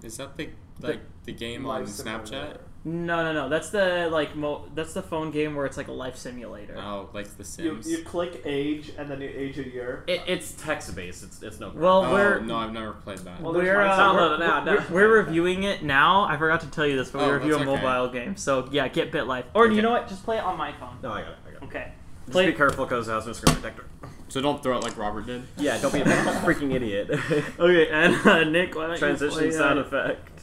[SPEAKER 4] Is that the like the game on
[SPEAKER 2] Life
[SPEAKER 4] Snapchat?
[SPEAKER 2] simulator.
[SPEAKER 1] No, no, no. That's the like mo- that's the phone game where it's like a life simulator.
[SPEAKER 4] Oh, like The
[SPEAKER 2] You,
[SPEAKER 4] Sims.
[SPEAKER 2] you click age and then you age a year.
[SPEAKER 5] It, it's text based. It's it's no.
[SPEAKER 1] Well,
[SPEAKER 4] Oh,
[SPEAKER 1] we're
[SPEAKER 4] no, I've never played that.
[SPEAKER 2] Well, there's
[SPEAKER 1] we're,
[SPEAKER 2] my
[SPEAKER 1] uh,
[SPEAKER 2] sound.
[SPEAKER 1] we're,
[SPEAKER 5] Download it now,
[SPEAKER 1] we're-
[SPEAKER 5] download it.
[SPEAKER 1] we're reviewing it now. I forgot to tell you this, but
[SPEAKER 4] Oh,
[SPEAKER 1] we review a
[SPEAKER 4] that's okay.
[SPEAKER 1] mobile game. So yeah, get BitLife. Or
[SPEAKER 4] Okay.
[SPEAKER 1] you know what? Just play it on my phone.
[SPEAKER 5] no, I got it. I got it.
[SPEAKER 1] Okay.
[SPEAKER 5] Just
[SPEAKER 1] Play.
[SPEAKER 5] be careful because it has no screen protector.
[SPEAKER 4] So don't throw it like Robert did.
[SPEAKER 5] Yeah, don't be a freaking idiot.
[SPEAKER 1] Okay, and uh, Nick, why don't you play,
[SPEAKER 5] Transition
[SPEAKER 1] uh,
[SPEAKER 5] sound effect.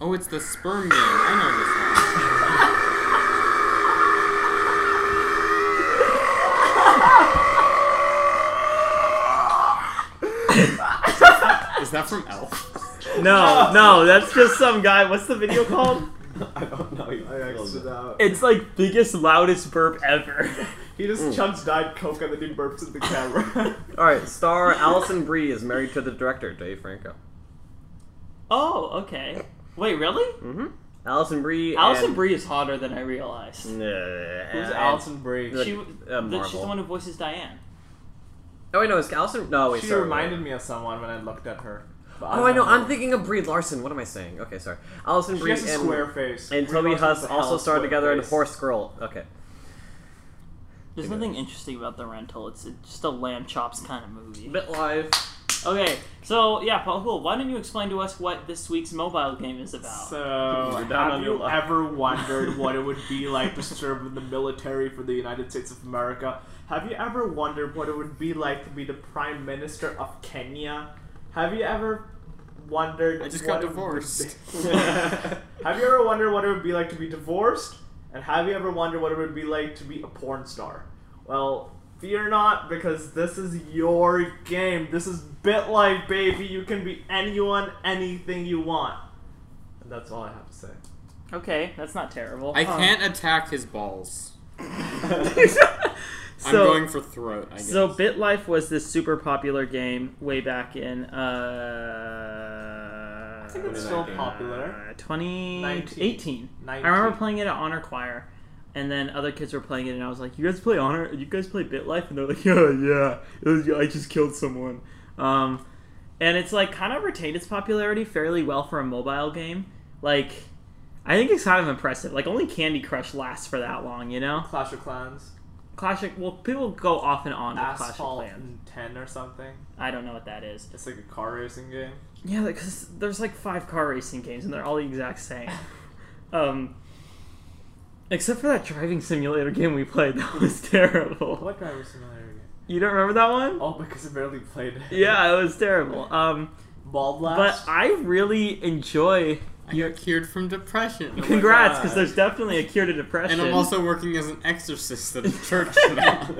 [SPEAKER 4] Oh, it's the sperm game. I know this one. Is that from Elf?
[SPEAKER 1] No, no, that's just some guy. What's the video called?
[SPEAKER 5] I don't know.
[SPEAKER 2] I X'd it out.
[SPEAKER 1] It's like biggest, loudest burp ever.
[SPEAKER 2] He just chugs diet coke and then he burps in the camera.
[SPEAKER 5] All right, star Allison Brie is married to the director Dave Franco.
[SPEAKER 1] Oh, okay. Wait, really?
[SPEAKER 5] Mm-hmm. Allison Brie.
[SPEAKER 1] Allison
[SPEAKER 5] and-
[SPEAKER 1] Brie is hotter than I realized.
[SPEAKER 5] Nah,
[SPEAKER 2] Who's
[SPEAKER 5] and-
[SPEAKER 2] Allison Brie?
[SPEAKER 5] Like,
[SPEAKER 1] She,
[SPEAKER 5] uh,
[SPEAKER 1] the, she's the
[SPEAKER 5] Marvel.
[SPEAKER 1] one who voices Diane.
[SPEAKER 5] Oh wait, no, it's Allison. No, wait.
[SPEAKER 2] she
[SPEAKER 5] sorry,
[SPEAKER 2] reminded me of someone when I looked at her. But
[SPEAKER 5] Oh, I know.
[SPEAKER 2] don't
[SPEAKER 5] I'm thinking of Brie Larson. What am I saying? Okay, sorry. Allison
[SPEAKER 2] She
[SPEAKER 5] Brie
[SPEAKER 2] has a
[SPEAKER 5] and,
[SPEAKER 2] square face.
[SPEAKER 5] and
[SPEAKER 2] Brie
[SPEAKER 5] Toby
[SPEAKER 2] Larson's
[SPEAKER 5] Huss
[SPEAKER 2] a
[SPEAKER 5] also
[SPEAKER 2] hell
[SPEAKER 5] starred
[SPEAKER 2] square
[SPEAKER 5] together in
[SPEAKER 2] face.
[SPEAKER 5] Horse Girl. Okay.
[SPEAKER 1] There's
[SPEAKER 5] Yeah.
[SPEAKER 1] nothing interesting about the rental. It's it's just a lamb chops kind of movie.
[SPEAKER 5] Bit live.
[SPEAKER 1] Okay, so yeah, Paul, why don't you explain to us what this week's mobile game is about?
[SPEAKER 2] So,
[SPEAKER 5] You're down
[SPEAKER 2] have
[SPEAKER 5] on your
[SPEAKER 2] you
[SPEAKER 5] luck.
[SPEAKER 2] ever wondered what it would be like to serve in the military for the United States of America? Have you ever wondered what it would be like to be the Prime Minister of Kenya? Have you ever wondered?
[SPEAKER 4] I just
[SPEAKER 2] what
[SPEAKER 4] got
[SPEAKER 2] it would
[SPEAKER 4] divorced.
[SPEAKER 2] be- have you ever wondered what it would be like to be divorced? And have you ever wondered what it would be like to be a porn star? Well, fear not, because this is your game. This is BitLife, baby. You can be anyone, anything you want. And that's all I have to say.
[SPEAKER 1] okay, that's not terrible. Um,
[SPEAKER 4] I can't attack his balls. I'm
[SPEAKER 1] So-
[SPEAKER 4] going for throat. I guess.
[SPEAKER 1] So BitLife was this super popular game way back in uh
[SPEAKER 2] I think it's still popular.
[SPEAKER 1] uh, 2018.
[SPEAKER 2] 19.
[SPEAKER 1] I remember playing it at Honor Choir, and then other kids were playing it, and I was like, "You guys play Honor? You guys play BitLife?" And they're like, "Yeah, yeah, it was, I just killed someone." Um, and it's like kind of retained its popularity fairly well for a mobile game. Like, I think it's kind of impressive. Like, only Candy Crush lasts for that long, you know?
[SPEAKER 2] Clash of Clans,
[SPEAKER 1] Clash of well, people go off and on with Oh, Clash of
[SPEAKER 2] Asphalt
[SPEAKER 1] Clans.
[SPEAKER 2] Ten or something.
[SPEAKER 1] I don't know what that is.
[SPEAKER 2] It's like a car racing game.
[SPEAKER 1] Yeah, because there's like five car racing games and they're all the exact same. Um, except for that driving simulator game we played, that was terrible.
[SPEAKER 2] What driver simulator game?
[SPEAKER 1] You don't remember that one?
[SPEAKER 2] Oh, because I barely played it.
[SPEAKER 1] Yeah, it was terrible. Um,
[SPEAKER 2] Ball
[SPEAKER 1] but
[SPEAKER 2] blast.
[SPEAKER 1] I really enjoy.
[SPEAKER 4] I got cured from depression. Oh my
[SPEAKER 1] Congrats,
[SPEAKER 4] God.
[SPEAKER 1] because there's definitely a cure to depression.
[SPEAKER 4] And I'm also working as an exorcist at a church now.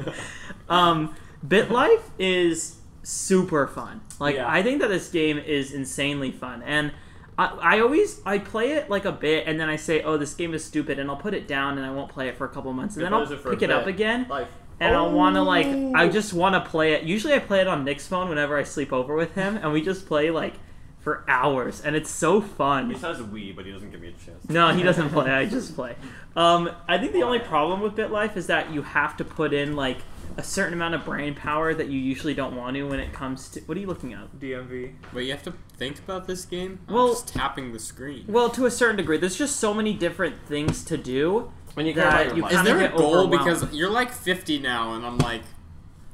[SPEAKER 1] um, BitLife is super fun. Like
[SPEAKER 2] Yeah.
[SPEAKER 1] I think that this game is insanely fun, and I, I always I play it like a bit, and then I say, "Oh, this game is stupid," and I'll put it down and I won't play it for a couple months, and then I'll
[SPEAKER 5] plays it for a
[SPEAKER 1] pick it up
[SPEAKER 5] bit.
[SPEAKER 1] again,
[SPEAKER 5] Life.
[SPEAKER 1] and I'll want to like I just want to play it. Usually, I play it on Nick's phone whenever I sleep over with him, and we just play like for hours, and it's so fun.
[SPEAKER 5] He says we, but he doesn't give me a chance.
[SPEAKER 1] No, he doesn't play. I just play. Um, I think the only problem with BitLife is that you have to put in like a certain amount of brain power that you usually don't want to when it comes to. What are you looking at?
[SPEAKER 2] DMV.
[SPEAKER 4] But you have to think about this game. I'm
[SPEAKER 1] Well-
[SPEAKER 4] just tapping the screen.
[SPEAKER 1] Well, to a certain degree, there's just so many different things to do.
[SPEAKER 5] When you
[SPEAKER 1] Yeah,
[SPEAKER 5] care about
[SPEAKER 1] you-
[SPEAKER 5] your life.
[SPEAKER 4] Is there a
[SPEAKER 1] kinda get
[SPEAKER 4] goal?
[SPEAKER 1] overwhelmed.
[SPEAKER 4] Because you're like 50 now, and I'm like,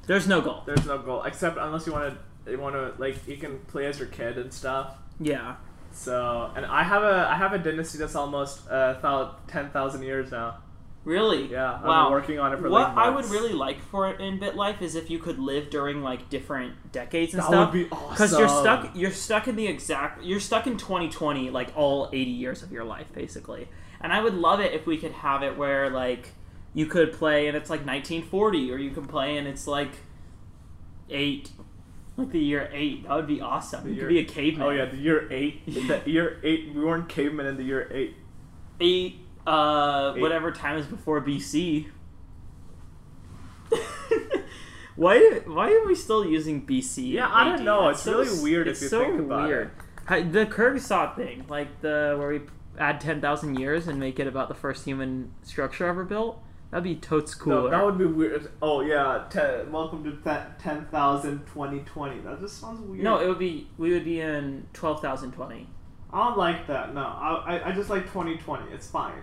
[SPEAKER 1] There's no goal.
[SPEAKER 2] There's no goal except unless you want to. You want to like you can play as your kid and stuff.
[SPEAKER 1] Yeah.
[SPEAKER 2] So and I have a I have a dynasty that's almost uh thou- ten thousand years now.
[SPEAKER 1] Really?
[SPEAKER 2] Yeah, I've
[SPEAKER 1] Wow.
[SPEAKER 2] been working on it for
[SPEAKER 1] What
[SPEAKER 2] like
[SPEAKER 1] I would
[SPEAKER 2] months.
[SPEAKER 1] really like for it in BitLife is if you could live during like different decades and
[SPEAKER 2] that
[SPEAKER 1] stuff.
[SPEAKER 2] would be awesome.
[SPEAKER 1] because you're stuck you're stuck in the exact you're stuck in 2020 like all 80 years of your life basically and i would love it if we could have it where like you could play and it's like 1940 or you can play and it's like 8 like the year 8 that would be awesome you
[SPEAKER 2] year-
[SPEAKER 1] could be a caveman
[SPEAKER 2] Oh yeah, the year eight. the year eight. We weren't cavemen in the year eight.
[SPEAKER 1] 8 uh
[SPEAKER 2] Eight.
[SPEAKER 1] whatever time is before bc Why, why are we still using BC?
[SPEAKER 2] Yeah,
[SPEAKER 1] and
[SPEAKER 2] I don't
[SPEAKER 1] AD?
[SPEAKER 2] know.
[SPEAKER 1] That's
[SPEAKER 2] It's
[SPEAKER 1] so
[SPEAKER 2] really
[SPEAKER 1] s-
[SPEAKER 2] weird if
[SPEAKER 1] it's
[SPEAKER 2] you
[SPEAKER 1] so
[SPEAKER 2] think about
[SPEAKER 1] weird.
[SPEAKER 2] it.
[SPEAKER 1] Hi- The Kurbsaw thing, like the where we add ten thousand years and make it about the first human structure ever built. That'd be totes
[SPEAKER 2] No,
[SPEAKER 1] cooler.
[SPEAKER 2] that would be weird. Oh yeah, te- welcome to te- 10,000 2020. That just sounds weird.
[SPEAKER 1] No, it would be we would be in twelve thousand twenty.
[SPEAKER 2] I don't like that. No, I, I, I just like 2020. It's fine.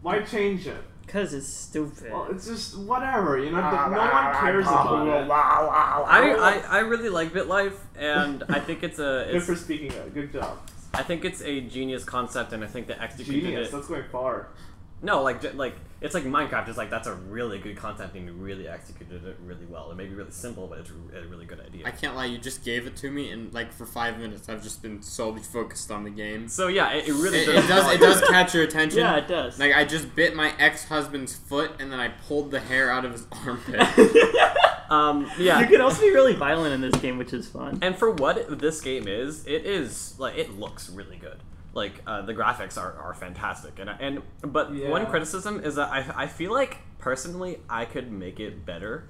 [SPEAKER 2] Why change it?
[SPEAKER 1] Cause it's stupid.
[SPEAKER 2] Well, it's just whatever. You know, no one cares about it.
[SPEAKER 5] I, I, I really like BitLife, and I think it's a
[SPEAKER 2] Good
[SPEAKER 5] it's,
[SPEAKER 2] for speaking. It. Good job.
[SPEAKER 5] I think it's a genius concept, and I think that executed
[SPEAKER 2] Genius.
[SPEAKER 5] it.
[SPEAKER 2] That's going far.
[SPEAKER 5] No, like ju- like it's like Minecraft. It's like that's a really good concept, and you really executed it really well. It may be really simple, but it's a really good idea.
[SPEAKER 4] I can't lie, you just gave it to me, and like for five minutes, I've just been solely focused on the game.
[SPEAKER 5] so yeah, it, it really
[SPEAKER 4] It, it does. It does catch your attention.
[SPEAKER 1] yeah, it does.
[SPEAKER 4] Like I just bit my ex-husband's foot, and then I pulled the hair out of his armpit.
[SPEAKER 5] Um, yeah.
[SPEAKER 1] You can also be really violent in this game, which is fun.
[SPEAKER 5] And for what this game is, it is like it looks really good. Like uh, the graphics are, are fantastic, and and but
[SPEAKER 2] Yeah.
[SPEAKER 5] one criticism is that I, I feel like personally I could make it better.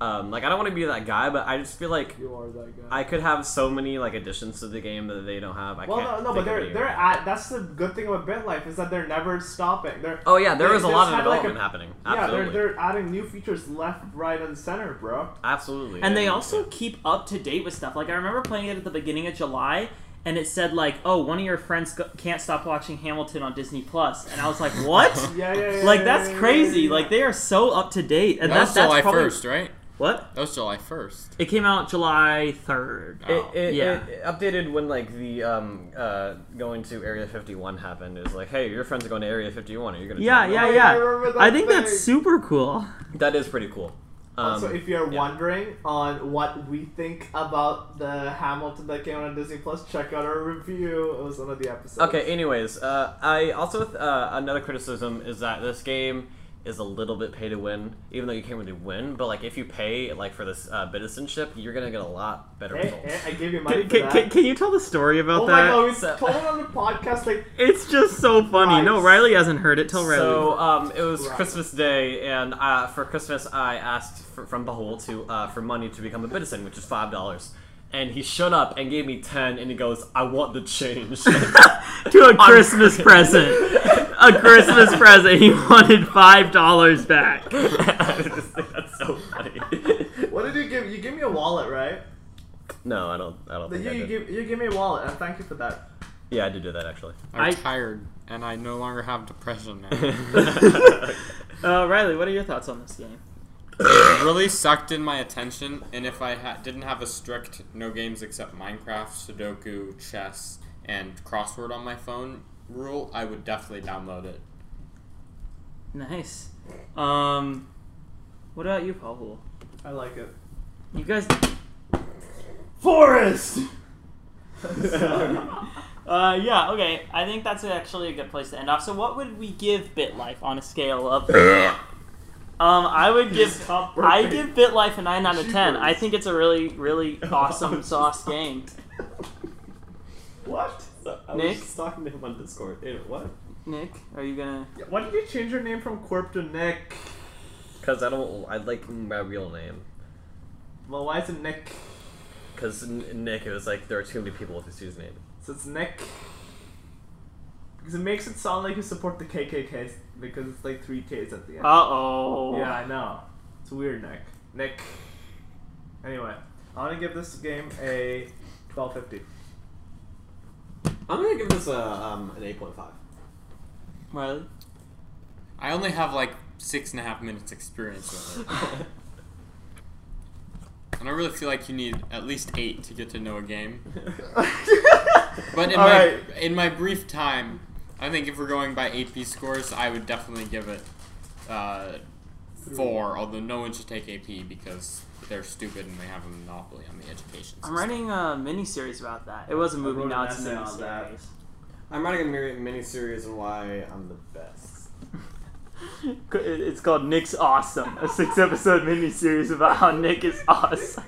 [SPEAKER 5] Um, like I don't want to be that guy, but I just feel like
[SPEAKER 2] You are that guy.
[SPEAKER 5] I could have so many like additions to the game that they don't have. I
[SPEAKER 2] well, no,
[SPEAKER 5] can't
[SPEAKER 2] no,
[SPEAKER 5] think
[SPEAKER 2] but
[SPEAKER 5] of
[SPEAKER 2] they're
[SPEAKER 5] any
[SPEAKER 2] they're
[SPEAKER 5] right
[SPEAKER 2] at. That's the good thing about BitLife is that they're never stopping. They're
[SPEAKER 5] now. Oh yeah, there
[SPEAKER 2] they-
[SPEAKER 5] is a
[SPEAKER 2] they
[SPEAKER 5] lot
[SPEAKER 2] just
[SPEAKER 5] of
[SPEAKER 2] had, like,
[SPEAKER 5] development
[SPEAKER 2] a-
[SPEAKER 5] happening.
[SPEAKER 2] yeah,
[SPEAKER 5] Absolutely,
[SPEAKER 2] they're they're adding new features left, right, and center, bro.
[SPEAKER 5] absolutely.
[SPEAKER 1] And they also keep up to date with stuff. Like I remember playing it at the beginning of July, and it said like, "Oh, one of your friends go- can't stop watching Hamilton on Disney Plus," and I was like, "What?"
[SPEAKER 2] Yeah, yeah, yeah
[SPEAKER 1] Like
[SPEAKER 2] yeah,
[SPEAKER 1] that's
[SPEAKER 2] yeah,
[SPEAKER 1] crazy.
[SPEAKER 2] yeah, yeah.
[SPEAKER 1] Like they are so up to date, and
[SPEAKER 4] that was
[SPEAKER 1] that's that's
[SPEAKER 4] July
[SPEAKER 1] probably
[SPEAKER 4] first, right?
[SPEAKER 1] what
[SPEAKER 4] That was July first.
[SPEAKER 1] it came out July third.
[SPEAKER 5] It, it,
[SPEAKER 1] Yeah.
[SPEAKER 5] it, it updated when like the um uh going to Area 51 happened. Is like, hey, your friends are going to Area 51. Are you gonna?
[SPEAKER 1] Yeah,
[SPEAKER 5] join them?
[SPEAKER 1] yeah,
[SPEAKER 2] Oh, yeah, I remember
[SPEAKER 1] yeah.
[SPEAKER 2] that
[SPEAKER 1] I think that's
[SPEAKER 2] thing.
[SPEAKER 1] super cool.
[SPEAKER 5] That is pretty cool. Um,
[SPEAKER 2] also, if you're
[SPEAKER 5] yeah.
[SPEAKER 2] wondering on what we think about the Hamilton that came out on Disney Plus, check out our review. It was one of the episodes.
[SPEAKER 5] okay. Anyways, uh, I also th- uh, another criticism is that this game is a little bit pay to win, even though you can't really win. But like, if you pay like for this uh, citizenship, you're gonna get a lot better
[SPEAKER 2] Hey,
[SPEAKER 5] results.
[SPEAKER 2] hey, Eh, I gave you money
[SPEAKER 1] Can,
[SPEAKER 2] for
[SPEAKER 1] can,
[SPEAKER 2] that.
[SPEAKER 1] can, can you tell the story about
[SPEAKER 2] oh my
[SPEAKER 1] that?
[SPEAKER 2] god, we
[SPEAKER 5] So-
[SPEAKER 2] told it on the podcast. Like,
[SPEAKER 1] It's just so funny. No,
[SPEAKER 2] Christ.
[SPEAKER 1] Riley hasn't heard it. Tell Riley.
[SPEAKER 5] So um, it was
[SPEAKER 2] Right.
[SPEAKER 5] Christmas Day, and uh, for Christmas I asked for, from Behold to uh, for money to become a citizen, which is five dollars. And he showed up and gave me ten, and he goes, "I want the change."
[SPEAKER 1] to a Christmas present. A Christmas present. He wanted five dollars back.
[SPEAKER 5] I just think that's so funny.
[SPEAKER 2] what did you give? You give me a wallet, right?
[SPEAKER 5] No, I don't. I don't
[SPEAKER 2] You,
[SPEAKER 5] think I
[SPEAKER 2] you
[SPEAKER 5] did.
[SPEAKER 2] give you give me a wallet, and thank you for that.
[SPEAKER 5] Yeah, I did do that actually.
[SPEAKER 4] I'm
[SPEAKER 1] I-
[SPEAKER 4] tired, and I no longer have depression now.
[SPEAKER 1] Uh, Riley, what are your thoughts on this game?
[SPEAKER 4] It really sucked in my attention, and if I ha- didn't have a strict no games except Minecraft, Sudoku, chess, and crossword on my phone rule, I would definitely download it.
[SPEAKER 1] Nice. Um, what about you, Paul?
[SPEAKER 2] I like it.
[SPEAKER 1] You guys.
[SPEAKER 2] Forest.
[SPEAKER 1] Uh, yeah. Okay. I think that's actually a good place to end off. So, what would we give BitLife on a scale of? um, I would give.
[SPEAKER 2] Stop
[SPEAKER 1] I
[SPEAKER 2] burping.
[SPEAKER 1] give BitLife a nine out of ten. I
[SPEAKER 2] Jeepers.
[SPEAKER 1] think it's a really, really awesome sauce game.
[SPEAKER 2] what?
[SPEAKER 5] I
[SPEAKER 1] was Nick?
[SPEAKER 5] just talking to him on Discord. what?
[SPEAKER 1] Nick, are you gonna?
[SPEAKER 2] Why did you change your name from Corp to Nick?
[SPEAKER 5] Because I don't. I like my real name.
[SPEAKER 2] Well, why is it Nick?
[SPEAKER 5] Because Nick, it was like there are too many people with this username.
[SPEAKER 2] So it's Nick. Because it makes it sound like you support the KKK because it's like three Ks at the end.
[SPEAKER 1] Uh oh.
[SPEAKER 2] Yeah, I know. It's weird, Nick. Nick. Anyway, I want to give this game a 1250.
[SPEAKER 5] I'm gonna give this a um, an eight point five.
[SPEAKER 1] Riley?
[SPEAKER 4] I only have like six and a half minutes experience with it. And I really feel like you need at least eight to get to know a game. But in
[SPEAKER 2] All
[SPEAKER 4] my
[SPEAKER 2] right.
[SPEAKER 4] in my brief time, I think if we're going by AP scores, I would definitely give it uh, four. Although no one should take AP because they're stupid and they have a monopoly on the education.
[SPEAKER 1] I'm
[SPEAKER 4] System.
[SPEAKER 1] writing a miniseries about that. It was a movie,
[SPEAKER 2] wrote
[SPEAKER 1] now
[SPEAKER 2] an
[SPEAKER 1] it's a
[SPEAKER 2] essay on that.
[SPEAKER 1] miniseries.
[SPEAKER 5] I'm writing a mini miniseries on why I'm the best.
[SPEAKER 1] It- It's called Nick's Awesome, a six episode miniseries about how Nick is awesome.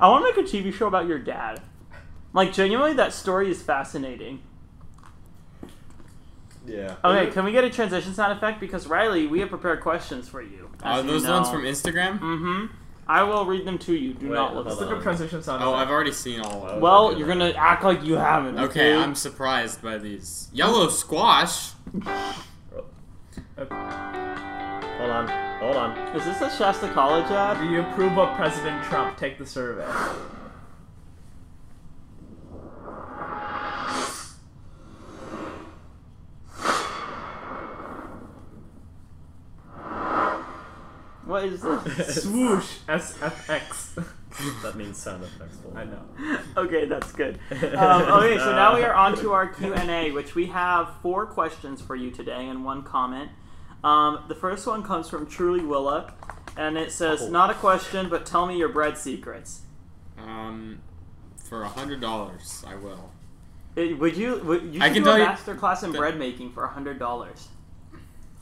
[SPEAKER 1] I want to make a TV show about your dad. Like, genuinely, that story is fascinating.
[SPEAKER 5] Yeah.
[SPEAKER 1] Okay, can we get a transition sound effect? Because, Riley, we have prepared questions for you.
[SPEAKER 4] Are Uh, those the ones from Instagram?
[SPEAKER 1] Mm hmm. I will read them to you. Do
[SPEAKER 5] Wait,
[SPEAKER 1] not look
[SPEAKER 5] hold
[SPEAKER 1] at
[SPEAKER 5] on.
[SPEAKER 1] them.
[SPEAKER 2] Look at transition sound.
[SPEAKER 4] Oh, I've
[SPEAKER 2] effect.
[SPEAKER 4] already seen all of them.
[SPEAKER 1] Well, you're gonna act like you haven't.
[SPEAKER 4] Okay, I'm surprised by these. Yellow squash.
[SPEAKER 5] Hold on. Um, Hold on.
[SPEAKER 1] Is this a Shasta College ad?
[SPEAKER 2] Do you approve of President Trump? Take the survey.
[SPEAKER 1] What is this?
[SPEAKER 2] Swoosh SFX.
[SPEAKER 5] That means sound effects.
[SPEAKER 2] I know.
[SPEAKER 1] okay, that's good. Um, okay, so now we are on to our Q and A, which we have four questions for you today and one comment. Um, the first one comes from Truly Willa, and it says,
[SPEAKER 5] Oh.
[SPEAKER 1] "Not a question, but tell me your bread secrets."
[SPEAKER 4] Um, for a hundred dollars, I will.
[SPEAKER 1] It- Eh, would you? Would, you should
[SPEAKER 4] I can
[SPEAKER 1] do
[SPEAKER 4] tell
[SPEAKER 1] a
[SPEAKER 4] you-
[SPEAKER 1] master class in
[SPEAKER 4] that-
[SPEAKER 1] bread making for hundred dollars.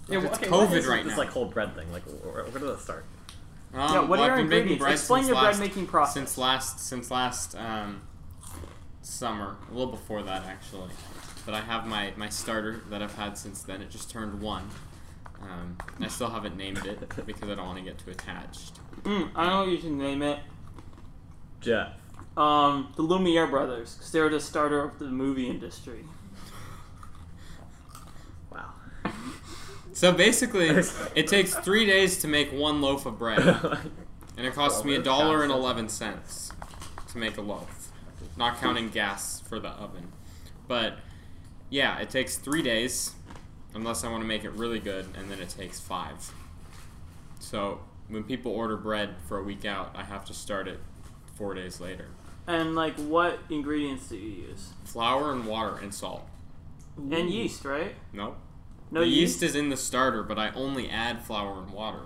[SPEAKER 4] Yeah, it's
[SPEAKER 5] okay, what
[SPEAKER 4] COVID
[SPEAKER 5] is
[SPEAKER 4] right
[SPEAKER 5] this
[SPEAKER 4] now.
[SPEAKER 5] like whole bread thing. Like, where, where did that start?
[SPEAKER 4] um,
[SPEAKER 1] yeah, what
[SPEAKER 4] well,
[SPEAKER 1] are your
[SPEAKER 4] I've been baking
[SPEAKER 1] ingredients?
[SPEAKER 4] bread
[SPEAKER 1] Explain
[SPEAKER 4] since
[SPEAKER 1] your
[SPEAKER 4] last,
[SPEAKER 1] bread making process.
[SPEAKER 4] since last since last um, summer, a little before that actually. But I have my my starter that I've had since then. It just turned one. Um, and I still haven't named it because I don't want to get too attached.
[SPEAKER 1] Mm, I don't know what you should name it.
[SPEAKER 5] Jeff.
[SPEAKER 1] Um, the Lumiere brothers, 'cause they were the starter of the movie industry.
[SPEAKER 5] Wow.
[SPEAKER 4] So basically, it takes three days to make one loaf of bread. And it costs me a dollar and eleven cents to make a loaf, not counting gas for the oven. But yeah, it takes three days, unless I want to make it really good, and then it takes five. So when people order bread for a week out, I have to start it four days later.
[SPEAKER 1] And like, what ingredients do you use?
[SPEAKER 4] Flour and water and salt.
[SPEAKER 1] And yeast, right?
[SPEAKER 4] Nope.
[SPEAKER 1] No
[SPEAKER 4] the yeast is in the starter, but I only add flour and water.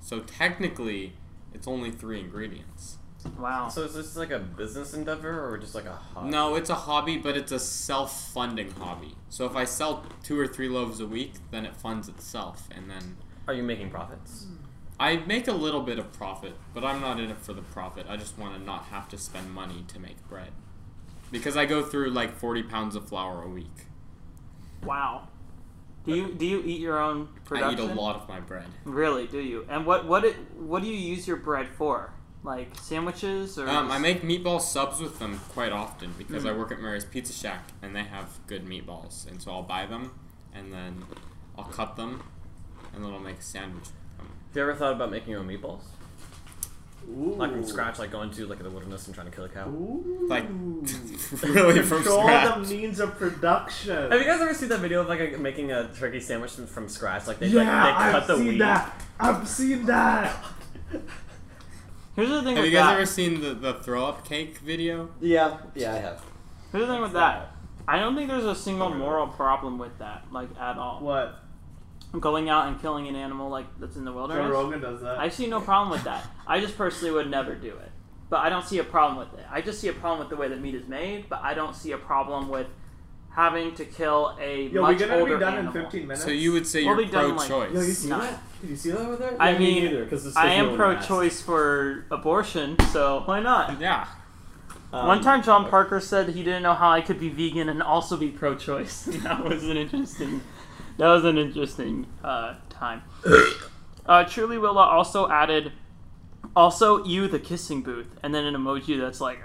[SPEAKER 4] So technically, it's only three ingredients.
[SPEAKER 1] Wow.
[SPEAKER 5] So is this like a business endeavor or just like a hobby?
[SPEAKER 4] No, it's a hobby, but it's a self-funding hobby. So if I sell two or three loaves a week, then it funds itself, and then
[SPEAKER 5] Are you making profits?
[SPEAKER 4] I make a little bit of profit, but I'm not in it for the profit. I just want to not have to spend money to make bread, because I go through like 40 pounds of flour a week.
[SPEAKER 1] Wow. Do you do you eat your own
[SPEAKER 4] I
[SPEAKER 1] production?
[SPEAKER 4] eat a lot of my bread.
[SPEAKER 1] Really, do you? And what what it, what do you use your bread for? Like sandwiches or?
[SPEAKER 4] Um,
[SPEAKER 1] just-
[SPEAKER 4] I make meatball subs with them quite often because I work at Mary's Pizza Shack and they have good meatballs, and so I'll buy them, and then I'll cut them, and then I'll make a sandwich with them.
[SPEAKER 5] Have you ever thought about making your own meatballs? Like from
[SPEAKER 2] Ooh.
[SPEAKER 5] scratch, like going to like the wilderness and trying to kill a cow.
[SPEAKER 2] Ooh.
[SPEAKER 4] Like, really from
[SPEAKER 2] Control
[SPEAKER 4] scratch.
[SPEAKER 2] the means of production.
[SPEAKER 5] Have you guys ever seen that video of like a, making a turkey sandwich from, from scratch? Like they
[SPEAKER 2] yeah,
[SPEAKER 5] like they cut
[SPEAKER 2] I've
[SPEAKER 5] the
[SPEAKER 2] seen
[SPEAKER 5] wheat.
[SPEAKER 2] that. I've seen that.
[SPEAKER 1] Here's the thing
[SPEAKER 4] Have
[SPEAKER 1] with
[SPEAKER 4] you guys
[SPEAKER 1] that.
[SPEAKER 4] ever seen the, the throw up cake video?
[SPEAKER 5] Yeah, yeah, I have.
[SPEAKER 1] Here's the thing with that. I don't think there's a single moral problem with that, like at all.
[SPEAKER 2] What?
[SPEAKER 1] Going out and killing an animal like that's in the
[SPEAKER 2] Joe
[SPEAKER 1] wilderness.
[SPEAKER 2] Rogan does that.
[SPEAKER 1] I see no problem with that. I just personally would never do it. But I don't see a problem with it. I just see a problem with the way the meat is made, but I don't see a problem with having to kill a
[SPEAKER 2] Yo, we're
[SPEAKER 1] much
[SPEAKER 2] gonna
[SPEAKER 1] older
[SPEAKER 2] be done
[SPEAKER 1] animal.
[SPEAKER 2] in 15 minutes.
[SPEAKER 4] So you would say
[SPEAKER 1] Well,
[SPEAKER 4] you're
[SPEAKER 1] we've done,
[SPEAKER 4] pro
[SPEAKER 1] like-
[SPEAKER 5] Yo, you
[SPEAKER 4] choice.
[SPEAKER 5] see
[SPEAKER 1] Nah.
[SPEAKER 5] that? Did you see that over there?
[SPEAKER 1] I
[SPEAKER 5] Yeah,
[SPEAKER 1] mean,
[SPEAKER 5] neither, 'cause it's
[SPEAKER 1] I
[SPEAKER 5] just no
[SPEAKER 1] am
[SPEAKER 5] one
[SPEAKER 1] pro
[SPEAKER 5] asked.
[SPEAKER 1] choice for abortion, so why not?
[SPEAKER 4] Yeah.
[SPEAKER 5] Um,
[SPEAKER 1] One time John Parker said he didn't know how I could be vegan and also be pro choice. that was an interesting that was an interesting uh, time. uh, Truly Willa also added also you the kissing booth and then an emoji that's like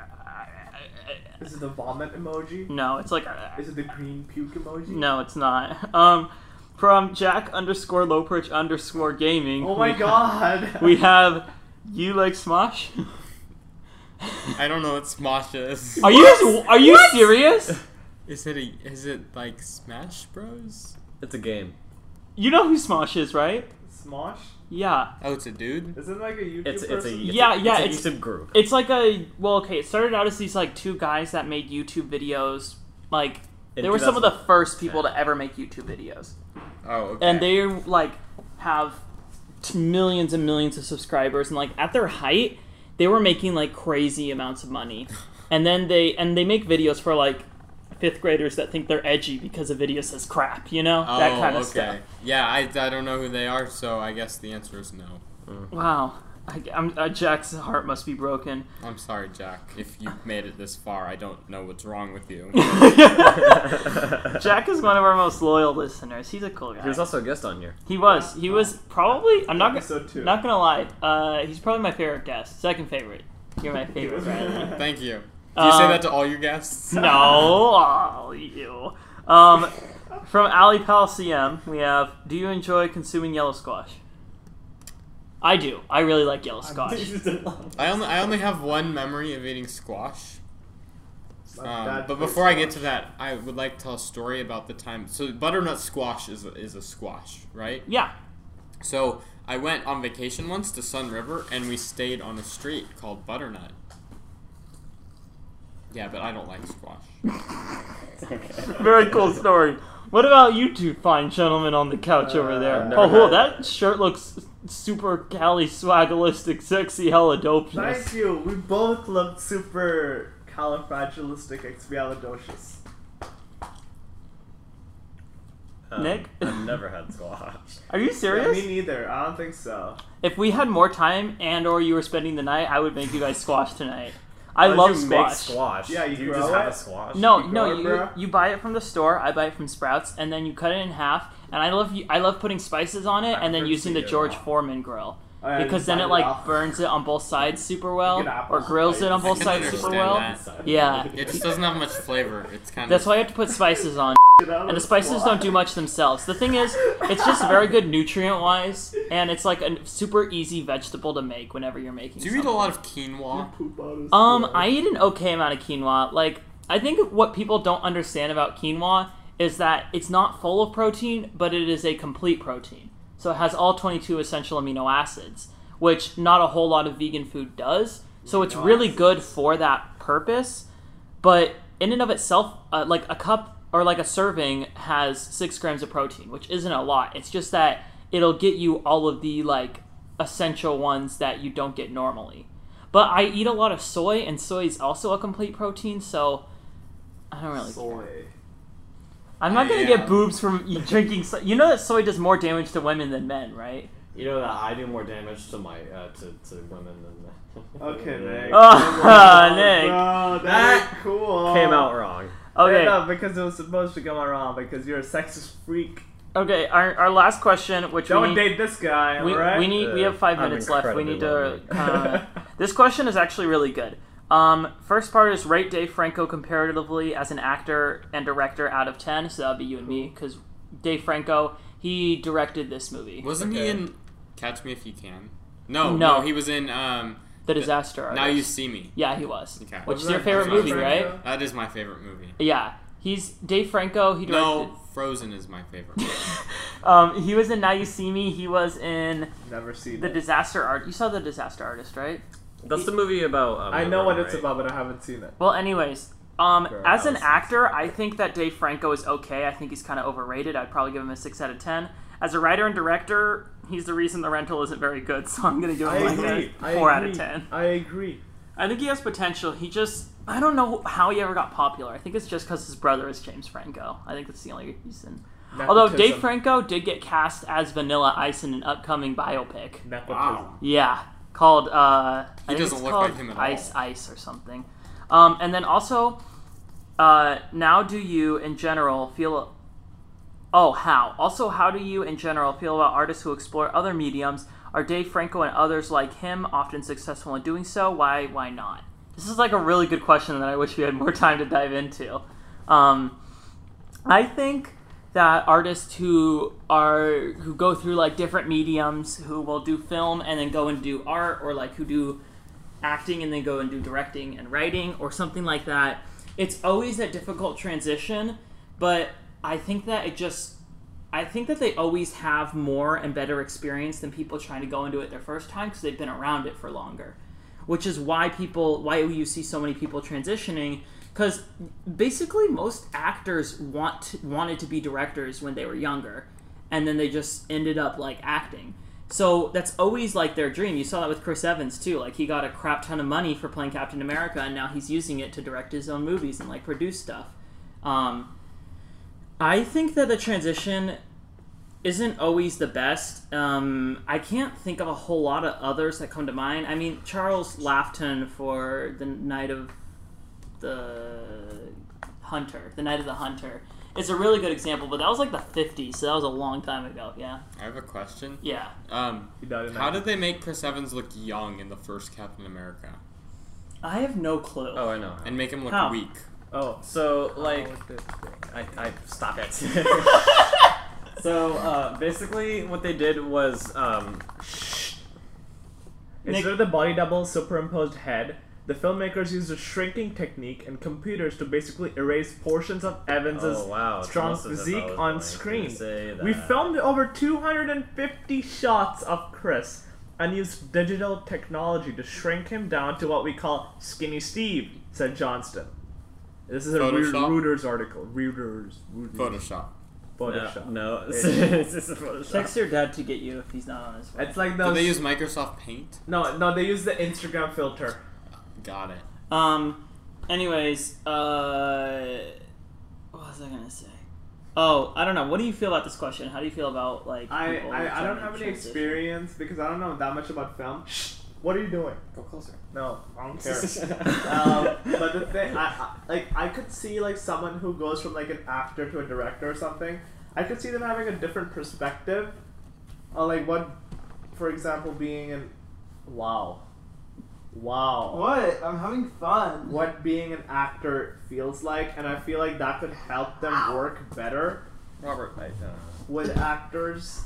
[SPEAKER 2] Is it the vomit emoji?
[SPEAKER 1] no, it's like
[SPEAKER 2] Is it the green puke emoji?
[SPEAKER 1] No, it's not. Um, from Jack underscore Loprich underscore gaming.
[SPEAKER 2] Oh my
[SPEAKER 1] we ha-
[SPEAKER 2] god.
[SPEAKER 1] we have You like Smosh?
[SPEAKER 4] I don't know what Smosh is.
[SPEAKER 1] Are you are you serious?
[SPEAKER 4] Is it a, is it like Smash Bros?
[SPEAKER 5] It's a game.
[SPEAKER 1] You know who Smosh is, right?
[SPEAKER 2] Smosh?
[SPEAKER 1] Yeah.
[SPEAKER 4] Oh, it's a dude.
[SPEAKER 2] Isn't it like a YouTube
[SPEAKER 5] It's it's a
[SPEAKER 2] person?
[SPEAKER 5] it's
[SPEAKER 1] Yeah,
[SPEAKER 5] a,
[SPEAKER 1] yeah,
[SPEAKER 5] It's,
[SPEAKER 1] it's-
[SPEAKER 5] a YouTube group.
[SPEAKER 1] It's like a well, okay. It started out as these like two guys that made YouTube videos. Like
[SPEAKER 5] In
[SPEAKER 1] they were some of the
[SPEAKER 5] 2000
[SPEAKER 1] first people to ever make YouTube videos,
[SPEAKER 4] Oh, okay.
[SPEAKER 1] and they like have t- millions and millions of subscribers. And like at their height, they were making like crazy amounts of money. And then they and they make videos for like fifth graders that think they're edgy because a video says crap, you know,
[SPEAKER 4] oh,
[SPEAKER 1] that kind of
[SPEAKER 4] okay.
[SPEAKER 1] stuff.
[SPEAKER 4] Yeah, I, I don't know who they are, so I guess the answer is no.
[SPEAKER 1] Wow, I, I'm, uh, Jack's heart must be broken.
[SPEAKER 4] I'm sorry, Jack. If you made it this far, I don't know what's wrong with you.
[SPEAKER 1] Jack is one of our most loyal listeners. He's a cool guy.
[SPEAKER 5] He was also a guest on here.
[SPEAKER 1] He was. He was probably. I'm not gonna.
[SPEAKER 2] Episode two.
[SPEAKER 1] Not gonna lie. Uh, he's probably my favorite guest. Second favorite. You're my favorite. Right?
[SPEAKER 4] Thank you. Do you say
[SPEAKER 1] Um,
[SPEAKER 4] that to all your guests?
[SPEAKER 1] No, oh, you. Um, from Ali Pal CM, we have. Do you enjoy consuming yellow squash? I do. I really like yellow squash.
[SPEAKER 4] I only I only have one memory of eating squash.
[SPEAKER 2] My
[SPEAKER 4] Um,
[SPEAKER 2] dad
[SPEAKER 4] but
[SPEAKER 2] plays
[SPEAKER 4] before I get
[SPEAKER 2] Smosh.
[SPEAKER 4] to that, I would like to tell a story about the time. So butternut squash is a, is a squash, right?
[SPEAKER 1] Yeah.
[SPEAKER 4] So I went on vacation once to Sun River, and we stayed on a street called Butternut. Yeah, but I don't like squash.
[SPEAKER 1] Very cool story. What about you two fine gentlemen on the couch over there?
[SPEAKER 2] Uh,
[SPEAKER 5] never
[SPEAKER 1] oh, whoa,
[SPEAKER 5] had-
[SPEAKER 1] that shirt looks super cali swagalistic, sexy hella dopeness.
[SPEAKER 2] Thank you. We both look super califragilisticexpialidocious.
[SPEAKER 5] Um,
[SPEAKER 1] Nick?
[SPEAKER 5] I've never had squash.
[SPEAKER 1] Are you
[SPEAKER 2] Yeah,
[SPEAKER 1] serious?
[SPEAKER 2] me neither. I don't think so.
[SPEAKER 1] If we had more time and or you were spending the night, I would make you guys squash tonight. I
[SPEAKER 5] How did
[SPEAKER 1] love
[SPEAKER 5] you
[SPEAKER 1] squash.
[SPEAKER 5] Make squash.
[SPEAKER 2] Yeah, you
[SPEAKER 5] Do you
[SPEAKER 2] grow
[SPEAKER 5] just have
[SPEAKER 2] it?
[SPEAKER 5] a squash.
[SPEAKER 1] No,
[SPEAKER 2] You
[SPEAKER 1] no,
[SPEAKER 2] got it,
[SPEAKER 1] you
[SPEAKER 2] bruh?
[SPEAKER 1] you buy it from the store. I buy it from Sprouts, and then you cut it in half. And I love you. I love putting spices on it, and then
[SPEAKER 5] prefer
[SPEAKER 1] using the
[SPEAKER 5] to eat it
[SPEAKER 1] George
[SPEAKER 5] raw.
[SPEAKER 1] Foreman grill
[SPEAKER 2] Oh, yeah,
[SPEAKER 1] because
[SPEAKER 2] you
[SPEAKER 1] then
[SPEAKER 2] bite
[SPEAKER 1] it like
[SPEAKER 2] off.
[SPEAKER 1] burns it on both sides super well,
[SPEAKER 2] Like an apple
[SPEAKER 1] or grills it on
[SPEAKER 2] slice.
[SPEAKER 1] both
[SPEAKER 4] I can
[SPEAKER 1] sides super
[SPEAKER 4] understand
[SPEAKER 1] well.
[SPEAKER 4] that.
[SPEAKER 1] Yeah.
[SPEAKER 4] It just doesn't have much flavor. It's kind
[SPEAKER 1] That's
[SPEAKER 4] of.
[SPEAKER 1] why you have to put spices on.
[SPEAKER 2] Get out
[SPEAKER 1] And the
[SPEAKER 2] of
[SPEAKER 1] spices
[SPEAKER 2] squash.
[SPEAKER 1] don't do much themselves. The thing is, it's just very good nutrient wise, and it's like a super easy vegetable to make whenever you're making.
[SPEAKER 4] Do you eat
[SPEAKER 1] something.
[SPEAKER 4] a lot of quinoa?
[SPEAKER 2] Poop out of
[SPEAKER 1] Um,
[SPEAKER 2] squash.
[SPEAKER 1] I eat an okay amount of quinoa. Like, I think what people don't understand about quinoa is that it's not full of protein, but it is a complete protein. So it has all 22 essential amino acids, which not a whole lot of vegan food does. So it's
[SPEAKER 2] Amino
[SPEAKER 1] really
[SPEAKER 2] acids.
[SPEAKER 1] good for that purpose. But in and of itself, uh, like a cup or like a serving has six grams of protein, which isn't a lot. It's just that it'll get you all of the like essential ones that you don't get normally. But I eat a lot of soy, and soy is also a complete protein, so I don't really.
[SPEAKER 2] Soy.
[SPEAKER 1] I'm not gonna
[SPEAKER 4] Yeah.
[SPEAKER 1] get boobs from you drinking. So- you know that soy does more damage to women than men, right?
[SPEAKER 5] You know that I do more damage to my uh, to, to women than
[SPEAKER 2] Okay, Nick.
[SPEAKER 1] Ah,
[SPEAKER 2] Come on,
[SPEAKER 1] Mm. Nick.
[SPEAKER 2] Bro, that,
[SPEAKER 5] That
[SPEAKER 2] ain't cool.
[SPEAKER 5] Came out wrong.
[SPEAKER 1] Okay.
[SPEAKER 2] No, because it was supposed to come out wrong because you're a sexist freak.
[SPEAKER 1] Okay. Our, our last question, which we
[SPEAKER 2] Don't
[SPEAKER 1] need,
[SPEAKER 2] date this guy,
[SPEAKER 1] we,
[SPEAKER 2] right?
[SPEAKER 1] we need we have five
[SPEAKER 5] I'm
[SPEAKER 1] minutes left. We
[SPEAKER 5] incredibly
[SPEAKER 1] need to.
[SPEAKER 5] lonely.
[SPEAKER 1] Uh, this question is actually really good. Um, first part is rate Dave Franco comparatively as an actor and director out of ten. So that'd be you and me, because Dave Franco he directed this movie,
[SPEAKER 4] Wasn't
[SPEAKER 5] Okay.
[SPEAKER 4] he in Catch Me If You Can? No,
[SPEAKER 1] No.
[SPEAKER 4] no, he was in um,
[SPEAKER 1] The Disaster Artist.
[SPEAKER 4] Now You See Me.
[SPEAKER 1] yeah, he was.
[SPEAKER 4] Okay.
[SPEAKER 1] Which is
[SPEAKER 2] Wasn't
[SPEAKER 1] your
[SPEAKER 2] that
[SPEAKER 1] favorite
[SPEAKER 4] Dave
[SPEAKER 1] movie,
[SPEAKER 2] Franco?
[SPEAKER 1] right?
[SPEAKER 4] That is my favorite movie.
[SPEAKER 1] Yeah, he's Dave Franco. He directed.
[SPEAKER 4] No, Frozen is my favorite. movie.
[SPEAKER 1] Um, he was in Now You See Me. He was in
[SPEAKER 2] Never seen
[SPEAKER 1] The
[SPEAKER 2] it.
[SPEAKER 1] Disaster Art. You saw The Disaster Artist, right?
[SPEAKER 5] That's the movie about. Um,
[SPEAKER 2] I know
[SPEAKER 5] River,
[SPEAKER 2] what it's
[SPEAKER 5] right?
[SPEAKER 2] about, but I haven't seen it.
[SPEAKER 1] Well, anyways, um,
[SPEAKER 5] Girl,
[SPEAKER 1] as an
[SPEAKER 5] Alice.
[SPEAKER 1] actor, I think that Dave Franco is okay. I think he's kind of overrated. I'd probably give him a six out of ten. As a writer and director, he's the reason the rental isn't very good. So I'm gonna give him like a four out of ten.
[SPEAKER 2] I agree.
[SPEAKER 1] I think he has potential. He just I don't know how he ever got popular. I think it's just because his brother is James Franco. I think that's the only reason. Although Dave Franco did get cast as Vanilla Ice in an upcoming biopic.
[SPEAKER 2] Wow.
[SPEAKER 1] Yeah, called. Uh, I think
[SPEAKER 4] doesn't
[SPEAKER 1] it's
[SPEAKER 4] look
[SPEAKER 1] called
[SPEAKER 4] like him at
[SPEAKER 1] Ice Ice or something. Um, and then also, uh, now do you in general feel? Oh, how? Also, how do you in general feel about artists who explore other mediums? Are Dave Franco and others like him often successful in doing so? Why? Why not? This is like a really good question that I wish we had more time to dive into. Um, I think that artists who are who go through like different mediums who will do film and then go and do art or like who do acting and then go and do directing and writing or something like that it's always a difficult transition but i think that it just i think that they always have more and better experience than people trying to go into it their first time because they've been around it for longer which is why people why you see so many people transitioning because basically most actors want wanted to be directors when they were younger and then they just ended up like acting so that's always like their dream you saw that with chris evans too like he got a crap ton of money for playing captain america and now he's using it to direct his own movies and like produce stuff um, i think that the transition isn't always the best. Um, I can't think of a whole lot of others that come to mind. I mean, Charles Laughton for the night of the Hunter, the night of the Hunter, is a really good example. But that was like the '50s, so that was a long time ago. Yeah,
[SPEAKER 4] I have a question.
[SPEAKER 1] yeah.
[SPEAKER 4] Um,
[SPEAKER 2] He died in
[SPEAKER 4] how did they make Chris Evans look young in the first Captain America
[SPEAKER 1] I have no clue.
[SPEAKER 5] Oh, I know.
[SPEAKER 4] and make him look
[SPEAKER 1] How?
[SPEAKER 4] weak?
[SPEAKER 5] Oh, so like, I, I stop it. so uh, basically, what they did was um,
[SPEAKER 2] Instead
[SPEAKER 1] Nick-
[SPEAKER 2] of the body double superimposed head, the filmmakers used a shrinking technique and computers to basically erase portions of Evans's
[SPEAKER 5] oh wow,
[SPEAKER 2] strong
[SPEAKER 5] Thomas is a
[SPEAKER 2] physique
[SPEAKER 5] fellow
[SPEAKER 2] on
[SPEAKER 5] going to
[SPEAKER 2] screen.
[SPEAKER 5] say
[SPEAKER 2] We
[SPEAKER 5] that.
[SPEAKER 2] filmed over 250 shots of Chris and used digital technology to shrink him down to what we call Skinny Steve, said Johnston. This is a Re-
[SPEAKER 4] Photoshop?
[SPEAKER 2] Reuters article. Reuters. Reuters.
[SPEAKER 4] Photoshop.
[SPEAKER 5] No,
[SPEAKER 2] Photoshop.
[SPEAKER 5] no. this is Photoshop.
[SPEAKER 1] Text your dad to get you if he's not on his way.
[SPEAKER 2] It's like
[SPEAKER 4] Did
[SPEAKER 2] those.
[SPEAKER 4] they use Microsoft Paint?
[SPEAKER 2] no, no, they use the Instagram filter.
[SPEAKER 4] Got it.
[SPEAKER 1] Um. Anyways, uh, what was I gonna say? Oh, I don't know. What do you feel about this question? How do you feel about like?
[SPEAKER 2] I,
[SPEAKER 1] people
[SPEAKER 2] I, I
[SPEAKER 1] trying
[SPEAKER 2] don't
[SPEAKER 1] to
[SPEAKER 2] have any
[SPEAKER 1] transition?
[SPEAKER 2] experience because I don't know that much about film. What are you doing?
[SPEAKER 5] Go closer.
[SPEAKER 2] No, I don't care. um, but the thing, I, I, like, I could see like someone who goes from like an actor to a director or something. I could see them having a different perspective on like what, for example, being an wow, wow,
[SPEAKER 3] What? I'm having fun.
[SPEAKER 2] what being an actor feels like, and I feel like that could help them work better
[SPEAKER 5] Robert uh, Pipe.
[SPEAKER 2] with actors.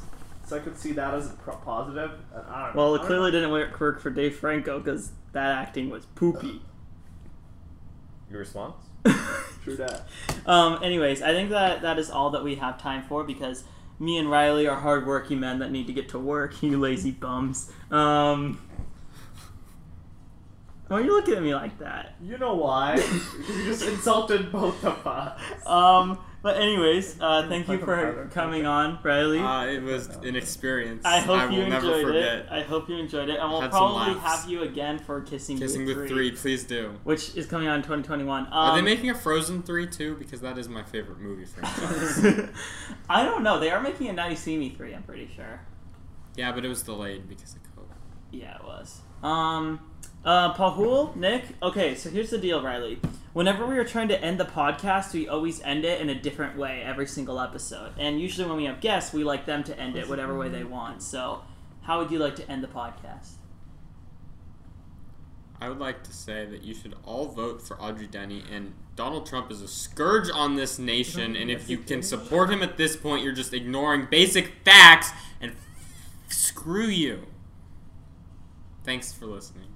[SPEAKER 2] So I could see that as a pro- positive. and I don't know.
[SPEAKER 1] Well,
[SPEAKER 2] I
[SPEAKER 1] it
[SPEAKER 2] don't
[SPEAKER 1] clearly didn't work, work for Dave Franco because that acting was poopy.
[SPEAKER 5] Your response?
[SPEAKER 2] know. True that.
[SPEAKER 1] um, anyways, I think that that is all that we have time for because me and Riley are hardworking men that need to get to work. You lazy bums. Um, why are you looking at me like that?
[SPEAKER 2] You know why? Because you just insulted both of us.
[SPEAKER 1] Um, but anyways, uh, thank you for coming on, Riley.
[SPEAKER 4] Uh, it was an experience.
[SPEAKER 1] I hope you
[SPEAKER 4] will never
[SPEAKER 1] enjoyed
[SPEAKER 4] forget.
[SPEAKER 1] it. I hope you enjoyed it, and we'll
[SPEAKER 4] Had some
[SPEAKER 1] probably
[SPEAKER 4] laughs.
[SPEAKER 1] have you again for Kissing,
[SPEAKER 4] Kissing
[SPEAKER 1] Booth 3,
[SPEAKER 4] with three, please do.
[SPEAKER 1] which is coming out in 2021. Um,
[SPEAKER 4] Are they making a Frozen three too? Because that is my favorite movie franchise.
[SPEAKER 1] I don't know. They are making a Now You See Me 3, I'm pretty sure.
[SPEAKER 4] yeah, but it was delayed because of COVID.
[SPEAKER 1] Yeah, it was. Um, uh, Pahul, Nick. Okay, so here's the deal, Riley. Whenever we are trying to end the podcast, we always end it in a different way every single episode. And usually, when we have guests, we like them to end it whatever way they want. So, how would you like to end the podcast?
[SPEAKER 4] I would like to say that you should all vote for Audrey Denny and Donald Trump is a scourge on this nation. And if you can support him at this point, you're just ignoring basic facts and f- screw you. Thanks for listening.